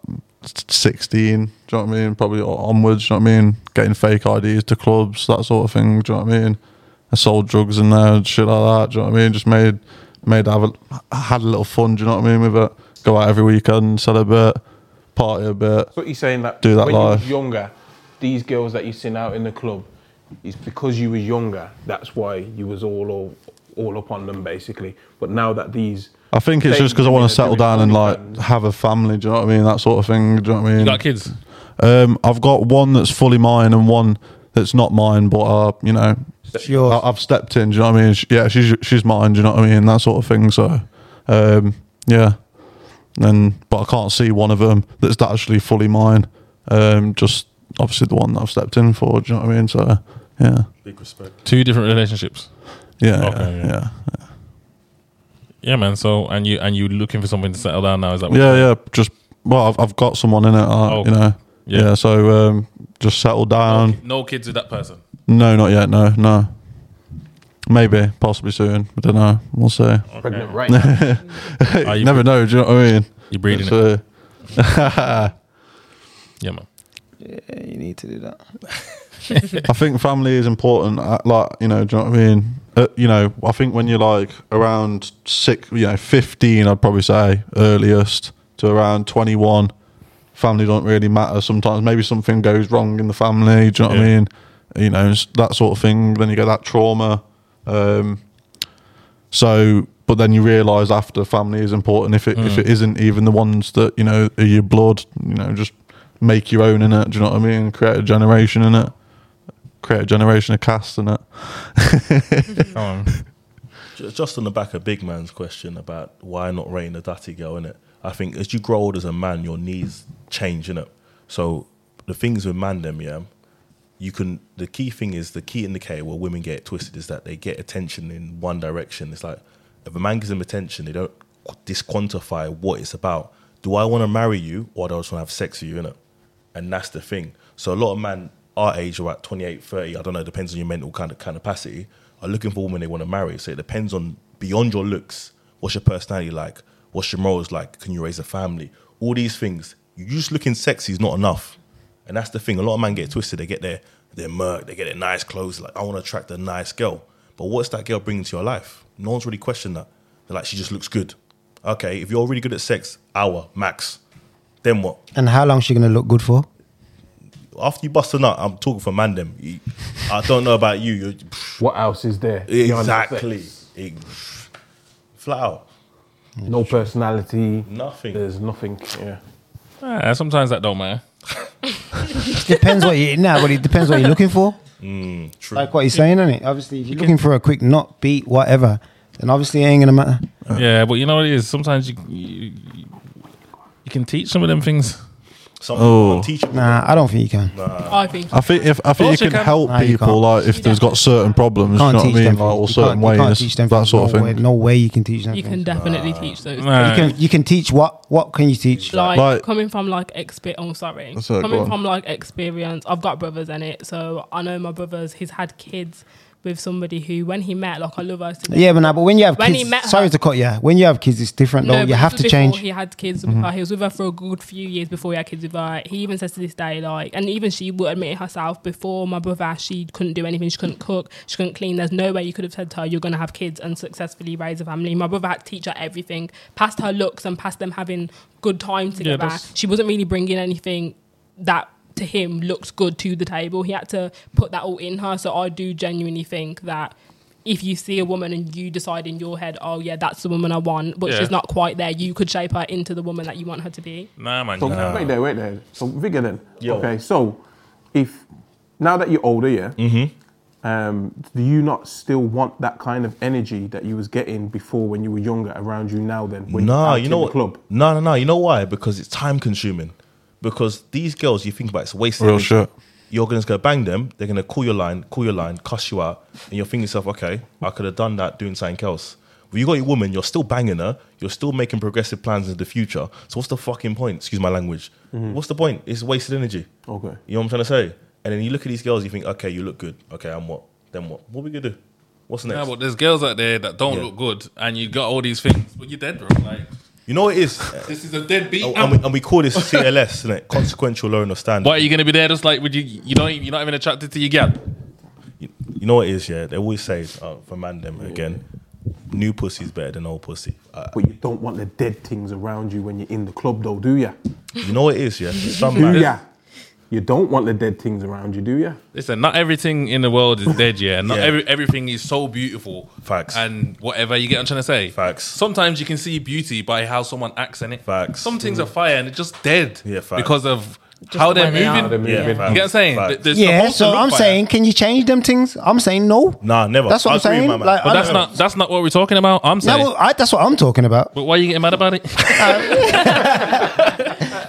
16, do you know what I mean? Probably o- onwards, do you know what I mean? Getting fake IDs to clubs, that sort of thing, do you know what I mean? I sold drugs in there and shit like that, do you know what I mean? Just made, made, have a, had a little fun, do you know what I mean? With it, go out every weekend, celebrate, party a bit.
That's what you're saying. That
Do that
when
live.
you was younger, these girls that you seen out in the club, it's because you was younger. That's why you was all all, all up on them basically. But now that these,
I think it's
Same
just because I want
thing
to
as
settle
doing
down and like
OnlyFans.
have a family. Do you know what I mean? That sort of thing. Do you know what I mean?
You got kids.
Um, I've got one that's fully mine and one that's not mine, but uh, you know,
yours.
I, I've stepped in. Do you know what I mean? She, yeah, she's she's mine. Do you know what I mean? That sort of thing. So, um, yeah, and but I can't see one of them that's actually fully mine. Um, just obviously the one that I've stepped in for. Do you know what I mean? So, yeah,
big respect.
Two different relationships.
yeah,
Okay,
yeah, yeah,
Yeah, man. So and you and you looking for something to settle down now? Is that what
yeah, yeah. Just well, I've, I've got someone in it. Uh,
Oh,
You know,
yeah.
yeah. so um, just settle down.
No kids with that person.
No, not yet. No, no. Maybe, possibly soon. I don't know. We'll see. <laughs>
Pregnant right?
Are
you
you-
<laughs> never know. Do you know what I mean?
You're breeding
It's,
it.
uh,
Yeah, man.
Yeah, you need to do that.
<laughs> I think family is important. uh, Like you know, do you know what I mean? Uh, you know, I think when you're like around six, you know, fifteen, I'd probably say earliest to around twenty-one, family don't really matter. Sometimes maybe something goes wrong in the family. Do you know what I
Yeah.
mean? You know it's that sort of thing. Then you get that trauma. Um, so, but then you realise after family is important. If it if it isn't even the ones that you know are your blood, you know, just make your own in it. Do you know what I mean? Create a generation in it create a generation of cast in it.
Come on.
Ju- Just on the back of Big Man's question about why not rating the Datty girl, innit? I think as you grow old as a man, your needs change, innit? So the things with man them, yeah, you can the key thing is the key indicator where women get it twisted is that they get attention in one direction. It's like if a man gives them attention, they don't qu- disquantify what it's about. Do I want to marry you or do I just want to have sex with you, innit? And that's the thing. So a lot of men our age or at 28, 30, I don't know, it depends on your mental kind of kind of capacity, are looking for women they want to marry. So it depends on beyond your looks, what's your personality like, what's your morals like, can you raise a family? All these things. You just looking sexy is not enough. And that's the thing. A lot of men get twisted. They get their their merc, they get their nice clothes. Like, I want to attract a nice girl. But what's that girl bringing to your life? No one's really questioned that. They're like, she just looks good. Okay, if you're really good at sex, hour max. Then what?
And how long she gonna look good for?
after you bust a nut, I'm talking for Mandem. You- I don't know about you. You're,
what else is there? beyond
exactly.
sex?
It- flat out.
No personality.
Nothing.
There's nothing. Yeah.
Ah, sometimes that don't matter.
Depends what you now, but it depends what you're looking for.
True.
Like what you're saying, is it? Obviously, if you're looking for a quick knot, beat, whatever, then obviously it ain't gonna matter.
Yeah, but you know what it is. Sometimes you you, you can teach some of them things.
Something
Oh.
unteachable.
Nah, I don't think you can.
I think
I think if I think
course
you
you
can
can.
help
No, you
people
can't.
like if there's got certain problems, you know
Can't
what I
teach
mean,
them.
like, or
things. You
certain
can't- you can't
ways,
teach them
that
things.
sort of
no
thing.
Way, no way you can teach them.
you can
things.
definitely teach those.
Nah.
things.
You can you can teach what? What can you teach?
Like,
Like-
coming from like experience. Oh, sorry.
That's all right, go
coming
on.
from like experience. I've got brothers in it, so I know my brothers. He's had kids with somebody who, when he met, like I love us. to
Yeah, but nah, but when you have
When he
kids,
met her-
sorry to cut you. When you have kids, it's different though.
No,
you
but
have
this
to
was
change. Mm-hmm.
Before he had kids with her. He was with her for a good few years before he had kids with her. He even says to this day, like, and even she will admit it herself. Before my brother, she couldn't do anything. She couldn't cook. She couldn't clean. There's no way you could have said to her, "You're going to have kids and successfully raise a family." My brother had to teach her everything, past her looks and past them having good time together.
that's-
she wasn't really bringing anything that to him looked good to the table. He had to put that all in her. So I do genuinely think that. If you see a woman and you decide in your head, oh yeah, that's the woman I want, but
Yeah.
she's not quite there, you could shape her into the woman that you want her to be.
Nah, man.
So
nah.
wait there, wait there. So Vigga then.
Yo.
Okay, so if now that you're older, yeah,
Mm-hmm.
um, do you not still want that kind of energy that you was getting before when you were younger around you now then? When
Nah,
out
you
in
know
the
what?
club.
No, no, no. You know why? Because it's time consuming. Because these girls, you think about it, it's wasted.
Real
energy.
shit.
You're gonna go bang them. They're gonna call your line, call your line, cuss you out, and you're thinking to yourself, okay, I could have done that doing something else. When you got your woman, you're still banging her. You're still making progressive plans in the future. So what's the fucking point? Excuse my language. What's the point? It's wasted energy.
Mm-hmm. Okay.
You know what I'm trying to say? And then you look at these girls, you think, okay, you look good. Okay, I'm what? Then what? What we gonna do? What's next?
Yeah, but there's girls out there that don't
Yeah.
look good, and you got all these things, but you're dead, bro. Like
you know what it is.
this is a dead beat.
Oh, and, we, and we call this CLS, isn't it? Consequential loan of standard.
Why are you gonna be there? Just like would you? You don't. You're not even attracted to your gal.
You, you know what it is, yeah? They always say, oh, for man them again, new pussy's better than old pussy. Uh,
But you don't want the dead things around you when you're in the club though, do ya?
you know what it
<laughs>
is, yeah? Some
Do
man,
ya? You don't want the dead things around you, do ya?
Listen, not everything in the world is dead, yeah. and Not
Yeah.
every, everything is so beautiful.
Facts.
And whatever you get, what I'm trying to say.
Facts.
Sometimes you can see beauty by how someone acts in it.
Facts.
Some things are fire and they're just dead.
Yeah, facts.
Because of how they're
the way they
moving.
are, they're
You
yeah,
get
facts,
what I'm saying?
facts.
Th- there's
Yeah,
supposed to
so
look
I'm
fire.
saying, can you change them things? I'm saying no.
Nah, never.
That's what
I
I'm
agree with
saying.
my man.
Like,
But
I
that's
don't-
not that's not what we're talking about. I'm
No,
saying.
well, I, that's what I'm talking about.
but why are you getting mad about it?
<laughs>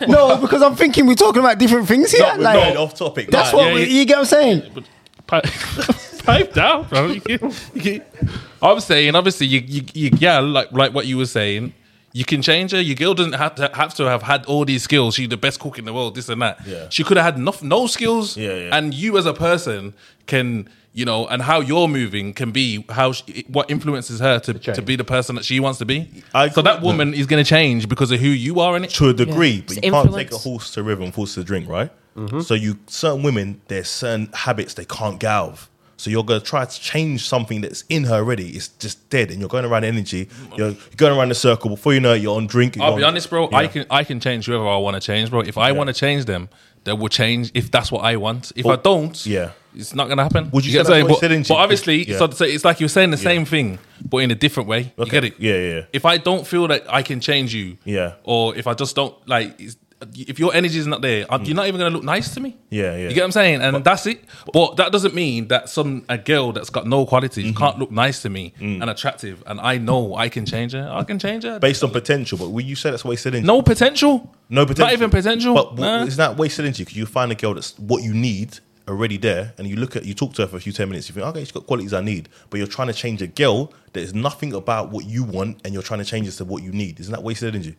No, because I'm thinking we're talking about different things here.
We're
like,
not off topic.
that's
nah.
what
yeah,
we,
yeah.
you get. What I'm saying.
Pipe, <laughs> pipe down, <laughs> bro. You get- you get- I'm saying, obviously, you, you, you, yeah, like like what you were saying, You can change her. Your girl doesn't have to have to have had all these skills. She's the best cook in the world, this and that.
Yeah.
She could have had no, no skills.
Yeah, yeah.
And you as a person can, you know, and how you're moving can be how she, what influences her to, to be the person that she wants to be.
I
so that
agree.
woman is going to change because of who you are in it.
to a degree, but
It's
you can't
influence.
take a horse to a river and force it to drink, right?
Mm-hmm.
So you certain women, there's certain habits they can't get out of. So you're gonna try to change something that's in her already. It's just dead, and you're going around energy. You're, you're going around the circle. Before you know it, you're on drink. you're
I'll be
on-
honest, bro.
Yeah.
I can I can change whoever I want to change, bro. If I want to change them, they will change if that's what I want. If I don't,
yeah.
it's not gonna happen.
Would you
get
say that's
what I'm
what
saying?
you
But,
said,
but obviously,
yeah.
so, so it's like you're saying the same thing, but in a different way. You
Okay.
get it?
Yeah, yeah, yeah.
If I don't feel that I can change you,
Yeah.
or if I just don't like, it's- if your energy is not there, uh, you're not even gonna look nice to me.
Mm. Yeah, yeah.
You get what I'm saying? And that's it. But that doesn't mean that some a girl that's got no qualities
Mm-hmm.
can't look nice to me and attractive. And I know I can change her. I can change her
based on potential. Mm. But will you say that's wasted energy?
no potential.
no potential.
Not even potential.
But w-
Nah.
it's not wasted energy because you find a girl that's what you need already there, and you look at you talk to her for a few ten minutes. You think, okay, she's got qualities I need, but you're trying to change a girl that is nothing about what you want, and you're trying to change it to what you need. Isn't that wasted energy?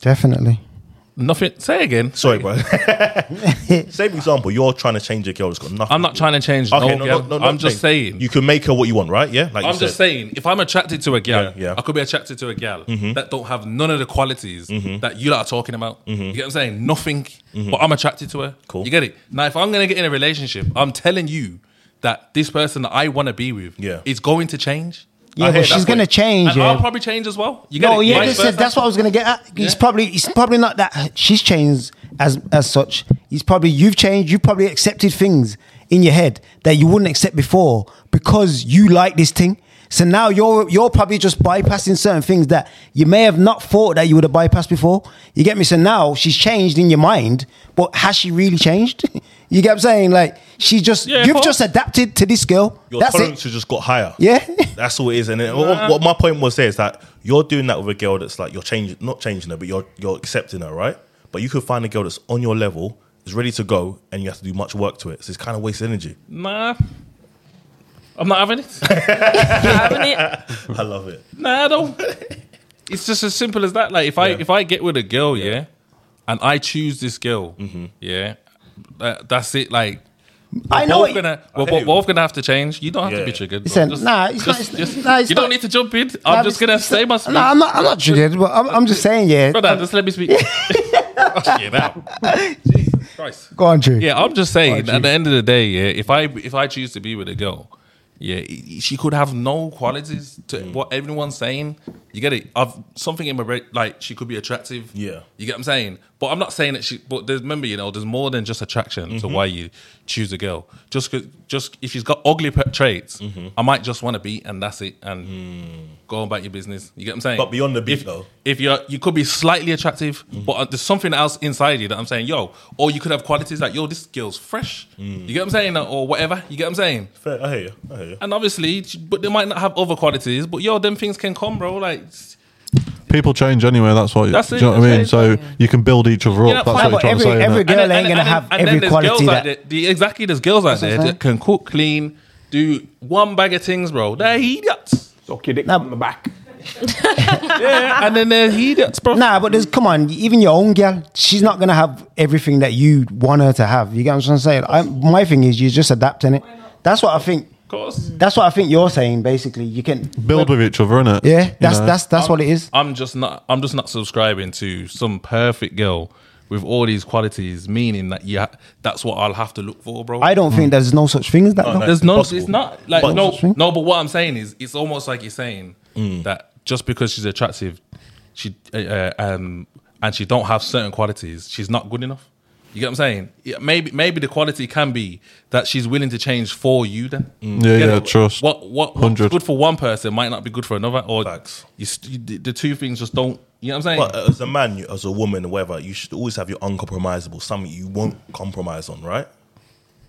Definitely.
nothing. Say again.
<laughs>
Sorry, bro. Same example. You're trying to change a girl that's got nothing.
I'm not trying to change.
Okay,
no,
no,
girl.
no, no, no,
I'm just saying.
you can make her what you want, right? Yeah, like you
I'm just
said.
saying. If I'm attracted to a gal,
Yeah, Mm-hmm. yeah.
I could be attracted to a gal that don't have none of the qualities
Mm-hmm.
that you lot are talking about. You get what I'm saying? Nothing. But I'm attracted to her.
Cool.
You get it? Now, if I'm gonna get in a relationship, I'm telling you that this person that I want to be with
Yeah.
is going to change.
Yeah,
I
but
hear
she's
that
gonna
way.
change,
And
yeah.
I'll probably change as well. You get
No,
it?
yeah,
Vice
that's, it.
versa.
that's what I was gonna get at. He's
Yeah.
probably he's probably not that she's changed as as such. He's probably you've changed. You probably accepted things in your head that you wouldn't accept before because you like this thing. So now you're you're probably just bypassing certain things that you may have not thought that you would have bypassed before. You get me? So now she's changed in your mind, but has she really changed? <laughs> you get what I'm saying? Like she just
Yeah, of
you've
course.
just adapted to this girl.
Your
That's
tolerance
it.
has just got higher.
Yeah. <laughs>
That's all it is. And then, what, what my point was there is that you're doing that with a girl that's like you're changing, not changing her, but you're you're accepting her, right? But you could find a girl that's on your level, is ready to go, and you have to do much work to it. So it's kind of wasted energy.
Nah. I'm not having it.
Having it,
<laughs> I love it.
Nah, I
<laughs>
don't. it's just as simple as that. Like if I if I get with a girl, yeah, and I choose this girl,
Mm-hmm.
yeah, that, that's it. Like
I know.
both
it-
gonna we're
hear
bo-
you.
both gonna have to change. You don't have
Yeah.
to be triggered. bro.
Listen, nah, it's not- it's- nah, it's
you
not-
don't need to jump in. I'm just gonna say my speech.
No, I'm not. I'm not triggered, but I'm, I'm just saying. Yeah,
Brother, just let me
<laughs>
speak. <laughs> Fucking hell. Jesus Christ.
go on, Drew.
Yeah, I'm just saying. at the end of the day, yeah, if I if I choose to be with a girl, yeah, i- she could have no qualities to what everyone's saying. You get it? I've something in my brain, like she could be attractive.
Yeah.
you get what I'm saying. But I'm not saying that she. But there's remember, you know, there's more than just attraction to why you choose a girl. Just 'cause- just if she's got ugly p- traits, I might just want to be, and that's it. And go on about your business. You get what I'm saying?
But beyond the beat,
if,
though. Mm-hmm.
if you're you could be slightly attractive, but uh, there's something else inside you that I'm saying, yo, or you could have qualities like, yo, this girl's fresh.
Mm.
You get what I'm saying, or whatever. You get what I'm saying.
Fair, I hear you. I hear you.
And obviously, she- but they might not have other qualities, but yo, them things can come, bro. Like,
People change anyway. That's what.
That's
do
it,
you know what I mean?
that's
So you can build each other
Yeah,
up. That's
fine,
what you're
but
trying
every
to say.
every
innit?
girl
and then-
ain't
and
gonna
then-
have
and then
every
there's
quality
girls out
that.
there- the, exactly, there's girls out there
I'm
that can cook, clean, do one bag of things, bro. They're
<laughs>
idiots.
Suck your dick
Nah.
from the back.
Yeah, and then they're idiots, bro.
Nah, but there's come on, even your own girl, she's not gonna have everything that you want her to have. You get what I'm trying to say? I, my thing is, you're just adapting it. That's what I think.
Of course.
That's what I think you're saying. Basically, you can.
Build with each other, innit?
Yeah, that's
you know?
that's that's what it is.
I'm just not. I'm just not subscribing to some perfect girl with all these qualities. Meaning that yeah, that's what I'll have to look for, bro.
I don't
Mm.
think there's no such thing as that. though.
There's no.
Possible.
It's not like
But-
no. No, but what I'm saying is, it's almost like you're saying
Mm.
that just because she's attractive, she uh, uh, um, and she don't have certain qualities, she's not good enough. You get what I'm saying? Yeah, maybe maybe the quality can be that she's willing to change for you. Then
Mm.
Yeah,
You get
yeah,
it?
trust.
What what what's
100.
good for one person might not be good for another, or
Facts.
you, st- you- the- the two things just don't. You know what I'm saying?
But uh, as a man, you, as a woman, or whatever, you should always have your uncompromisable, something you won't compromise on, right?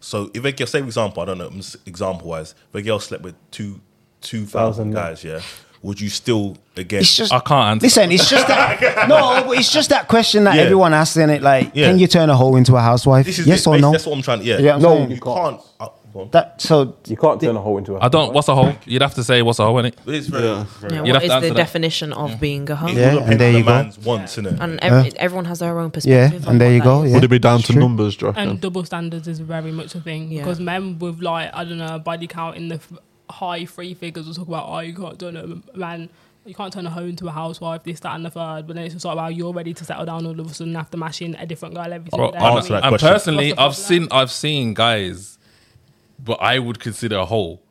So if a girl, say for example, I don't know, example wise, if a girl slept with two, two thousand guys, yeah, would you still again?
It's just
I can't answer
Listen, it's
<laughs>
just that no, but it's just that question that
Yeah.
everyone asks in it. Like,
Yeah.
can you turn a hoe into a housewife?
this is
Yes
it,
or
basi-
no?
That's what I'm trying to. Yeah,
Yeah, I'm
no,
saying.
you can't. uh, on.
That so
You can't turn a hole into a.
I don't. What's a hole? You'd have to say what's a hole, innit?
But it's very,
Yeah.
very
Yeah,
You'd have
what
to
is
answer
the
that.
definition of being a hoe?
It
Yeah,
all
and
depends
there
on
you
the
go.
man's wants, innit?
And ev- everyone has their own
yeah,
perspective. on
and there
what
you
that
go.
is.
Yeah.
Would it be down
It's
to
true.
numbers, do you reckon?
And double standards is very much a thing
Yeah.
because men with like I don't know body count in the f- high three figures will talk about oh you can't turn a man you can't turn a home into a housewife this that and the third but then it's just like well you're ready to settle down all of a sudden after mashing a different girl every
Bro,
single day.
Answer
I'm-
that
I'm
question.
personally,
What's the
I've seen,
problem?
I've seen guys, but I would consider a hole,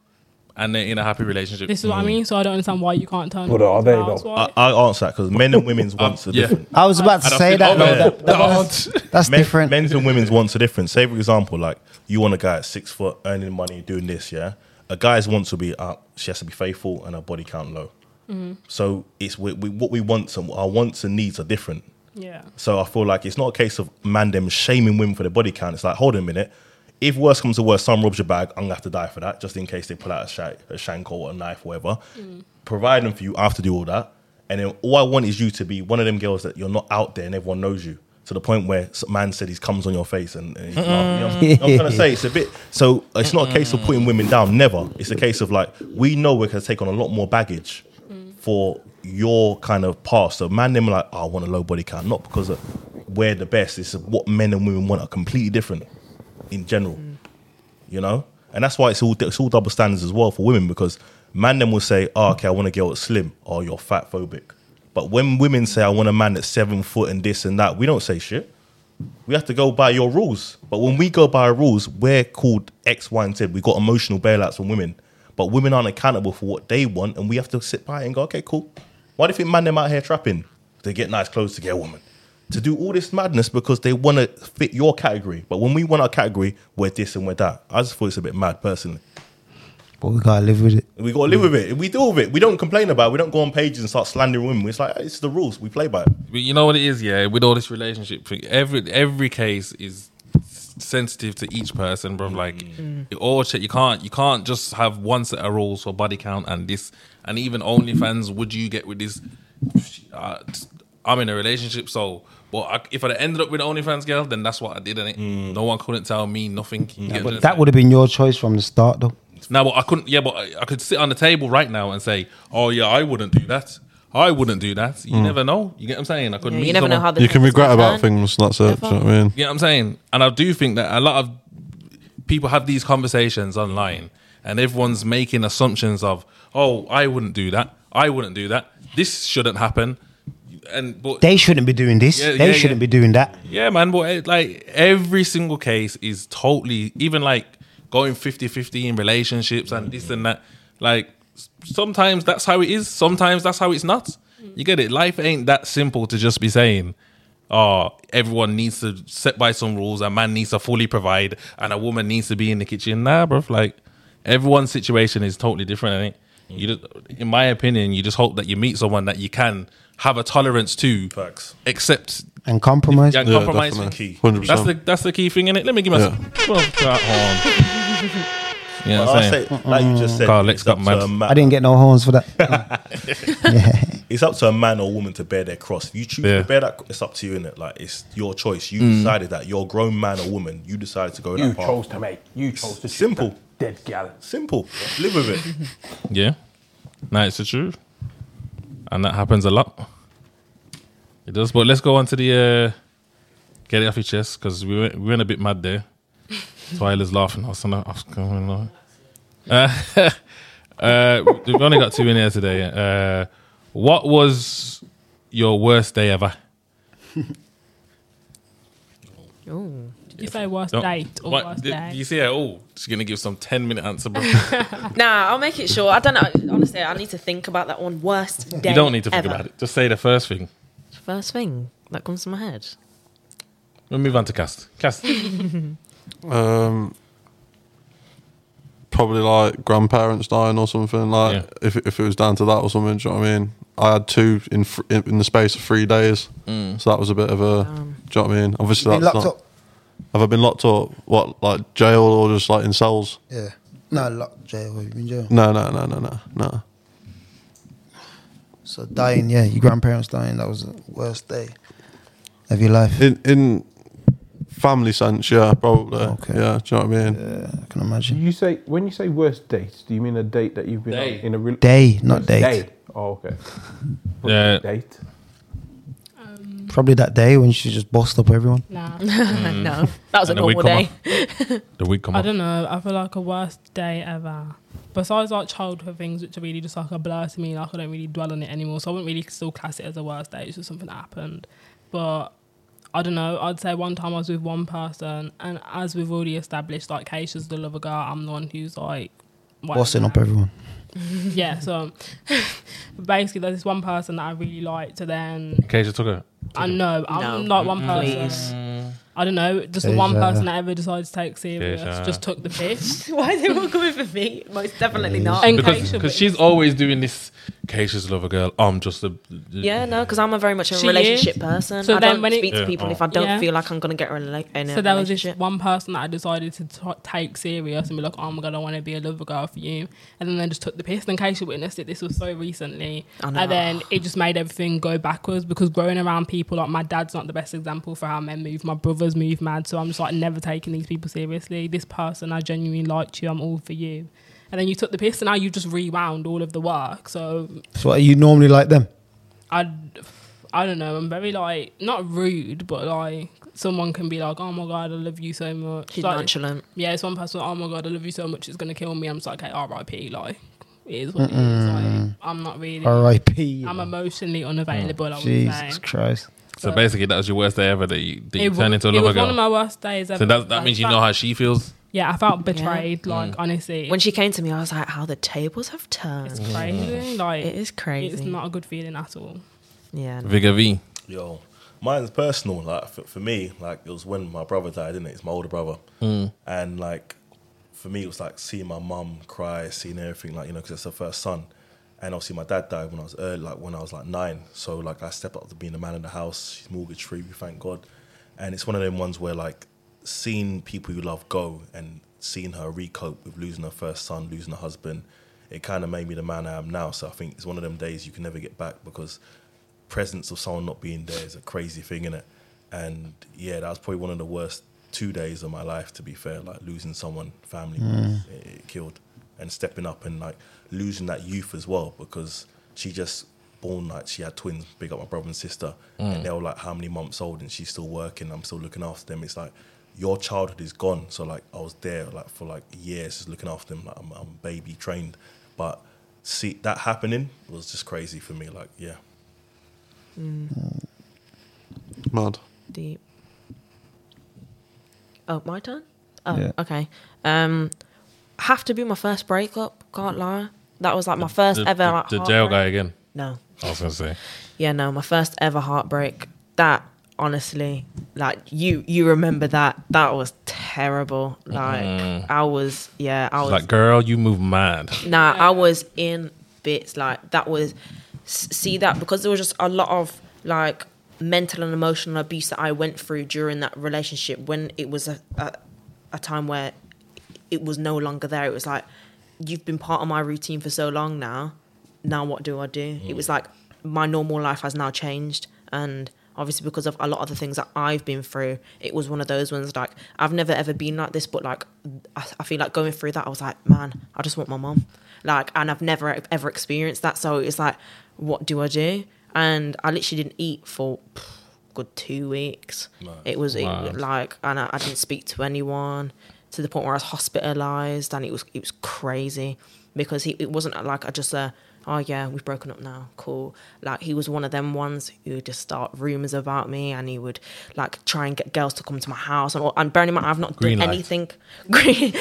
and they're in a happy relationship.
This is what I mean. So I don't understand why you can't turn.
But Mm. are they,
a
though?
I,
housewife.
I'll answer that because men and women's wants are
yeah.
different.
<laughs> I was about to
And I've
say
seen
that.
other-
though. that- that-
God.
that's
Men,
different.
Men's and women's wants are different. Say, for example, like you want a guy at six foot earning money, doing this, yeah? A guy's wants will be up, she has to be faithful and her body count low. So it's we, we, what we want and our wants and needs are different.
yeah.
So I feel like it's not a case of man them shaming women for their body count. It's like, hold on a minute. If worse comes to worse, someone robs your bag, I'm gonna have to die for that, just in case they pull out a, shank, a shank or a knife, whatever. Provide them for you, I have to do all that. And then all I want is you to be one of them girls that you're not out there and everyone knows you. To the point where some man said he's comes on your face and, and he's laughing. You know, I'm trying to say it's a bit. So it's not a case of putting women down. Never. It's a case of like we know we're gonna take on a lot more baggage for your kind of past. So man, them are like, oh, I want a low body count, not because of we're the best. It's what men and women want are completely different in general, you know. And that's why it's all it's all double standards as well for women because man them will say, oh, okay, I want a girl that's slim, or you're fat phobic. But when women say, I want a man that's seven foot and this and that, we don't say shit. We have to go by your rules. But when we go by our rules, we're called X, Y, and Z. We got emotional bailouts from women. But women aren't accountable for what they want, and we have to sit by it and go, okay, cool. Why do you think man them out here trapping? They get nice clothes to get a woman. To do all this madness because they want to fit your category. But when we want our category, we're this and we're that. I just thought it's a bit mad personally.
but we gotta live with it.
We gotta live with it. We deal with it. We don't complain about it. We don't go on pages and start slandering women. It's like it's the rules. We play by it.
But you know what it is, yeah. With all this relationship thing, every every case is sensitive to each person,
Mm.
bro. Like it all shit. You can't you can't just have one set of rules for body count and this and even OnlyFans. Would you get with this? Uh, t- I'm in a relationship, so. Well, I, if I'd ended up with OnlyFans girl, then that's what I did, and it
Mm.
no one couldn't tell me nothing. You get what I'm
That
saying?
would have been your choice from the start, though.
No, but I couldn't. Yeah, but I, I could sit on the table right now and say, "Oh yeah, I wouldn't do that. I wouldn't do that." You never know. You get what I'm saying? I could
Yeah,
meet
you never know
someone-
how the
You can
person's
regret
gonna
about
turn.
things, and that's it. Do you know what I mean?
You know what I'm saying? And I do think that a lot of people have these conversations online and everyone's making assumptions of, oh, I wouldn't do that. I wouldn't do that. This shouldn't happen. And but
They shouldn't be doing this.
Yeah,
they
yeah,
shouldn't
yeah.
be doing that.
yeah, man, but it, like every single case is totally, even like going 50 50 in relationships and this and that. Like s- sometimes that's how it is, sometimes that's how it's not. You get it? Life ain't that simple to just be saying, oh, everyone needs to set by some rules, a man needs to fully provide, and a woman needs to be in the kitchen. Nah, bruv, like everyone's situation is totally different, ain't it? You just, in my opinion, you just hope that you meet someone that you can have a tolerance to,
Facts.
accept
And compromise.
yeah,
Yeah,
compromise.
definitely.
Key.
100%.
That's the that's the key thing in it. Let me give myself that horn. Yeah,
But I say, like you just said,
Carl, let's
it's
go
up to
mad.
a man-
I didn't get no horns for that.
it's up to a man or woman to bear their cross. If you choose
Yeah.
to bear that, it's up to you, innit? Like it's your choice. You decided that. You're a grown man or woman. You decided to go
You
that path.
chose to make. You chose to shoot
Simple.
that Dead gal.
Simple. Live with it. <laughs>
yeah, no, it's the truth, and that happens a lot. It does. But let's go on to the uh, get it off your chest because we went, we went a bit mad <laughs> there. Tyler's laughing. I was gonna- I was going on. Uh, <laughs> uh, we've only got two in here today. Uh, what was your worst day ever?
Ooh.
Did you say worst
Don't-
date or
What-
worst
did-
day?
You see her? Oh, she's gonna give some ten minute answer,
<laughs>
bro.
Nah, I'll make it sure. I don't know. Honestly, I need to think about that one. Worst day.
you don't need to think
ever.
about it. Just say the first thing.
First thing that comes to my head.
We'll move on to cast.
<laughs>
Cast.
Um, probably like grandparents dying or something. Like
Yeah.
if if it was down to that or something. Do you know what I mean? I had two in fr- in, in the space of three days, so that was a bit of a. Do you know what I mean? Obviously,
Been
that's
locked
not.
up.
Have I been locked up? What like jail or just like in cells?
Yeah. No, locked jail. You've been jail.
No, no, no, no, no, no.
So dying, yeah, your grandparents dying, that was the worst day of your life.
In in family sense, yeah, probably.
Okay.
Yeah, do you know what I mean?
Yeah, I can imagine.
You say when you say worst date, do you mean a date that you've been on
Day.
in a real
Day, not date.
Day. Oh, okay. What's
Yeah.
a Date.
Probably that day when she just bossed up everyone.
Nah.
<laughs> no, that was a
Mm. And then we
normal
come
day. <laughs>
The wig come
I
off.
don't know. I feel like a worst day ever. Besides like childhood things, which are really just like a blur to me, like I don't really dwell on it anymore. So I wouldn't really still class it as a worst day. It's just something that happened. But I don't know. I'd say one time I was with one person, and as we've already established, like Keisha's the lover girl. I'm the one who's like whatever.
Bossing up everyone.
Yeah. So <laughs> basically, there's this one person that I really liked. So then
Keisha took her.
I know I'm
No, Mm.
not one person.
please.
I don't know. Just the one
Deja.
person that ever decided to take serious
Deja.
just took the piss.
<laughs> Why is everyone coming for me? Most definitely not.
And
Mm. Because
Keisha,
cause
but
she's always doing this. Keisha's lover girl. I'm just a.
Yeah, no, because I'm a very much a
She
relationship
is.
person.
So
I
then
don't
when it-
speak
Yeah.
to people
Oh.
if I don't
Yeah.
feel like I'm gonna get a, rela- in a
So there was this
relationship.
one person that I decided to t- take serious and be like, oh my god, I want to be a lover girl for you, and then they just took the piss. And Keisha witnessed it. This was so recently,
I know.
and then it just made everything go backwards because growing around people like my dad's not the best example for how men move. My brothers move mad, so I'm just like never taking these people seriously. This person, I genuinely liked you. I'm all for you. And then you took the piss, and now you just rewound all of the work. So
So what, you normally like them?
I, I don't know. I'm very like not rude, but like someone can be like, "Oh my god, I love you so much."
She's
Like,
nonchalant.
yeah, it's one person. Oh my god, I love you so much. It's gonna kill me. I'm just like, okay, R.I.P. Like it is what it is. Like I'm not really.
R.I.P.
I'm emotionally unavailable. I would
Jesus
say.
Christ.
So basically, that was your worst day ever that you, that you
wa-
turned into a
it
lover
was one of
girl.
my worst days ever.
So that, that
I
means you
felt-
know how she Mm. feels.
Yeah, I felt betrayed. Like honestly,
When she came to me, I was like, "How the tables have turned."
it's crazy. Like
It is crazy.
It's not a good feeling at all.
Yeah. no.
Vigor V.
Yo, mine's personal. Like for, for me, like it was when my brother died, didn't it? It's my older brother, and like for me, it was like seeing my mum cry, seeing everything, like you know, because it's her first son, and obviously my dad died when I was early, like when I was like nine. So like I stepped up to being the man in the house. She's mortgage free, we thank God, and it's one of them ones where like seeing people you love go and seeing her recope with losing her first son, losing her husband. It kind of made me the man I am now. So I think it's one of them days you can never get back because presence of someone not being there is a crazy thing, innit? And yeah, that was probably one of the worst two days of my life, to be fair. Like losing someone, family, it, it killed, and stepping up and like losing that youth as well because she just born like she had twins, big up my brother and sister, and they were like how many months old, and she's still working. I'm still looking after them. It's like your childhood is gone. So like I was there like for like years, just looking after them. Like I'm, I'm baby trained, but see that happening was just crazy for me. Like yeah.
Mad.
deep. Oh, my turn. Oh,
Yeah.
okay. Um, have to be my first breakup. Can't lie. That was like my first
The,
ever.
the-
like,
the jail
heartbreak.
guy again.
No.
I was gonna say.
Yeah, no. My first ever heartbreak. That honestly, like you, you remember that? That was terrible. Like I was. Yeah, I was.
She's Mm. like, girl, you move mad.
Nah, I was in bits. Like that was s- see that because there was just a lot of like mental and emotional abuse that I went through during that relationship when it was a a, a time where it was no longer there. It was like you've been part of my routine for so long now. Now what do I do? It was like my normal life has now changed and obviously because of a lot of the things that I've been through, it was one of those ones like I've never ever been like this, but like I, I feel like going through that, I was like, man, I just want my mom, like, and I've never e-, ever experienced that, so it's like, what do I do? And I literally didn't eat for pff, good two weeks. It was it,
Wow.
like, and I, I didn't speak to anyone to the point where I was hospitalized, and it was it was crazy because he it wasn't like I just uh oh yeah we've broken up now cool like he was one of them ones who would just start rumors about me and he would like try and get girls to come to my house and, and bearing in mind I've not
Green
done
light.
anything <laughs> green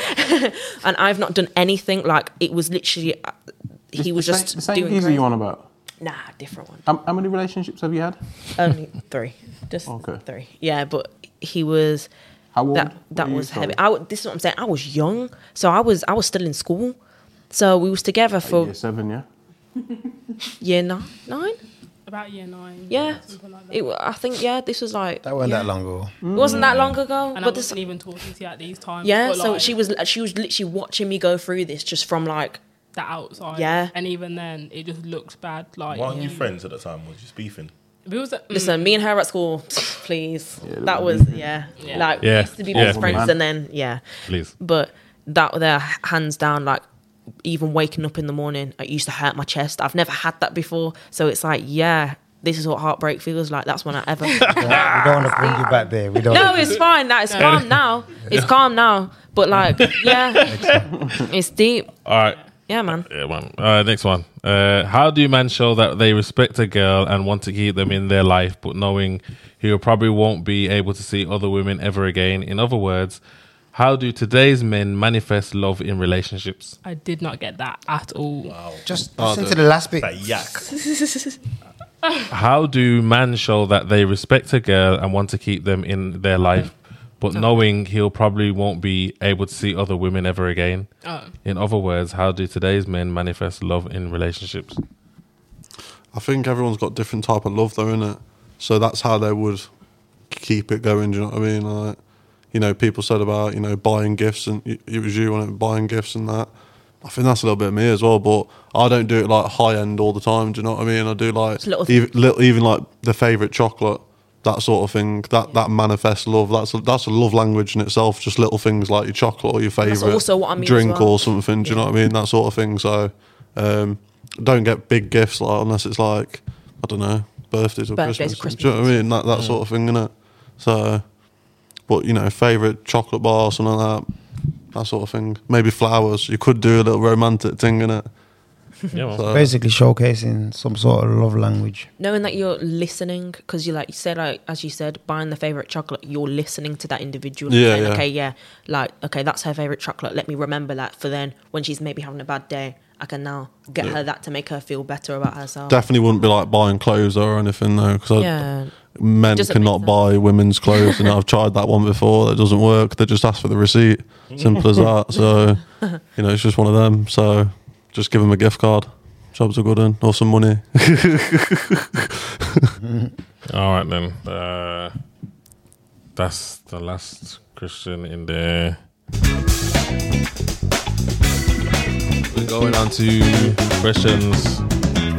and I've not done anything like it was literally uh, he was just
the same
doing
geezer
crazy-
you on about.
nah different one
How, how many relationships have you had?
only three just
Okay.
three yeah but he was
How old?
that
were
that
you,
was
sorry?
heavy I, w- this is what I'm saying I was young so I was I was still in school so we was together for
Year seven, yeah.
year nine nine
About year nine.
yeah
Something like that.
it, wa- I think yeah this was like
That wasn't that long ago.
It wasn't that long ago.
and I
but this,
wasn't even talking to you at these times.
yeah,
but,
so
like,
she was she was literally watching me go through this just from like
the outside.
Yeah.
And even then, it just looks bad. Like
Why aren't you friends at the time? Was you just beefing?
We was at, mm,
Listen, me and her at school, <sniffs> please. that was yeah,
Yeah.
like we
Yeah.
used to be
Yeah.
best friends,
Man.
and then yeah,
Please.
but that there hands down like even waking up in the morning it used to hurt my chest i've never had that before so it's like yeah this is what heartbreak feels like that's when i ever
We don't want to bring you back there. We don't.
no it's fine that it's calm now it's calm now but like yeah it's deep
All right.
yeah man
Yeah, one. Uh, next one. Uh, how do men show that they respect a girl and want to keep them in their life, but knowing he probably won't be able to see other women ever again? In other words, how do today's men manifest love in relationships?
I did not get that at all.
Just listen to the last bit.
That yak.
How do men show that they respect a girl and want to keep them in their life, but knowing he'll probably won't be able to see other women ever again?
Oh.
In other words, how do today's men manifest love in relationships?
I think everyone's got different type of love though, innit? So that's how they would keep it going. Do you know what I mean? Like, you know, people said about you know buying gifts, and y- it was you on it buying gifts and that. I think that's a little bit of me as well, but I don't do it like high end all the time. Do you know what I mean? I do like
little-
even, little, even like the favorite chocolate, that sort of thing. That that manifests love. That's a, that's a love language in itself. Just little things like your chocolate or your favorite
also what I mean as
drink
well.
or something. Do you know what I mean? That sort of thing. So um, don't get big gifts like, unless it's like I don't know birthdays or
Birthdays or
Christmas. Do you know what I mean? That that sort of thing, innit? So, but you know, favorite chocolate bar or something like that. That sort of thing. Maybe flowers. You could do a little romantic thing in it.
Yeah, well.
Basically, showcasing some sort of love language.
knowing that you're listening because you like you said like as you said buying the favorite chocolate you're listening to that individual and
Yeah,
saying,
yeah.
okay yeah like okay that's her favorite chocolate let me remember that for then when she's maybe having a bad day i can now get her that to make her feel better about herself
Definitely wouldn't be like buying clothes or anything though, because
yeah
men
Doesn't
cannot
make
buy women's clothes, and I've tried that one before. That doesn't work. They just ask for the receipt. Simple as that.
<laughs>
So, you know, it's just one of them. So, just give them a gift card. Jobs are good in, or some money.
All right then. Uh, that's the last question in there. We're going on to questions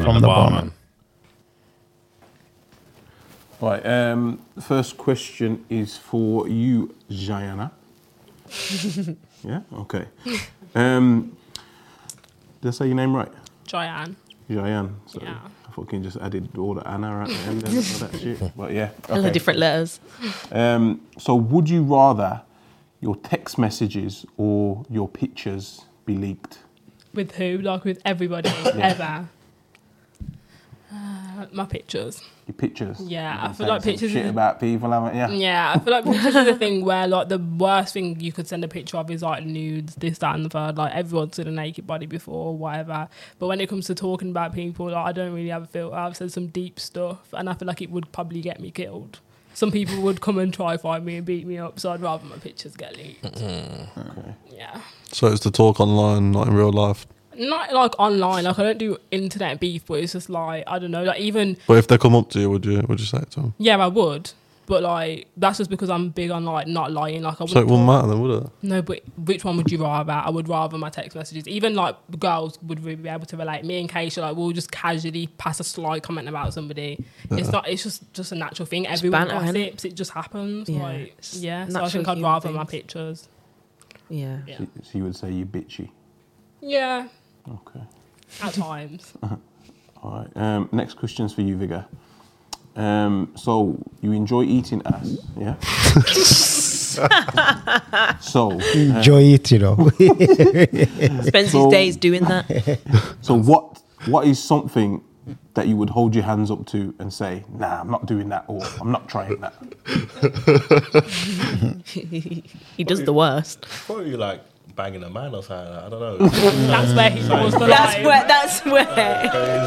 from the barman.
Right. Um, first question is for you,
<laughs>
Jayana. yeah. Okay. Um, did I say your name right?
Joyanne.
Jayan. So
Yeah.
I fucking just added all the Anna at the end and all that
<laughs>
shit. But yeah.
all the
okay.
different letters
Um, so would you rather your text messages or your pictures be leaked?
With who? Like with everybody ever. Uh, my pictures.
Your pictures.
Yeah,
You've
I
been
feel like
saying some
pictures
Shit
is-
about people, haven't you?
Yeah, I feel like pictures is a thing where like the worst thing you could send a picture of is like nudes, this, that, and the third. Like everyone's seen a naked body before, or whatever. But when it comes to talking about people, like I don't really have a filter. I've said some deep stuff, and I feel like it would probably get me killed. Some people would come and try find me and beat me up, so I'd rather my pictures get leaked. Yeah,
so it's the talk online, not in real life.
not like online. Like I don't do internet beef, but it's just like I don't know. Like even
But if they come up to you, would you would you say it to them?
yeah, I would. But like that's just because I'm big on like not lying. Like I
So it
wouldn't
wouldn't matter then, would it?
No, but which one would you rather? I would rather my text messages. Even like girls would really be able to relate. Me and Keisha, like we'll just casually pass a slight comment about somebody. It's not. It's just just a natural thing. Everyone
banter, innit?
gossips. It just happens.
Yeah,
Like
it's
yeah. So I
natural
think I'd
human
rather my
things.
pictures.
<laughs>
yeah
Yeah.
So so you would say you're bitchy.
Yeah.
Okay.
At
<laughs>
times.
All right. Um, next question's for you, Vigor. Um, so you enjoy eating ass,
<laughs>
yeah? so,
Enjoy it, you know.
spends
So-
his days doing that <laughs>
so what? What is something that you would hold your hands up to and say, "Nah, I'm not doing that," or "I'm not trying that"?
he does the worst
Probably like banging a man or something. Like, I don't know.
That's where he was <laughs> the
that's
line.
where that's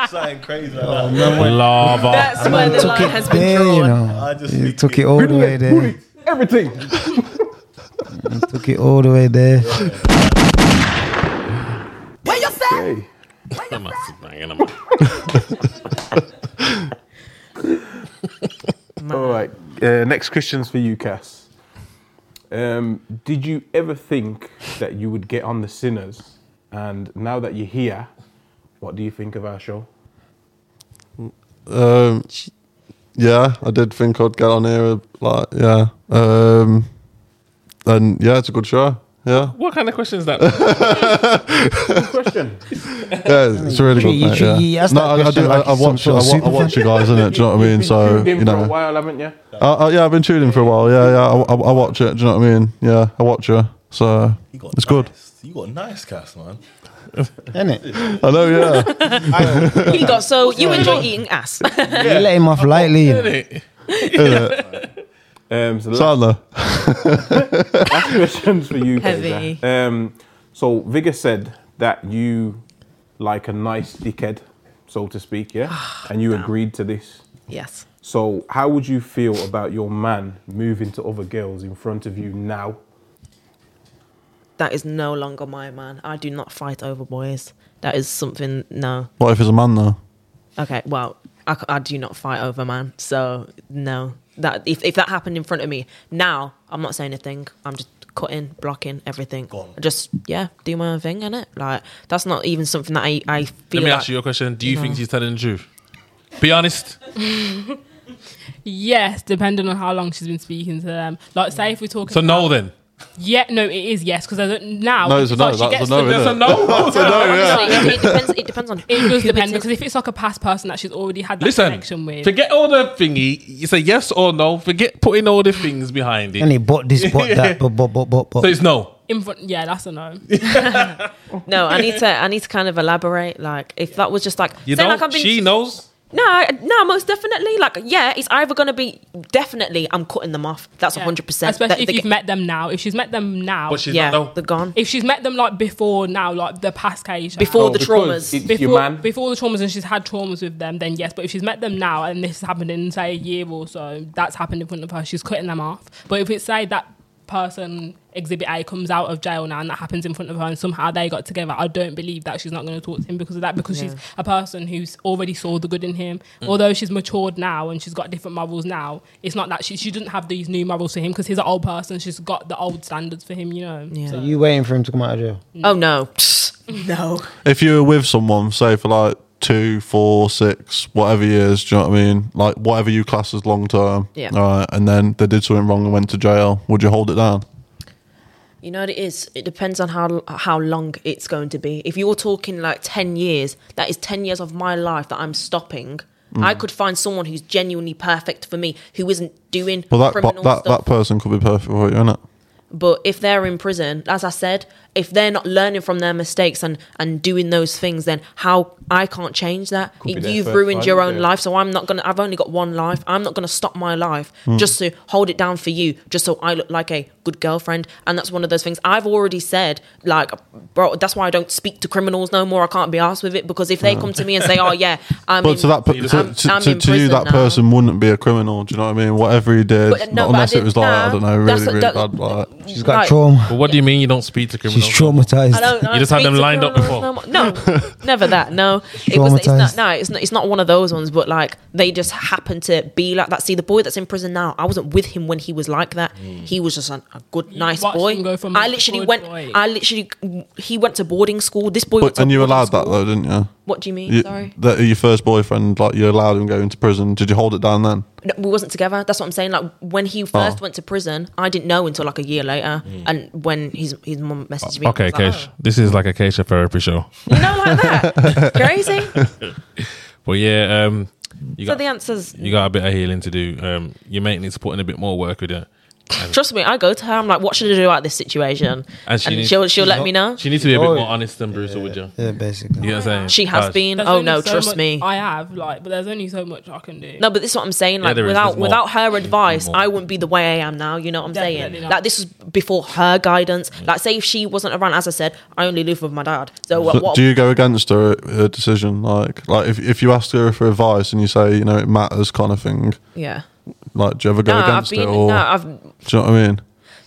where
something crazy <laughs> like that.
Lava.
that's where the line has been
there,
drawn
you know.
I just
You
think
took it all the way there.
Everything.
Took it all the way there.
Hey.
I'm not banging him.
All right. Uh, next question's for you, Cass. Um, did you ever think that you would get on the sinners? And now that you're here, what do you think of our show?
Um, yeah, I did think I'd get on here. Like, yeah, um, and yeah, it's a good show. Yeah,
What kind of question is
<laughs>
that?
Question.
yeah, it's- it's a really
Treat-
good.
you
mate,
treat-
yeah.
you ask
No,
that
I,
question
I do.
like
I, I
it's some
watch. I,
sort of
wa- I
super
watch you guys, innit? Do you know what I mean? So
You've been
you
for a
know,
while, haven't you?
I, I, yeah, I've been tuning for a while. Yeah, yeah, I, I, I watch it. Do you know what I mean? Yeah, I watch you. So
You got
it's good.
nice- You got nice cast, man.
innit?
I know. Yeah.
You got so you enjoy eating ass. <laughs>
You let him off lightly. you know.
Um, so last,
Sandler.
last questions for you,
Heavy.
Keza. Um, so Vigga said that you like a nice dickhead, so to speak,
<sighs>
yeah, and you agreed to this.
yes.
So how would you feel about your man moving to other girls in front of you now?
That is no longer my man. I do not fight over boys. That is something no.
What if it's a man though?
Okay, well, I, c- I do not fight over man. So no, that if, if that happened in front of me now, I'm not saying a thing. I'm just cutting, blocking everything.
Gone.
Just yeah, do my own thing, innit? Like that's not even something that I I feel.
Let me
like-
ask you your question. Do you think she's telling the truth? Be honest.
Yes, depending on how long she's been speaking to them. Like, say if we're talking.
So no, then.
Yeah, no, it is yes because I don't now.
No, it's a
it's
no,
like she
that's a
gets
no,
to-
isn't
That's a no.
Honestly, it, it depends. It depends on <laughs>
It does depend
it's
because if it's like a past person that she's already had that connection
Listen,
with,
forget all the thingy. You say yes or no. Forget putting all the things behind it.
And he bought this, bought that, but but but but but.
So it's no.
in front, yeah, that's a no.
No, I need to. I need to kind of elaborate. Like, if that was just like,
You
say
know,
like I've been-
she knows.
No, I- no, most definitely. Like, yeah, it's either gonna be definitely. I'm cutting them off. That's
Yeah.
hundred percent.
Especially if you've met them now. If she's met them now,
But she's
yeah,
not no.
they're gone
if she's met them like before now, like the past case,
before
Oh,
the
because
traumas.
It's
before,
your man.
before the traumas and she's had traumas with them, then yes. But if she's met them now and this has happened in say a year or so, that's happened in front of her, she's cutting them off. But if it's say that person exhibit A comes out of jail now and that happens in front of her and somehow they got together, I don't believe that she's not gonna talk to him because of that, because she's a person who's already saw the good in him.
Mm.
Although she's matured now and she's got different morals now, it's not that she she doesn't have these new morals for him because he's an old person, she's got the old standards for him, you know.
Yeah.
So-
You waiting for him to come out of jail?
Oh no, <laughs> no.
if you were with someone, say for like two, four, six, whatever years, do you know what I mean? Like whatever you class as long term.
Yeah.
All right, and then they did something wrong and went to jail. Would you hold it down?
You know what it is? It depends on how how long it's going to be. If you're talking like ten years, that is ten years of my life that I'm stopping. I
Mm.
could find someone who's genuinely perfect for me, who isn't doing
Well, that
criminal
that,
stuff.
that person could be perfect for you, innit?
But if they're in prison, as I said, if they're not learning from their mistakes and and doing those things, then how I can't change that.
Could be their
You've
first
ruined
time,
your own
yeah.
life, so I'm not gonna. I've only got one life. I'm not gonna stop my life
Hmm.
just to hold it down for you, just so I look like a good girlfriend. And that's one of those things I've already said. Like, bro, that's why I don't speak to criminals no more. I can't be asked with it because if they come to me and say, "Oh
<laughs>
yeah, I'm,"
Hmm. But
in,
to that, per- to,
I'm-
to,
I'm
to,
in
to you,
prison
that
now."
person wouldn't be a criminal. Do you know what I mean? Whatever he did,
But, uh, no,
not
but I
unless it
didn't-
was like I
nah,
don't know, really,
that's-
really
that-
bad. Like,
She's got
Like,
trauma.
But what do you mean you don't speak to
She's
criminals?
traumatized.
I don't, I
You just
don't
had them
speak to
lined up
criminals No, more. No, never that. No, it was. It's not,
Traumatised.
no, it's not. It's not one of those ones. But like, they just happen to be like that. See, the boy that's in prison now, I wasn't with him when he was like that.
Mm.
He was just an, a good, nice
watched
boy.
him go from
I
a
literally
good
went.
boy.
I literally. He went to boarding school. This boy. went
but,
to
and you
boarding
allowed that
school.
though, didn't you?
What do you mean?
you
Sorry,
that your first boyfriend, like you allowed him go into prison. Did you hold it down then?
no, we wasn't together. That's what I'm saying. Like when he first
Oh.
went to prison, I didn't know until like a year later. And when his his mum messaged me, I
Mm. Okay,
was like,
Kesh. This is like a Keisha therapy show.
"Oh." you know, like
<laughs>
that. Crazy.
But yeah, um, you
So
got
the answer's
you got a bit of healing to do. Um, your mate needs to put in a bit more work with her.
Trust me, I go to her. I'm like, what should I do about this situation?
And
And,
she needs-
she'll she'll let me know.
She needs to be a bit
Oh,
more honest and brutal with you.
Yeah, basically.
You know what I'm saying?
She has
Guys,
been.
There's
Oh
only
no,
so
trust
much-
me.
I have like, but there's only so much I can do.
no, but this is what I'm saying. Like
there is.
without
There's more.
without her advice,
more.
I wouldn't be the way I am now. You know what I'm
Definitely
saying?
not.
Like this was before her guidance.
Mm.
Like say if she wasn't around, as I said, I only live with my dad. So what?
So
what
do you go against her, her decision? Like, like if, if you ask her for advice and you say, you know, it matters kind of thing,
yeah.
like, do you ever go
No, I've
against
been.
it? Or,
No, I've
do you know what I mean?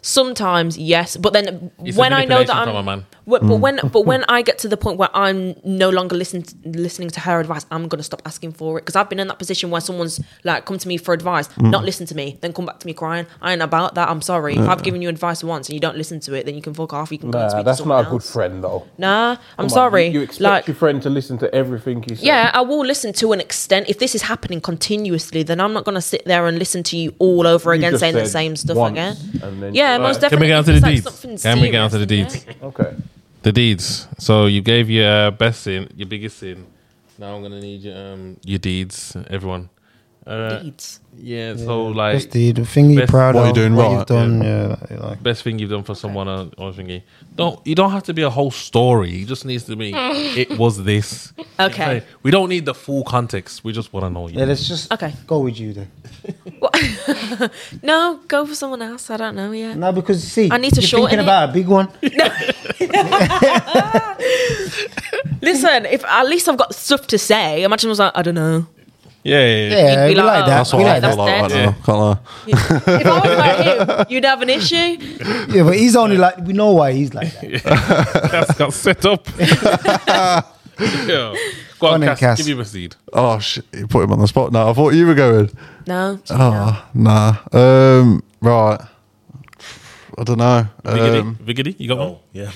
sometimes yes, but then
it's a
when I know that
manipulation from
I'm
a man.
Wh-
Mm.
But when but when I get to the point where I'm no longer listening listening to her advice, I'm gonna stop asking for it because I've been in that position where someone's like come to me for advice,
Mm.
not listen to me, then come back to me crying. I ain't about that. I'm sorry. If I've given you advice once and you don't listen to it, then you can fuck off. You can go and
Nah,
speak
that's
to someone
not a good
else.
friend though.
Nah, I'm
Come on,
sorry.
You, you expect
like,
your friend to listen to everything you say.
yeah, I will listen to an extent. If this is happening continuously, then I'm not going to sit there and listen to you all over
You
again
just
saying the
said
same stuff
once,
again.
and then-
Yeah,
Right.
most
Can
definitely.
we get on to
If
the
it's
deeds?
like something
Can we get on to the
serious,
deeds?
yeah.
Okay.
The deeds. So you gave your uh, best sin, your biggest sin. Now I'm gonna need your um your deeds, everyone. Uh,
Deeds.
yeah. So
Just
like
the, the thing you're
Best-
proud
What
of,
you're doing
what
right,
you've done, yeah, like- like,
best thing you've done for someone or, or thingy. Don't you don't have to be a whole story. It just needs to
<laughs>
be it was this.
Okay.
Hey, we don't need the full context. We just want to know you.
yeah, let's just
Okay.
go with you then.
No, go for someone else. I don't know yet.
No, because see,
I need to
you're
shorten
thinking
it.
about a big one.
<laughs> Listen, if at least I've got stuff to say. Imagine I was like, I don't know.
yeah, yeah, yeah.
Yeah,
You'd be
we
like,
like
oh,
that.
That's
we
what I
like
feel
that's
that.
like right
dead.
now. Can't lie.
If I was like you, you'd have an issue.
Yeah, but he's only like we know why he's like that.
That's got set up. yeah. Go on,
on then,
Cass,
Cass.
Give me a seed.
Oh shit! You put him on the spot. Now I thought you were going.
<laughs> No.
Oh nah. Um. Right. I don't know.
Viggity,
Um,
Viggity, you got one?
Oh yeah,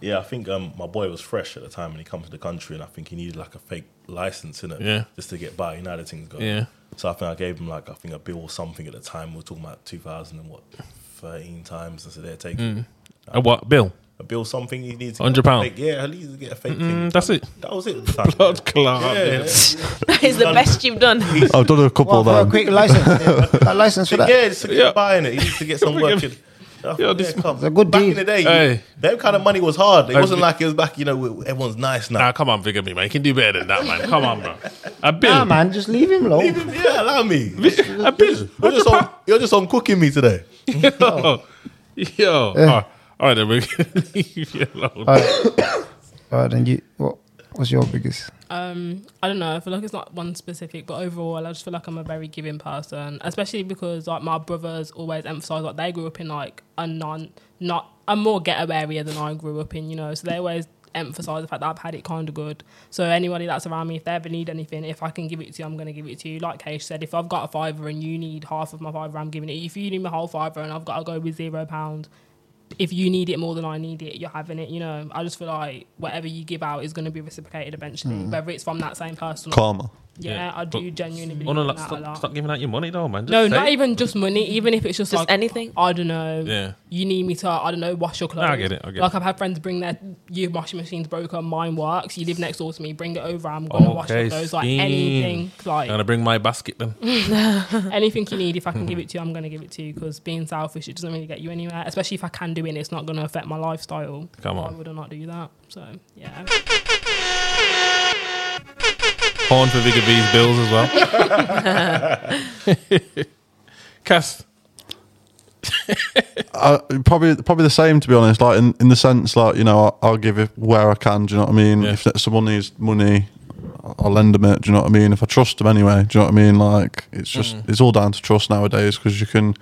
yeah. <laughs> I think um, my boy was fresh at the time when he come to the country, and I think he needed like a fake license in it,
Yeah.
just to get by. You know how the things go.
Yeah.
So I think I gave him like I think a bill or something at the time. We are talking about two thousand and what thirteen times. And so they're taking
Uh, what? Bill.
a bill something. He needs to get
£100
a fake- Yeah, he needs to get a fake thing.
Mm, that's it.
That was it. At the time.
<laughs> Blood clot.
Yeah, yeah,
Yeah.
yeah.
That is the best you've done.
I've done a
Well,
couple
for a
of them.
quick license, yeah. Got license for that.
yeah, just to get
Yeah.
by in it. He needs to get some work in.
<laughs> Yeah,
Yeah,
this-
come.
a good
back
deal.
in the day,
Hey.
that kind of money was hard. It
Like-
wasn't like it was back, you know, everyone's nice now.
Nah, come on, Viggity, man. You can do better than that, man. Come on, bro. A bill.
Nah, man, just leave him alone.
<laughs> yeah, allow me.
A bill.
You're just, on, you're just on cooking me today.
<laughs> Yo. Yo. All right, then we're going to <laughs> leave you alone.
All right, then you. What, what's your biggest?
Um, I don't know. I feel like it's not one specific, but overall, I just feel like I'm a very giving person, especially because like my brothers always emphasize like they grew up in like a non, not a more ghetto area than I grew up in, you know. So they always emphasize the fact that I've had it kind of good. So anybody that's around me, if they ever need anything, if I can give it to you, I'm gonna give it to you. Like Kay said, if I've got a fiver and you need half of my fiver, I'm giving it. If you need my whole fiver and I've got to go with zero pound, if you need it more than I need it, you're having it. You know, I just feel like whatever you give out is going to be reciprocated eventually, whether it's from that same person. or-
Karma.
Yeah,
Yeah.
I do
But-
genuinely believe
Oh, no,
in
like,
that a
stop,
lot.
stop giving out your money, though, man. Just
no,
say
not
it.
even just money. Even if it's just,
Just
like
anything?
I don't know.
Yeah.
You need me to. I don't know. Wash your clothes.
I get it, I get
like
it.
I've had friends bring their your washing machine's broken. Mine works. You live next door to me. Bring it over. I'm gonna wash your
Okay,
clothes. Like
scheme.
anything.
I'm going
Like
to bring my basket then.
anything you need. If I
<laughs>
can give it to you, I'm gonna give it to you. Because being selfish, it doesn't really get you anywhere. Especially if I can do it, and it's not gonna affect my lifestyle.
Come
Why
on.
would I not do that? So yeah.
Horn for Vigga V's bills as
<laughs>
well. Cass.
Uh, probably, probably the same to be honest. Like in, in the sense, like you know, I'll, I'll give it where I can. Do you know what I mean?
Yeah.
If that- someone needs money, I'll- I'll lend them it. Do you know what I mean? If I trust them anyway, do you know what I mean? Like it's just,
Mm.
it's all down to trust nowadays because you can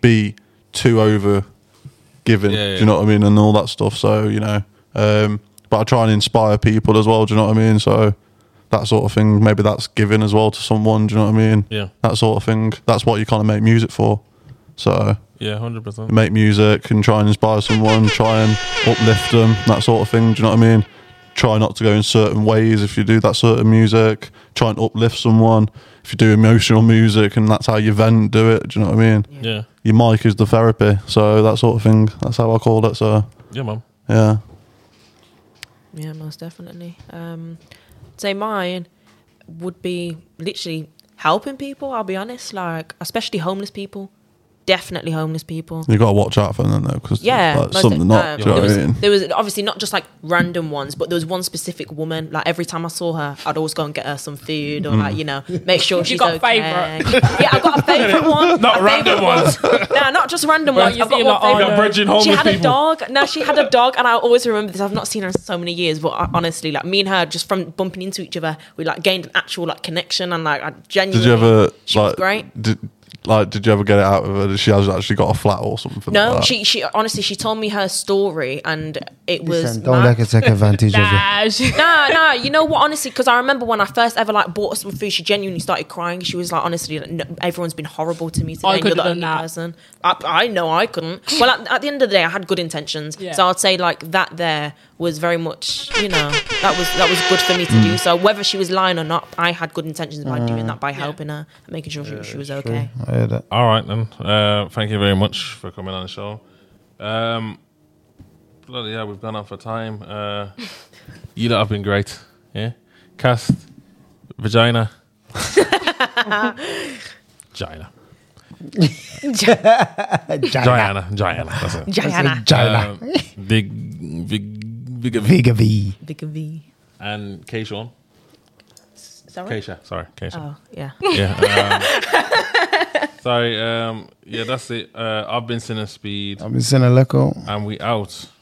be too over giving.
Yeah, yeah.
Do you know what I mean? And all that stuff. So you know, um, but I try and inspire people as well. Do you know what I mean? So that sort of thing. Maybe that's giving as well to someone. Do you know what I mean?
Yeah.
That sort of thing. That's what you kind of make music for. So
Yeah, 100%.
make music and try and inspire someone, try and uplift them, that sort of thing. Do you know what I mean? Try not to go in certain ways if you do that certain music. Try and uplift someone. If you do emotional music and that's how you vent, do it. Do you know what I mean?
Yeah.
Your mic is the therapy. So that sort of thing. That's how I call it. So
Yeah, mum.
yeah.
Yeah, most definitely. Um, say mine would be literally helping people. I'll be honest, like especially homeless people, definitely homeless people.
You gotta watch out for them though, because
Yeah, most-
something
um,
not. do you
there,
know what I
was,
mean?
there was obviously not just like random ones, but there was one specific woman. Like every time I saw her, I'd always go and get her some food or
Mm.
like you know make sure
<laughs> You
she's
got a
okay.
favourite.
yeah, I got a favorite
<laughs>
one.
Not
A
random
favourite
ones.
one. no, not just random
Well,
ones.
you
I've got
see
one
a lot on
favourite
them.
Bridging homeless
she had a
people.
dog. No, she had a dog, and I always remember this. I've not seen her in so many years, but I, honestly, like me and her, just from bumping into each other, we like gained an actual like connection, and like I genuinely.
Did you ever
She was
like?
great.
Did, Like, did you ever get it out of her that she has actually got a flat or something?
No,
like that?
she she honestly she told me her story and it was
Listen, don't
mad.
let her take advantage of you.
Nah, nah. You know what? Honestly, because I remember when I first ever like bought her some food, she genuinely started crying. She was like, honestly, like, no, everyone's been horrible to me today.
I
and
could've
you're the
done
only
that.
Person. I, I know I couldn't. Well, at, at the end of the day, I had good intentions,
Yeah.
so I'd say like that. There was very much, you know, that was that was good for me to do. So whether she was lying or not, I had good intentions by doing that by helping her, and making sure she, she was okay.
I hear that.
All right then. Uh, thank you very much for coming on the show. Um, bloody yeah, we've gone on for time. Uh, <laughs> you lot have been great. Yeah, cast
<laughs>
vagina, Gina, Diana, Diana. That's it.
Diana,
Jonah.
Um, big, big, big,
Vega V.
big V.
and Keisha.
Sorry.
Keisha, sorry, Keisha.
Oh yeah.
Yeah.
<laughs>
Um, sorry. Um, yeah, that's it. Uh, I've been Sinner Speed,
I've been sending a local.
and we out.